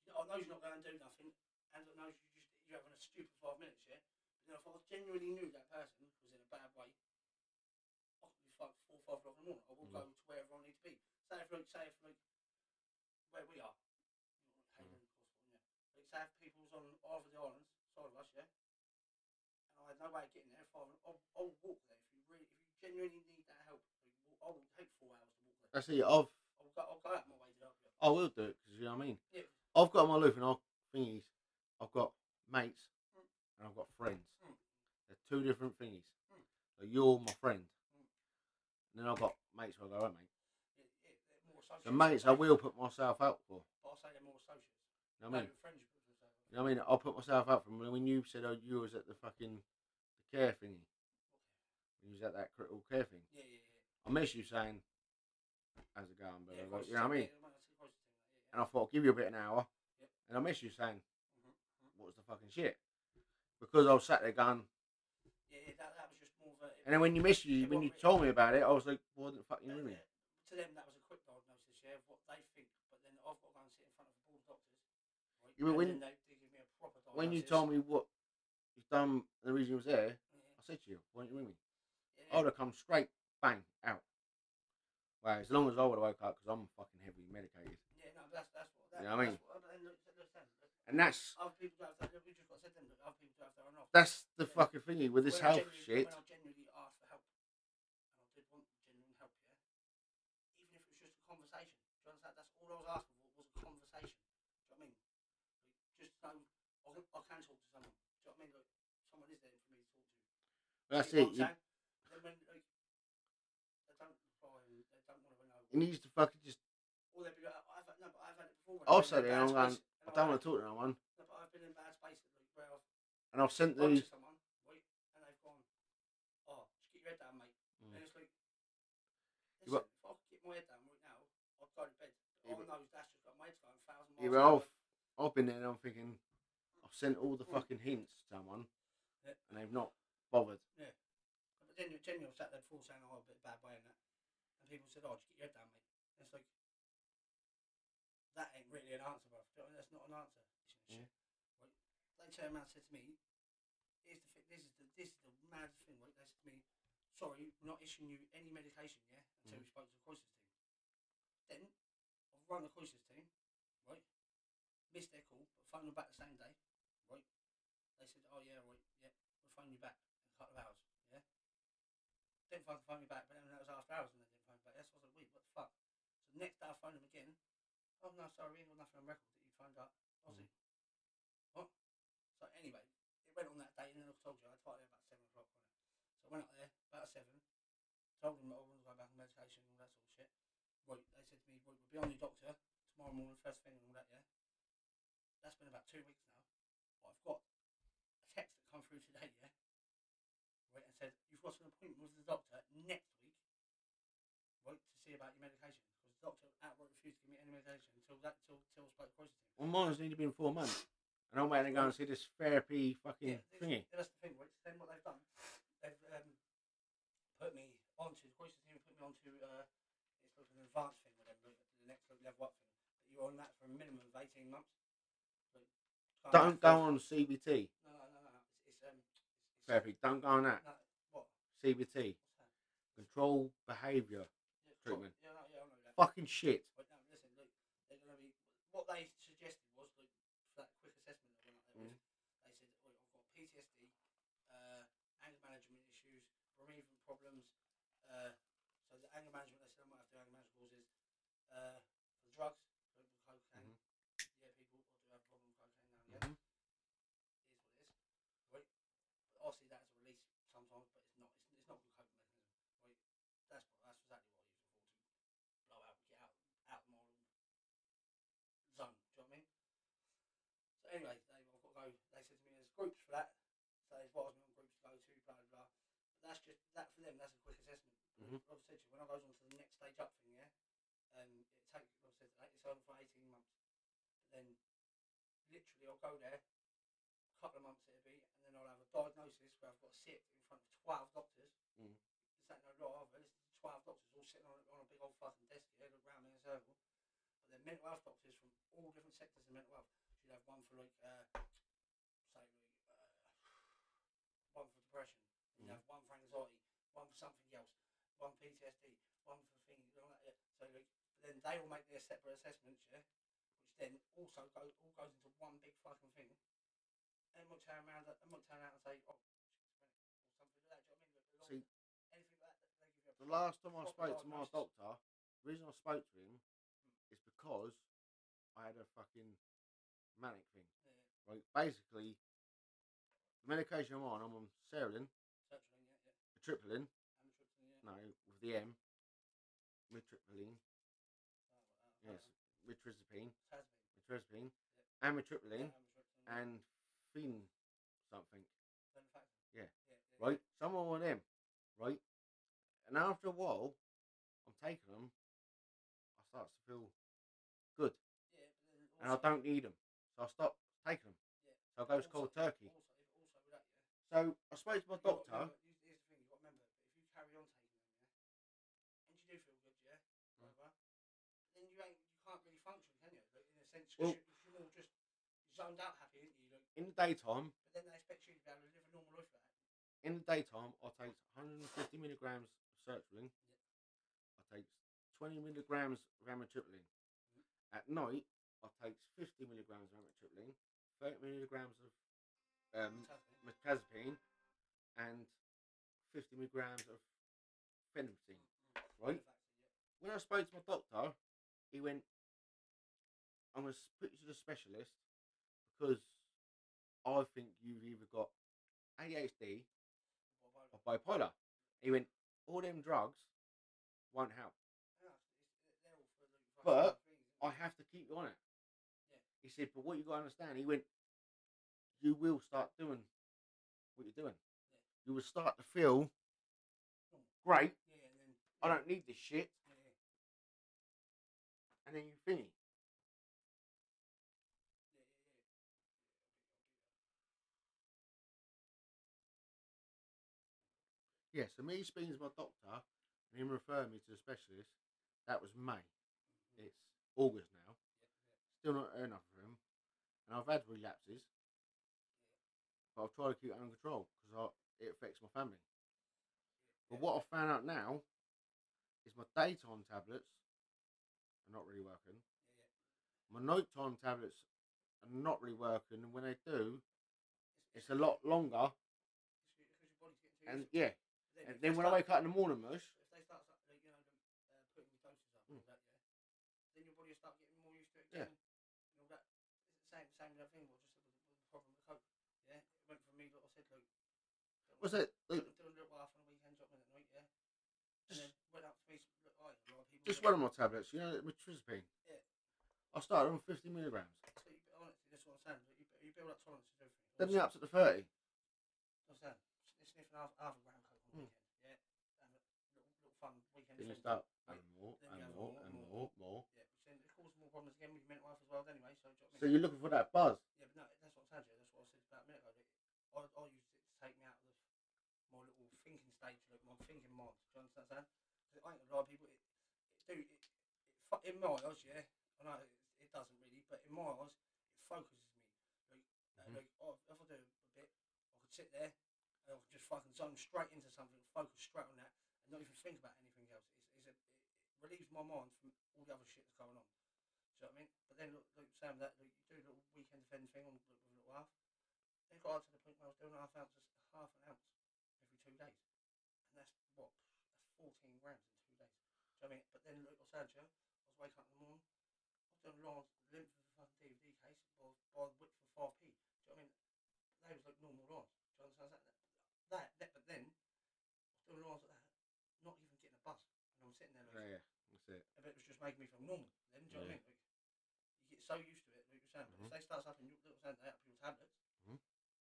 [SPEAKER 3] you know, I know you're not going to do nothing, and I know you just, you're having a stupid five minutes, yeah? But then if I genuinely knew that person was in a bad way, I could be fucked four, five o'clock in the morning. I will
[SPEAKER 2] Mhm.
[SPEAKER 3] go to wherever I need to be.
[SPEAKER 2] Mm.
[SPEAKER 3] Say if, like, say if, like, where we are, you know, Hayden, of course, yeah. Like, South people's on over the islands, side of us, yeah. And I had no way of getting there. If I, I'll, I'll walk there if you really, if you genuinely need that help. I will take four hours to walk there.
[SPEAKER 2] That's it. I've
[SPEAKER 3] I'll go, I'll go out my way to help you.
[SPEAKER 2] I will do it because you know what I mean.
[SPEAKER 3] Yeah.
[SPEAKER 2] I've got on my loop and I'll thingies. I've got mates
[SPEAKER 3] Mm.
[SPEAKER 2] and I've got friends.
[SPEAKER 3] Mm.
[SPEAKER 2] They're two different thingies.
[SPEAKER 3] Mm.
[SPEAKER 2] So you're my friend.
[SPEAKER 3] Mm.
[SPEAKER 2] And then I've got mates who I go, oh, mate.
[SPEAKER 3] Yeah, yeah, they're more associates.
[SPEAKER 2] The mates I will put myself out for.
[SPEAKER 3] But I'll say they're more associates.
[SPEAKER 2] You know what I mean?
[SPEAKER 3] No, your friends you put yourself
[SPEAKER 2] You know what I mean? I'll put myself out for 'em. When you said, oh, you was at the fucking the care thingy. You was at that critical care thing.
[SPEAKER 3] Yeah, yeah, yeah.
[SPEAKER 2] I miss you saying, how's it going, blah,
[SPEAKER 3] yeah,
[SPEAKER 2] blah, blah.
[SPEAKER 3] quite
[SPEAKER 2] You know what
[SPEAKER 3] similar,
[SPEAKER 2] I mean?
[SPEAKER 3] yeah, that's quite similar, yeah,
[SPEAKER 2] And I thought, I'll give you a bit an hour.
[SPEAKER 3] Yep.
[SPEAKER 2] And I miss you saying,
[SPEAKER 3] Mhm, mhm.
[SPEAKER 2] what's the fucking shit? Because I was sat there going,
[SPEAKER 3] yeah, yeah, that, that was just more of a.
[SPEAKER 2] and then when you missed
[SPEAKER 3] It
[SPEAKER 2] you, when you
[SPEAKER 3] wasn't-
[SPEAKER 2] told me about it, I was like, why didn't fucking
[SPEAKER 3] that-
[SPEAKER 2] ring me?
[SPEAKER 3] that- To them, that was a quick diagnosis, yeah, of what they think. But then I've got to go and sit in front of a board of doctors. Right?
[SPEAKER 2] Yeah, but
[SPEAKER 3] and
[SPEAKER 2] when-
[SPEAKER 3] then they, they give me a proper diagnosis.
[SPEAKER 2] When you told me what you've done, the reason you was there, I
[SPEAKER 3] Yeah,
[SPEAKER 2] said to you, why didn't you ring me?
[SPEAKER 3] yeah,
[SPEAKER 2] I would have come straight, bang, out. Well, as long as I would have woke up, because I'm fucking heavily medicated.
[SPEAKER 3] yeah, no, but that's, that's what. That,
[SPEAKER 2] You know what I
[SPEAKER 3] that's What, but then look, look, look, look,
[SPEAKER 2] And that's
[SPEAKER 3] other people do have that. We just got said them. Look, other people do have their own health.
[SPEAKER 2] that's the fucking thingy with this
[SPEAKER 3] When I
[SPEAKER 2] health
[SPEAKER 3] genuinely-
[SPEAKER 2] shit.
[SPEAKER 3] When I genuinely asked for help, and I did want genuine help, yeah. Even if it was just a conversation, do you understand? That's all I was asking for was a conversation. Do you know what I mean? Like, just know I can, I can talk to someone. Do you know what I mean? Like, someone is there for me to talk to.
[SPEAKER 2] That's
[SPEAKER 3] You know what
[SPEAKER 2] it. You,
[SPEAKER 3] I'm saying? Then when like, they don't reply, and they don't want to know.
[SPEAKER 2] you need to fucking just.
[SPEAKER 3] Or they be like, "Oh, I've had, no, but I've had it before. when
[SPEAKER 2] I'll
[SPEAKER 3] I've
[SPEAKER 2] sit
[SPEAKER 3] been in
[SPEAKER 2] there
[SPEAKER 3] bad
[SPEAKER 2] and I'm
[SPEAKER 3] spaces, and
[SPEAKER 2] I
[SPEAKER 3] I've
[SPEAKER 2] Oh, don't
[SPEAKER 3] had-
[SPEAKER 2] want to talk to no one.
[SPEAKER 3] no, but I've been in bad spaces like, where I've
[SPEAKER 2] And I've sent
[SPEAKER 3] gone
[SPEAKER 2] these.
[SPEAKER 3] to someone, right, and they've gone, oh, just get your head down, mate.
[SPEAKER 2] Mm.
[SPEAKER 3] And it's like,
[SPEAKER 2] Yeah, but-
[SPEAKER 3] listen, if I could get my head down right now, I'd go to bed. But
[SPEAKER 2] Yeah, but-
[SPEAKER 3] I know that's just got my head's going a thousand miles.
[SPEAKER 2] Yeah,
[SPEAKER 3] an
[SPEAKER 2] but
[SPEAKER 3] hour.
[SPEAKER 2] I've, I've been there and I'm thinking, I've sent all the fucking hints to someone
[SPEAKER 3] Hmm. Yeah.
[SPEAKER 2] and they've not bothered.
[SPEAKER 3] But then you're genuinely sat there before saying, oh, a bit bad way and that. And people said, oh, just get your head down, mate. And it's like, that ain't really an answer, bro. Do you know what I mean? That's not an answer.
[SPEAKER 2] Yeah.
[SPEAKER 3] Right? They turned around and said to me, here's the, thi- this, is the, this is the mad thing, right? They said to me, sorry, we're not issuing you any medication, yeah, until we spoke to the crisis team. Then, I've run the crisis team, right? Missed their call, but phoned them back the same day, right? They said, oh, yeah, right, yeah, we'll phone you back in a couple of hours, yeah? Didn't fucking phone me back, but then that was after hours and they didn't phone me back. That's what I was like, wait, what the fuck? So the next day I phoned them again. Oh, no, sorry, we ain't got nothing on record that you phoned up. I was like, what? So anyway, it went on that day, and then I told you, I tried there about seven o'clock. wasn't it? So I went up there about seven, told them I wanted to go back on medication and all that sort of shit. Right, they said to me, right, we'll be on your doctor tomorrow morning, first thing and all that, yeah? That's been about two weeks now. But I've got a text that come through today, yeah? Right, and said, you've got an appointment with the doctor next week, right, to see about your medication. Because the doctor outright refused to give me any medication until that, till, till I spoke to Christy.
[SPEAKER 2] Well, mine's need to be in four months. And I'm waiting to go and see this therapy fucking
[SPEAKER 3] this-
[SPEAKER 2] thingy.
[SPEAKER 3] That's the thing, right? Then what they've done, they've um, put me onto the voice team, put me onto uh, it's like an advanced thing, whatever, the next level up thing. But you're on that for a minimum of 18 months. But can't
[SPEAKER 2] Don't go
[SPEAKER 3] have-
[SPEAKER 2] on CBT
[SPEAKER 3] No, no, no, no. no, It's, it's um, it's,
[SPEAKER 2] therapy. Don't go on that.
[SPEAKER 3] No, what?
[SPEAKER 2] CBT.
[SPEAKER 3] What's that?
[SPEAKER 2] Control behaviour.
[SPEAKER 3] Yeah, sure.
[SPEAKER 2] Treatment.
[SPEAKER 3] Yeah, no, yeah, I know that.
[SPEAKER 2] Fucking shit.
[SPEAKER 3] But no, listen, look, they're going to be. What they suggested was, like, for that quick assessment that went up there, was they said, oh, I've got PTSD, uh, anger management issues, bereavement problems. Uh, so the anger management, they said I might have to do anger management courses. Uh, the drugs, so the cocaine. Yeah, people do have a problem with cocaine now and again. It is what it is. Right? But obviously, that's a release sometimes, but it's not. It's, it's not a good coping mechanism. Right? That's, what- that's exactly what I use it for to blow out, get out, out of my zone. Do you know what I mean? So anyway, they, I've got to go. They said to me, "There's groups for that." So they advised me on groups to go to, blah blah. blah. But that's just that for them. That's a quick assessment.
[SPEAKER 2] Mhm.
[SPEAKER 3] Like I said to you, when I goes on to the next stage up thing, yeah, um, it takes. Like I said, like, it's over for eighteen months. But then, literally, I'll go there. A couple of months it'll be, and then I'll have a diagnosis where I've got to sit in front of twelve doctors.
[SPEAKER 2] Mhm.
[SPEAKER 3] Is that no lot of it? Twelve doctors all sitting on, a- on a big old fucking desk, yeah, look round in a circle but they're mental health doctors from all different sectors of mental health. So you'd have one for like, uh, say, like, uh, one for depression, you'd have one for anxiety, one for something else, one PTSD, one for things, and all that. yeah. So like, then they all make their separate assessments, yeah, which then also go, all goes into one big fucking thing. And we'll turn around and we'll turn around and say, oh, schizophrenic or something like that. Do you know what I mean? Like,
[SPEAKER 2] See,
[SPEAKER 3] anything like that, they give you a
[SPEAKER 2] The
[SPEAKER 3] proper-
[SPEAKER 2] last time I
[SPEAKER 3] proper
[SPEAKER 2] spoke to my
[SPEAKER 3] diagnosis.
[SPEAKER 2] doctor, the reason I spoke to him
[SPEAKER 3] Hmm.
[SPEAKER 2] is because I had a fucking manic thing.
[SPEAKER 3] Yeah,
[SPEAKER 2] Like basically, the medication I'm on, I'm on Serelin,
[SPEAKER 3] sertraline, yeah, yeah.
[SPEAKER 2] Atriptyline,
[SPEAKER 3] Amitriptyline, yeah.
[SPEAKER 2] no, with the M, Mitriptyline,
[SPEAKER 3] Oh, well, um, uh,
[SPEAKER 2] yes, Mitrizapine,
[SPEAKER 3] Tasman,
[SPEAKER 2] Mitrazapine, Amitriptyline,
[SPEAKER 3] yeah, amitriptyline, yeah.
[SPEAKER 2] and Fin something,
[SPEAKER 3] Venlafaxine, yeah,
[SPEAKER 2] yeah,
[SPEAKER 3] yeah, yeah.
[SPEAKER 2] right? Someone on them, right? And after a while, I'm taking them, I start to feel good.
[SPEAKER 3] Yeah, but then
[SPEAKER 2] and I
[SPEAKER 3] also-
[SPEAKER 2] don't need them, so I stop taking them.
[SPEAKER 3] Yeah.
[SPEAKER 2] So I goes
[SPEAKER 3] also-
[SPEAKER 2] cold turkey.
[SPEAKER 3] Also, also with that, yeah.
[SPEAKER 2] So I spoke to my
[SPEAKER 3] You've got to
[SPEAKER 2] doctor.
[SPEAKER 3] remember- here's- Here's the thing, you've got to remember, if you carry on taking them, yeah, and you do feel good, yeah,
[SPEAKER 2] Mm.
[SPEAKER 3] whatever, then you ain't, you can't really function, can you? Like, in a sense, 'cause
[SPEAKER 2] Well-
[SPEAKER 3] you, you're all just zoned out happy, aren't you? Like,
[SPEAKER 2] In the daytime,
[SPEAKER 3] but then they expect you to be able to live a normal life like that.
[SPEAKER 2] in the daytime, I take 150 milligrams of sertraline. I take 20 milligrams of amitriptyline. At night, I take 50 milligrams of amitriptyline, 30 milligrams of um,
[SPEAKER 3] Tasman.
[SPEAKER 2] metrazapine, and 50 milligrams of phenomethine. Right? when I spoke to my doctor, he went, I'm going to put you to the specialist because I think you've either got ADHD or bipolar. He went, All them drugs won't help.
[SPEAKER 3] uh,
[SPEAKER 2] But I have to keep you on it.
[SPEAKER 3] Yeah.
[SPEAKER 2] He said, But what you got to understand, he went, You will start doing what you're doing.
[SPEAKER 3] Yeah.
[SPEAKER 2] You will start to feel great.
[SPEAKER 3] Yeah, and then,
[SPEAKER 2] I don't need this shit.
[SPEAKER 3] Yeah, yeah,
[SPEAKER 2] And then you thingy.
[SPEAKER 3] yeah, yeah.
[SPEAKER 2] Yeah, so me speaking to my doctor and him referring me to the specialist, that was May. It's August now. Still not heard nothing from him. And I've had relapses. But I've tried to keep it under control because it affects my family. But what I've found out now is my daytime tablets are not really working.
[SPEAKER 3] Yeah, yeah.
[SPEAKER 2] My nighttime tablets are not really working. And when they do, it's a lot longer.
[SPEAKER 3] It's because your body's getting too
[SPEAKER 2] And
[SPEAKER 3] used to it.
[SPEAKER 2] yeah,
[SPEAKER 3] But
[SPEAKER 2] and
[SPEAKER 3] if
[SPEAKER 2] then
[SPEAKER 3] they
[SPEAKER 2] when I
[SPEAKER 3] start-
[SPEAKER 2] wake up in the morning, mush, Hmm.
[SPEAKER 3] But if they start, start like, you know, them, uh, putting your doses up, and all that, yeah, then your body will start getting more used to it.
[SPEAKER 2] Yeah.
[SPEAKER 3] again And all that. It's the same, same with that thing. Well, just with the, with the problem with coke. Yeah, it went from me, like I said, like,
[SPEAKER 2] was it? Like,
[SPEAKER 3] doing a little laugh on the weekend, job at night, yeah. And then went up to me, look, I, a lot of people.
[SPEAKER 2] just
[SPEAKER 3] do
[SPEAKER 2] one
[SPEAKER 3] it.
[SPEAKER 2] of my tablets, you know, mitrizapine.
[SPEAKER 3] Yeah.
[SPEAKER 2] I started on 50 milligrams.
[SPEAKER 3] So you, honestly, that's what I'm saying. Like, you, you build up tolerance to everything.
[SPEAKER 2] Then me
[SPEAKER 3] Also-
[SPEAKER 2] up to the 30.
[SPEAKER 3] Understand? Sniffing half, half a gram coke on the
[SPEAKER 2] Mm.
[SPEAKER 3] weekend. Yeah. Have a little, little fun weekend.
[SPEAKER 2] Then you
[SPEAKER 3] thing.
[SPEAKER 2] start
[SPEAKER 3] Wait,
[SPEAKER 2] and more
[SPEAKER 3] then you
[SPEAKER 2] and
[SPEAKER 3] have
[SPEAKER 2] more
[SPEAKER 3] more,
[SPEAKER 2] and
[SPEAKER 3] more.
[SPEAKER 2] more, more.
[SPEAKER 3] Yeah, which then it causes more problems again with your mental health as well, anyway. So, do you know what I
[SPEAKER 2] So
[SPEAKER 3] mean?
[SPEAKER 2] you're looking for that buzz.
[SPEAKER 3] Yeah, but no, that's what I'm saying. to you, That's what I said about a minute ago. that I, I used it to take me out of my little thinking stage, like my thinking mind. Do you understand? Because I ain't gonna lie, people. It, it do it, it. fu- In my eyes, yeah. I know it, it doesn't really, but in my eyes, it focuses me. Like, uh,
[SPEAKER 2] Mhm.
[SPEAKER 3] like I, if I do a bit, I could sit there and I could just fucking zone straight into something, focus straight on that, and not even think about anything else. It's, it's a, it, it relieves my mind from all the other shit that's going on. Do you know what I mean? But then, look, like Sam, that like, you do a little weekend event thing on with a little half. It got up to the point where I was doing half ounce, half an ounce every two days, and that's what that's fourteen grams in two days. Do you know what I mean? But then, like I said, to you, I was waking up in the morning. I was doing large length of a fucking DVD case by, by the width of five p. Do you know what I mean? They was like normal lines. Do you understand that? That, that but then, I was doing lines like that, not even getting a bus, and I'm sitting there like
[SPEAKER 2] Yeah, that's it.
[SPEAKER 3] and it was just making me feel normal. Then, do you know what I
[SPEAKER 2] Yeah.
[SPEAKER 3] mean? Like, you
[SPEAKER 2] Mm-hmm.
[SPEAKER 3] get so used to it, like you're saying. But if they start up your little saying they up your tablets,
[SPEAKER 2] Mhm.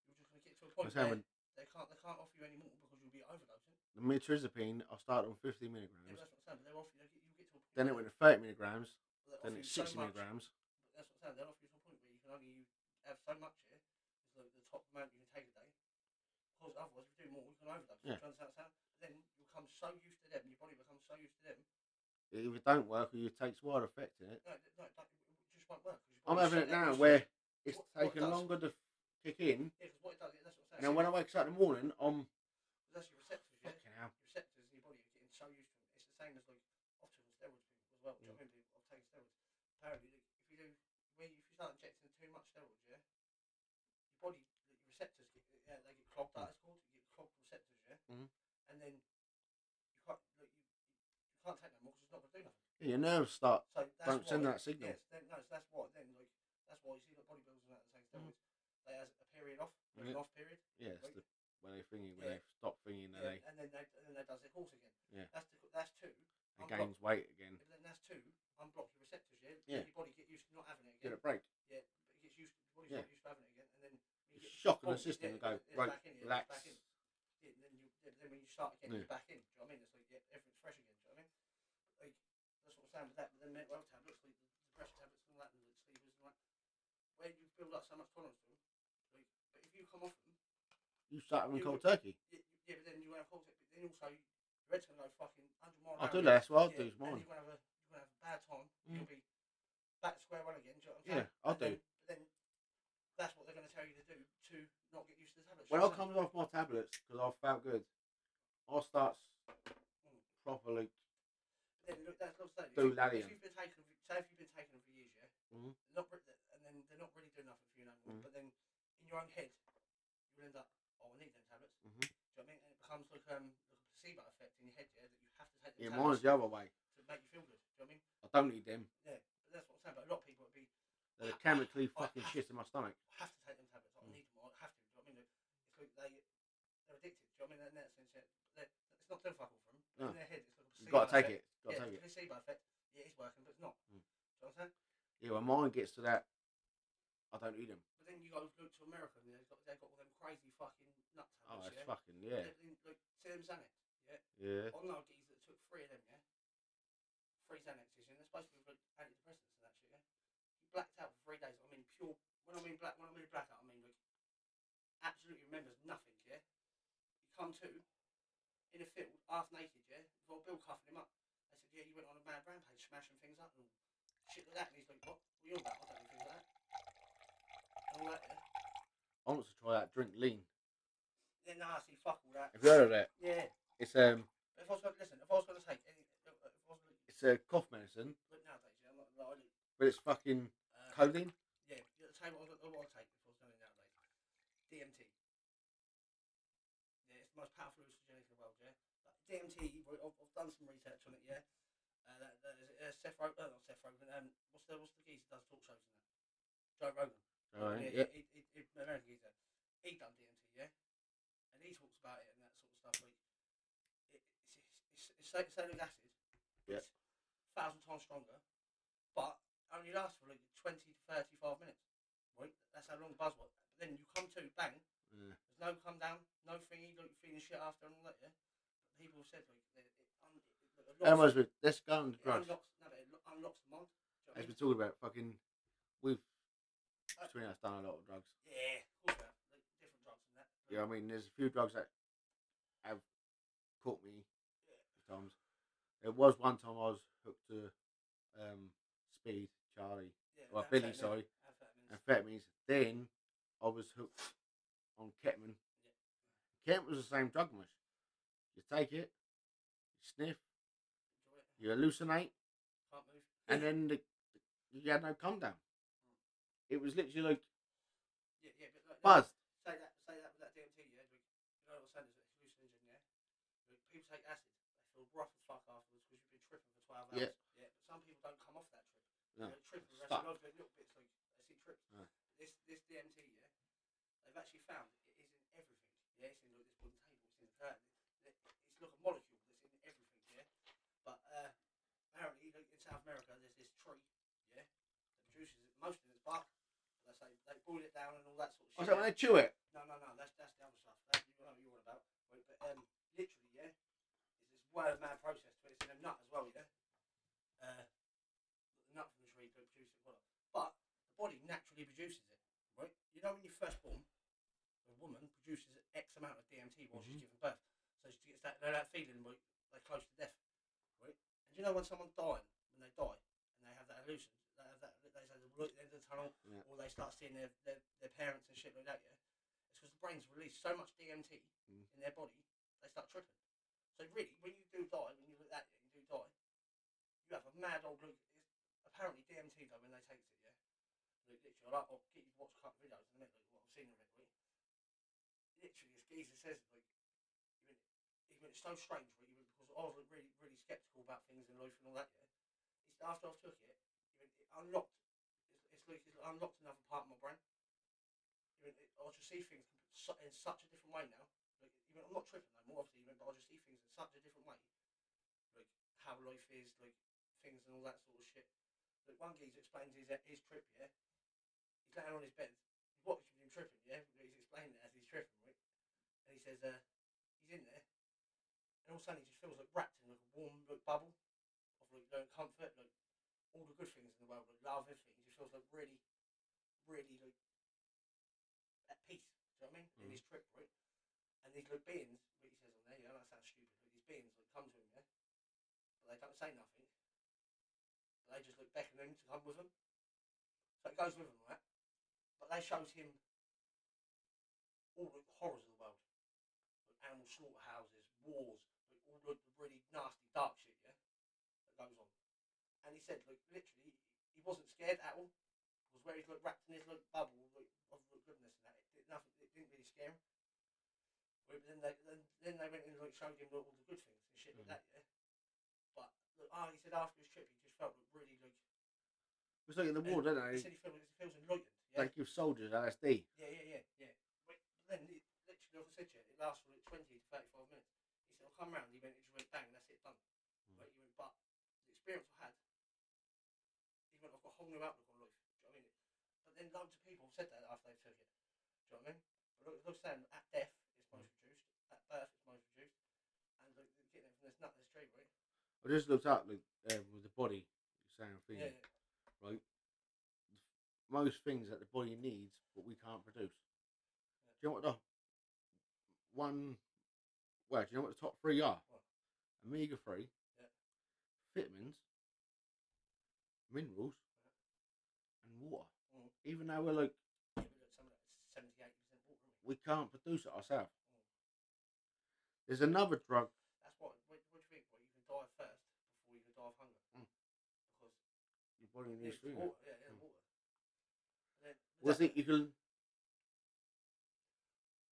[SPEAKER 3] you're just going to get to a
[SPEAKER 2] I'm
[SPEAKER 3] point
[SPEAKER 2] saying
[SPEAKER 3] where
[SPEAKER 2] when Mm-hmm.
[SPEAKER 3] they can't they can't offer you any more because you'll be overdosing.
[SPEAKER 2] the mitrizapine, I started on 50
[SPEAKER 3] Yeah,
[SPEAKER 2] milligrams.
[SPEAKER 3] but that's what I'm saying. But they're offering you get, you get to a point.
[SPEAKER 2] Then it
[SPEAKER 3] where
[SPEAKER 2] went to 30 milligrams.
[SPEAKER 3] they offer
[SPEAKER 2] Then
[SPEAKER 3] you
[SPEAKER 2] it's
[SPEAKER 3] so
[SPEAKER 2] 60
[SPEAKER 3] much,
[SPEAKER 2] milligrams.
[SPEAKER 3] But that's what I'm saying. They'll offer you to a point where you can only use, have so much here. It's like the top amount you can take a day. Because otherwise, if you do more, you can overdose.
[SPEAKER 2] Yeah.
[SPEAKER 3] Do you understand what I'm saying? But Then you become so used to them, your body becomes so used to them.
[SPEAKER 2] If it don't work or you take wide effect in it,
[SPEAKER 3] No, no, no it just won't work. 'cause your
[SPEAKER 2] I'm
[SPEAKER 3] body's
[SPEAKER 2] having
[SPEAKER 3] so
[SPEAKER 2] it
[SPEAKER 3] damn
[SPEAKER 2] now
[SPEAKER 3] used to
[SPEAKER 2] where it's
[SPEAKER 3] What- what
[SPEAKER 2] taking
[SPEAKER 3] does-
[SPEAKER 2] longer to kick in.
[SPEAKER 3] Yeah, 'cause what it does, yeah, that's what I'm saying.
[SPEAKER 2] And then when I wake up in the morning, I'm
[SPEAKER 3] that's your receptors, yeah?
[SPEAKER 2] fucking hell.
[SPEAKER 3] Your receptors in your body are getting so used to them. It's the same as like often with steroids people as well. Do you know what I mean? People- I've taken steroids. Apparently, like, if you do where you
[SPEAKER 2] Mm. Mm-hmm.
[SPEAKER 3] just not going to do nothing.
[SPEAKER 2] Yeah, your nerves start.
[SPEAKER 3] So that's
[SPEAKER 2] Don't send
[SPEAKER 3] why-
[SPEAKER 2] that signal.
[SPEAKER 3] Yes, then, no, so that's why then like that's why you see like bodybuilders and that and saying
[SPEAKER 2] Mm.
[SPEAKER 3] steroids, they has a period off, like an
[SPEAKER 2] Yeah.
[SPEAKER 3] off period.
[SPEAKER 2] Yeah, it's
[SPEAKER 3] Like-
[SPEAKER 2] the, when they thingy, when
[SPEAKER 3] Yeah.
[SPEAKER 2] they stop thinking, then
[SPEAKER 3] yeah, and then they and then they does their course again.
[SPEAKER 2] Yeah.
[SPEAKER 3] That's the, that's two.
[SPEAKER 2] they,
[SPEAKER 3] I'm
[SPEAKER 2] they
[SPEAKER 3] block-
[SPEAKER 2] gains weight again.
[SPEAKER 3] Then that's two. Unblock your receptors, yeah.
[SPEAKER 2] Yeah.
[SPEAKER 3] Your body get used to not having it
[SPEAKER 2] Get
[SPEAKER 3] again.
[SPEAKER 2] a break.
[SPEAKER 3] Yeah, but it gets used. To, body's
[SPEAKER 2] Yeah.
[SPEAKER 3] not used to having it again, and then you get
[SPEAKER 2] Shock and the
[SPEAKER 3] bonked,
[SPEAKER 2] system
[SPEAKER 3] yeah,
[SPEAKER 2] and go,
[SPEAKER 3] it's
[SPEAKER 2] right,
[SPEAKER 3] back in, yeah, it's
[SPEAKER 2] relax.
[SPEAKER 3] back in. Yeah, and then you then then when you start again,
[SPEAKER 2] Yeah.
[SPEAKER 3] you're back in. Do you know what I mean? It's like yeah, everything's fresh again. Do you know what I mean? Like that's what I'm saying with that. But then mental health tablets, like the depression tablets and all that, and the sleepers and like where you build up so much tolerance to them. Like, but if you come off them,
[SPEAKER 2] You start having
[SPEAKER 3] You-
[SPEAKER 2] cold turkey.
[SPEAKER 3] yeah, you- yeah, but then you won't have contact. But then also your head's gonna go fucking 100 mile. an
[SPEAKER 2] I
[SPEAKER 3] hour
[SPEAKER 2] do
[SPEAKER 3] again.
[SPEAKER 2] that. That's what I
[SPEAKER 3] Yeah,
[SPEAKER 2] do. Is
[SPEAKER 3] And
[SPEAKER 2] mine.
[SPEAKER 3] you're gonna have a you're gonna have a bad time.
[SPEAKER 2] Mm.
[SPEAKER 3] You'll be back to square one again. Do you know what I'm
[SPEAKER 2] Yeah,
[SPEAKER 3] saying?
[SPEAKER 2] I
[SPEAKER 3] And Then,
[SPEAKER 2] do.
[SPEAKER 3] but then that's what they're gonna tell you to do to not get used to the tablets.
[SPEAKER 2] When
[SPEAKER 3] You
[SPEAKER 2] I
[SPEAKER 3] know what I'm
[SPEAKER 2] comes off my tablets because I felt good, I start s- properly.
[SPEAKER 3] saying? But then look, that's not saying.
[SPEAKER 2] Do
[SPEAKER 3] if you-
[SPEAKER 2] Larian.
[SPEAKER 3] If you've been taking, say if you've been taking them for years, yeah.
[SPEAKER 2] Mhm.
[SPEAKER 3] they're Not re- and then they're not really doing nothing for you no more.
[SPEAKER 2] Mhm.
[SPEAKER 3] But then in your own head, you'll end up. Oh, I need them tablets.
[SPEAKER 2] Mhm.
[SPEAKER 3] Do you know what I mean? And it becomes like um like a placebo effect in your head, yeah, that you have to take the
[SPEAKER 2] Yeah, mine's
[SPEAKER 3] tablets
[SPEAKER 2] the other way.
[SPEAKER 3] to make you feel good. Do you know what I mean?
[SPEAKER 2] I don't need them.
[SPEAKER 3] Yeah, but that's what I'm saying. But a lot of people would be
[SPEAKER 2] They're chemically fucking shit in my stomach.
[SPEAKER 3] I have to take them tablets. I
[SPEAKER 2] Mm.
[SPEAKER 3] need them. I have to. Do you know what I mean? It's like they, they're addicted. Do you know what I mean? And that's it. They're, it's not doing fuck all for them.
[SPEAKER 2] No.
[SPEAKER 3] In their head, it's like a placebo
[SPEAKER 2] You've got to take
[SPEAKER 3] effect.
[SPEAKER 2] it. Got to
[SPEAKER 3] yeah,
[SPEAKER 2] take
[SPEAKER 3] it's a
[SPEAKER 2] it.
[SPEAKER 3] placebo effect. Yeah, it's working, but it's not.
[SPEAKER 2] Mm.
[SPEAKER 3] Do you know what I'm saying?
[SPEAKER 2] Yeah, when mine gets to that, I don't need them.
[SPEAKER 3] But then you go look to America and they've got, they've got all them crazy fucking nut
[SPEAKER 2] Oh,
[SPEAKER 3] tablets.
[SPEAKER 2] it's
[SPEAKER 3] yeah?
[SPEAKER 2] fucking yeah,
[SPEAKER 3] They've been, like, see them Xanax. Yeah.
[SPEAKER 2] yeah.
[SPEAKER 3] I know a geezer that took three of them. Yeah. Three Xanaxes. Yeah? And they're supposed to be like antidepressants and that shit. Yeah. He blacked out for three days. I mean, pure. When I mean black, when I mean blackout, I mean like absolutely remembers nothing. Yeah. He come to in a field, half naked. Yeah. Well, Bill cuffing him up. They said, yeah, you went on a mad rampage, smashing things up and all shit like that. And he's like, what? What are you on about? I don't know things like that. And all that. Yeah.
[SPEAKER 2] I want to try that drink lean.
[SPEAKER 3] Then nah, see, fuck all that.
[SPEAKER 2] Have you heard of that?
[SPEAKER 3] Yeah.
[SPEAKER 2] It's um,
[SPEAKER 3] If I was going to listen, if I was going to take any, if I was going
[SPEAKER 2] it's a cough medicine,
[SPEAKER 3] But nowadays, yeah, I'm not like,
[SPEAKER 2] but it's fucking
[SPEAKER 3] uh,
[SPEAKER 2] codeine.
[SPEAKER 3] yeah, at the time I was I was take before it's known nowadays. DMT. Yeah, it's the most powerful hallucinogenic in the world, yeah. But DMT, right, I've, I've done some research on it, yeah. Uh, that, that is, uh, Seth Rogen, uh, not Seth Rogen, um, what's the, what's the geezer that does talk shows and that? Joe Rogan. oh,
[SPEAKER 2] Alright,
[SPEAKER 3] Yeah,
[SPEAKER 2] yeah.
[SPEAKER 3] he, he, he, American geezer. He done DMT, yeah. And he talks about it and that sort of stuff, like, it, it's, it's, it's, it's salicylic acid.
[SPEAKER 2] Yeah.
[SPEAKER 3] It's a thousand times stronger, but only lasts for like 20 to 35 minutes. Right? That's how long the buzz was. But then you come to, bang,
[SPEAKER 2] yeah.
[SPEAKER 3] there's no come down, no thingy, like you're feeling shit after and all that, yeah? But people have said, like, that it, un- it, it
[SPEAKER 2] How much
[SPEAKER 3] unlocks,
[SPEAKER 2] with let's go on the
[SPEAKER 3] it
[SPEAKER 2] drugs.
[SPEAKER 3] unlocks, no, but it lo- unlocks the mind. Do you know what I
[SPEAKER 2] As we're
[SPEAKER 3] mean? Uh
[SPEAKER 2] talking about fucking, we've between us done a lot of drugs.
[SPEAKER 3] Yeah, of course, man. Like, different drugs and that.
[SPEAKER 2] You know what I mean? There's a few drugs that have caught me at times. There was one time I was hooked to um, speed, Charlie,
[SPEAKER 3] Yeah,
[SPEAKER 2] well,
[SPEAKER 3] amphetamine-
[SPEAKER 2] Billy, sorry,
[SPEAKER 3] amphetamines.
[SPEAKER 2] amphetamines. Then I was hooked on ketamine. Ketamine was the same drug much. You take it, you sniff,
[SPEAKER 3] Enjoy it.
[SPEAKER 2] you hallucinate,
[SPEAKER 3] Can't move.
[SPEAKER 2] and then the, you had no come down. It was literally like
[SPEAKER 3] Yeah, yeah, but like,
[SPEAKER 2] buzzed.
[SPEAKER 3] say that say that with that DMT, yeah, like, you know what I'm saying, it's a hallucinogen, yeah. Like, people take acid, they feel rough as fuck afterwards because you've been tripping for twelve hours.
[SPEAKER 2] Yeah.
[SPEAKER 3] yeah, but some people don't come off that trip.
[SPEAKER 2] No,
[SPEAKER 3] They trip for the rest of
[SPEAKER 2] stuck.
[SPEAKER 3] their life, they're little bits like they see trips.
[SPEAKER 2] No.
[SPEAKER 3] This this DMT, yeah, they've actually found it is in everything. Yeah, it's in like this wooden table, it's in the curtain, it- it's like a molecule that's in everything, yeah. But uh, apparently, like in South America, there's this tree, yeah, that produces it, most of it's bark. They say they boil it down and all that sort of shit.
[SPEAKER 2] I was like,
[SPEAKER 3] yeah.
[SPEAKER 2] when they chew it,
[SPEAKER 3] No, no, no. That's that's the other stuff. That's you know what you're on about. Right, but um, literally, yeah, it's this wild mad process. But it's in a nut as well, yeah. Uh, the nut from the tree could produce it, whatever. But the body naturally produces it, right? You know when you're first born, the woman produces X amount of DMT while she's giving birth, so she gets that that feeling like they're close to death, right? And you know when someone's dying, when they die, and they have that illusion, they have that they say the look at the end of the tunnel,
[SPEAKER 2] Yeah.
[SPEAKER 3] or they start seeing their, their their parents and shit like that, yeah. It's because the brains release so much DMT
[SPEAKER 2] Mm.
[SPEAKER 3] in their body, they start tripping. So really, when you do die, when you look at that, you do die, you have a mad old look. It's, apparently, DMT though, when they take it, yeah, like, literally, I like, I'll get you to watch a couple of videos in a minute, like what I've seen of it, right? Literally, as Geezer says, like, he went, he went, it's so strange, right? He went, because I I was like, really, really skeptical about things in life and all that. Yeah, it's after I took it, you know, it unlocked. It's, it's like it's unlocked another part of my brain. You know, it, I just see things su- in such a different way now. Like, you know, I'm not tripping no more, obviously, you know, but I just see things in such a different way. Like how life is, like things and all that sort of shit. Like one geezer explains his his trip. Yeah, he's laying on his bed. He's watching him tripping. Yeah, he's explaining it as he's tripping, right? And he says, uh, he's in there and all of a sudden he just feels like wrapped in like a warm like, bubble of like, like comfort, like all the good things in the world, like love, everything. He just feels like really, really like at peace. Do you know what I mean? In his trip, right? And these like beings, what he says on there, you know, that sounds stupid, but these beings like come to him, yeah, but they don't say nothing. But they just like beckon him to come with them. So it goes with him, right? But they shows him all the horrors of the world like animal slaughterhouses, wars, like all the the really nasty dark shit, yeah, that goes on. And he said, like, literally, he wasn't scared at all because where he's like wrapped in his like bubble like, of like, goodness and that, it did nothing, it didn't really scare him. But then they then, then they went and like showed him like, all the good things and shit
[SPEAKER 2] Mhm.
[SPEAKER 3] like that, yeah. But like, ah, he said after his trip, he just felt like really like
[SPEAKER 2] It's like in the
[SPEAKER 3] Yeah.
[SPEAKER 2] war, don't they?
[SPEAKER 3] he said he felt like he feels enlightened. Yeah?
[SPEAKER 2] They give soldiers LSD.
[SPEAKER 3] Yeah, yeah, yeah, yeah. But then it literally, like I said to you, it lasts for like 20 to 35 minutes. He said, I'll come round. He went, it just went bang, that's it, done.
[SPEAKER 2] Mm.
[SPEAKER 3] Right, he went, but the experience I had, he went, I've got a whole new outlook on life. Do you know what I mean? But then loads of people have said that after they took it. Do you know what I mean? But like, like I was saying, at death, it's most reduced. At birth, it's most reduced. And like, they're getting it from this nut, this tree, right?
[SPEAKER 2] I just looked up like, uh, with the body, the same thing.
[SPEAKER 3] Yeah, yeah.
[SPEAKER 2] Most things that the body needs, but we can't produce. Do you know what the one? Well, do you know what the top three are?
[SPEAKER 3] What?
[SPEAKER 2] Omega three,
[SPEAKER 3] Yeah.
[SPEAKER 2] vitamins, minerals, and water.
[SPEAKER 3] Mm.
[SPEAKER 2] Even though we're like
[SPEAKER 3] Give it, like, some of that 78% water. in it.
[SPEAKER 2] we can't produce it ourselves.
[SPEAKER 3] Mm.
[SPEAKER 2] There's another drug.
[SPEAKER 3] That's what, what, what do you think? Well, you can die first before you can die of hunger.
[SPEAKER 2] Mm.
[SPEAKER 3] Because
[SPEAKER 2] Your body
[SPEAKER 3] Yeah,
[SPEAKER 2] needs
[SPEAKER 3] it's
[SPEAKER 2] food.
[SPEAKER 3] water, yeah, yeah,
[SPEAKER 2] Mm.
[SPEAKER 3] water. And then-
[SPEAKER 2] Well, I
[SPEAKER 3] that-
[SPEAKER 2] think you can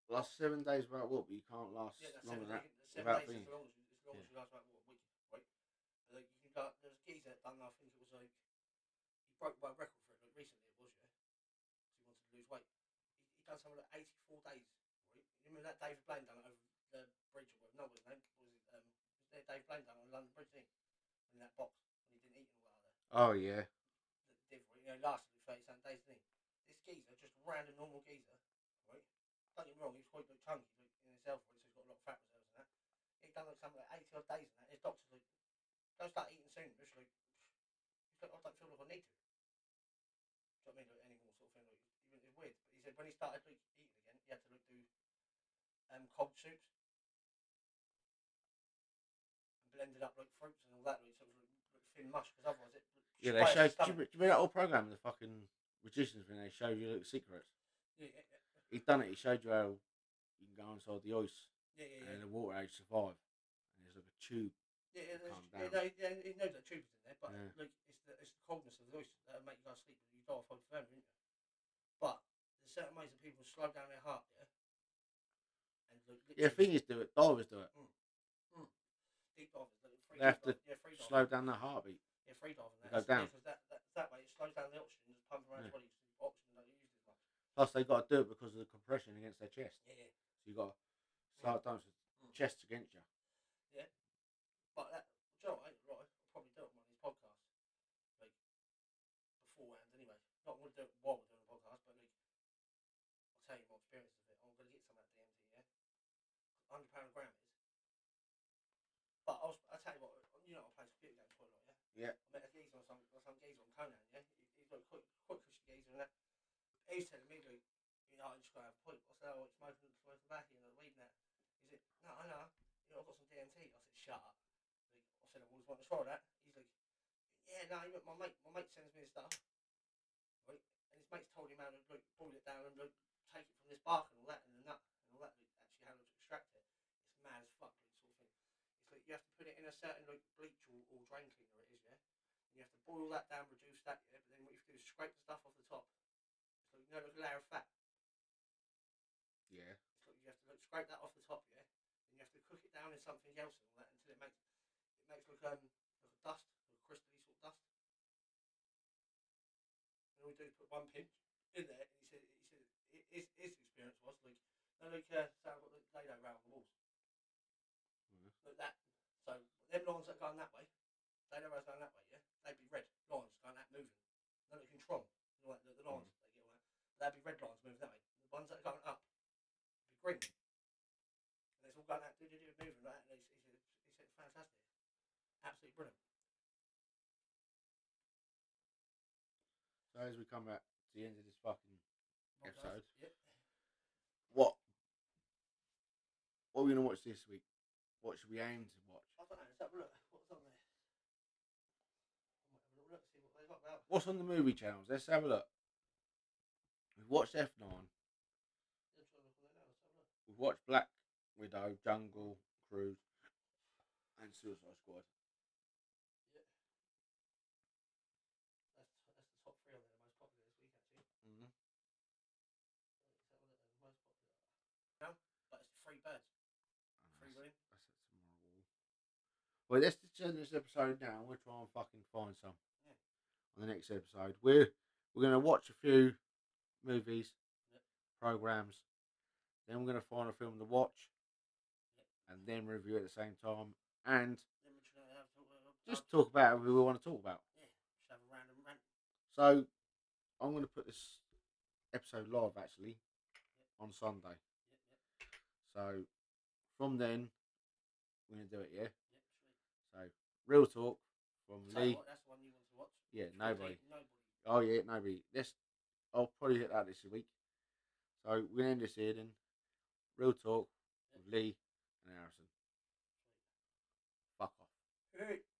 [SPEAKER 2] last seven days without water, but you can't last
[SPEAKER 3] yeah, that's
[SPEAKER 2] longer
[SPEAKER 3] seven,
[SPEAKER 2] than that.
[SPEAKER 3] days- seven
[SPEAKER 2] without
[SPEAKER 3] days is
[SPEAKER 2] being-
[SPEAKER 3] as long as, you- as, long as you last about what, a week, right? And, Like you can go, there's a geezer that done, I think it was like, he broke my record for it, like recently it was, yeah? 'Cause he wanted to lose weight. He, he done something like 84 days, right? You remember that David Blaine done it over the bridge or whatever, no, it was name, was it, um, was there David Blaine done it on London Bridge thing? In that box, when he didn't eat and all that other.
[SPEAKER 2] Oh yeah.
[SPEAKER 3] that different, you know, lasted like 37 days, didn't he? This geezer, just a random normal geezer, right? Don't get me wrong, he's quite like, chunky like, in himself, right? So he's got a lot of fat reserves and that. He done like something like 80 odd days and that. His doctor's like, don't start eating soon. Just like, he's like, I don't feel like I need to. Do you know what I mean? Like, anymore, sort of thing. Like, even, it's weird. But he said when he started like, eating again, he had to like do um, cold soups. and Blended up like fruits and all that, like, sort of like, thin mush, because otherwise it.
[SPEAKER 2] Yeah, they
[SPEAKER 3] spires your
[SPEAKER 2] showed. Do you,
[SPEAKER 3] stomach.
[SPEAKER 2] do you remember that old program, the fucking magicians, when they showed you little secrets?
[SPEAKER 3] Yeah, yeah, yeah.
[SPEAKER 2] He done it. He showed you how you can go inside the ice
[SPEAKER 3] Yeah, yeah,
[SPEAKER 2] and
[SPEAKER 3] yeah.
[SPEAKER 2] the water how you survive. And there's like a tube.
[SPEAKER 3] Yeah, yeah, there's-
[SPEAKER 2] calm
[SPEAKER 3] yeah,
[SPEAKER 2] down.
[SPEAKER 3] no, yeah, he knows that tube's in there, but
[SPEAKER 2] Yeah.
[SPEAKER 3] like it's the it's the coldness of the voice that make you go to sleep and you die of hypothermia, don't you? But there's certain ways that people slow down their heart, yeah. And like
[SPEAKER 2] Yeah,
[SPEAKER 3] literally
[SPEAKER 2] fingers do it. Divers do it.
[SPEAKER 3] deep divers, like free
[SPEAKER 2] They have
[SPEAKER 3] dive, yeah, free dive,
[SPEAKER 2] Slow down the heartbeat.
[SPEAKER 3] yeah, free diving.
[SPEAKER 2] go
[SPEAKER 3] That's,
[SPEAKER 2] down.
[SPEAKER 3] yeah, 'cause that, that that way it slows down the oxygen, just pumping around
[SPEAKER 2] Yeah.
[SPEAKER 3] the body, so the oxygen don't use as much.
[SPEAKER 2] Plus, they got to do it because of the compression against their chest.
[SPEAKER 3] Yeah, yeah.
[SPEAKER 2] So you got to start dancing
[SPEAKER 3] Mm.
[SPEAKER 2] chests against you.
[SPEAKER 3] But that, do you know what, I ain't right, I'll probably do it on one of these podcasts. Like, beforehand, anyway. Not going to do it while we're doing a podcast, but like, I'll tell you my experience of it. I'm going to get some of that DMT, yeah? £100 a gram is. But I'll, I'll tell you what, uh, you know, I play computer games quite a lot, yeah?
[SPEAKER 2] Yeah.
[SPEAKER 3] I met a geezer or some, or some geezer on Conan, yeah? He, he's like quite, quite cushy geezer and that. He was telling me, like, you know, I just got to have a point. I said, oh, it's smoking, smoking back, you know, weed and that. He said, no, I know. You know, I've got some DMT. I said, shut up. Like, I said, I've always wanted to try that. He's like, yeah, no, he went, my mate, my mate sends me his stuff. Right? And his mate's told him how to like, boil it down and like, take it from this bark and all that and the nut and all that, like, actually how to extract it. It's mad as fuck, like, sort of thing. It's like you have to put it in a certain like bleach or, or drain cleaner, it is, yeah? You have to boil that down, reduce that, yeah? But then what you have to do is scrape the stuff off the top. It's like, you know, like a layer of fat.
[SPEAKER 2] Yeah.
[SPEAKER 3] It's like you have to like, scrape that off the top, yeah? And you have to cook it down in something else and all that until it makes. makes look um like a dust, like a crystally sort of dust. And all we do is put one pinch in there, and he said he said hi- his, his experience was like no like uh, so I've got the Lado round the walls
[SPEAKER 2] Mhm.
[SPEAKER 3] like that. So them lines that are going that way, Lado rounds going that way, yeah, they'd be red lines going that moving. None that control, you know, like the, the lines they get all that. That'd be red lines moving that way. The ones that are going up, be green. And it's all going out, do, do, do, moving like that. And he, he, said, he said, fantastic. Absolutely brilliant.
[SPEAKER 2] So as we come back to the end of this fucking, Yes,
[SPEAKER 3] Podcast.
[SPEAKER 2] so.
[SPEAKER 3] Yep.
[SPEAKER 2] what, what are we gonna watch this week? What should we aim to watch?
[SPEAKER 3] I don't know, let's have a look. What's on there? I might have a little look, see what they've got about.
[SPEAKER 2] What's on the movie channels? Let's have a look. We've watched F nine.
[SPEAKER 3] Let's try and look on there now, let's have a look.
[SPEAKER 2] We've watched Black Widow, Jungle Cruise, and Suicide Squad.
[SPEAKER 3] That's, that's the top three on there, the most popular this week, actually.
[SPEAKER 2] Mm-hmm.
[SPEAKER 3] Let's have a look, the most popular. No, but it's Free Birds. Free Women.
[SPEAKER 2] That's it tomorrow. Well, let's just end this episode now. We'll try and fucking find some
[SPEAKER 3] Yeah.
[SPEAKER 2] on the next episode. We're we're gonna watch a few movies,
[SPEAKER 3] Yep.
[SPEAKER 2] programs. Then we're gonna find a film to watch,
[SPEAKER 3] Yep.
[SPEAKER 2] and then review at the same time, and
[SPEAKER 3] Then we're trying to have a talk-
[SPEAKER 2] just talk about who we want to talk about.
[SPEAKER 3] Yeah, just have a random rant.
[SPEAKER 2] So I'm gonna put this episode live actually on
[SPEAKER 3] Yep,
[SPEAKER 2] Sunday.
[SPEAKER 3] yep,
[SPEAKER 2] So from then we're gonna do it. Yeah.
[SPEAKER 3] yep, sweet.
[SPEAKER 2] So real talk from
[SPEAKER 3] So
[SPEAKER 2] Lee.
[SPEAKER 3] what, that's the one you want to watch?
[SPEAKER 2] Yeah,
[SPEAKER 3] It's called
[SPEAKER 2] nobody.
[SPEAKER 3] Lee- Nobody.
[SPEAKER 2] Oh yeah, nobody. This I'll probably hit that this week. So we're gonna end this here then. Real talk with Lee and Harrison. Fuck off.
[SPEAKER 3] Hey.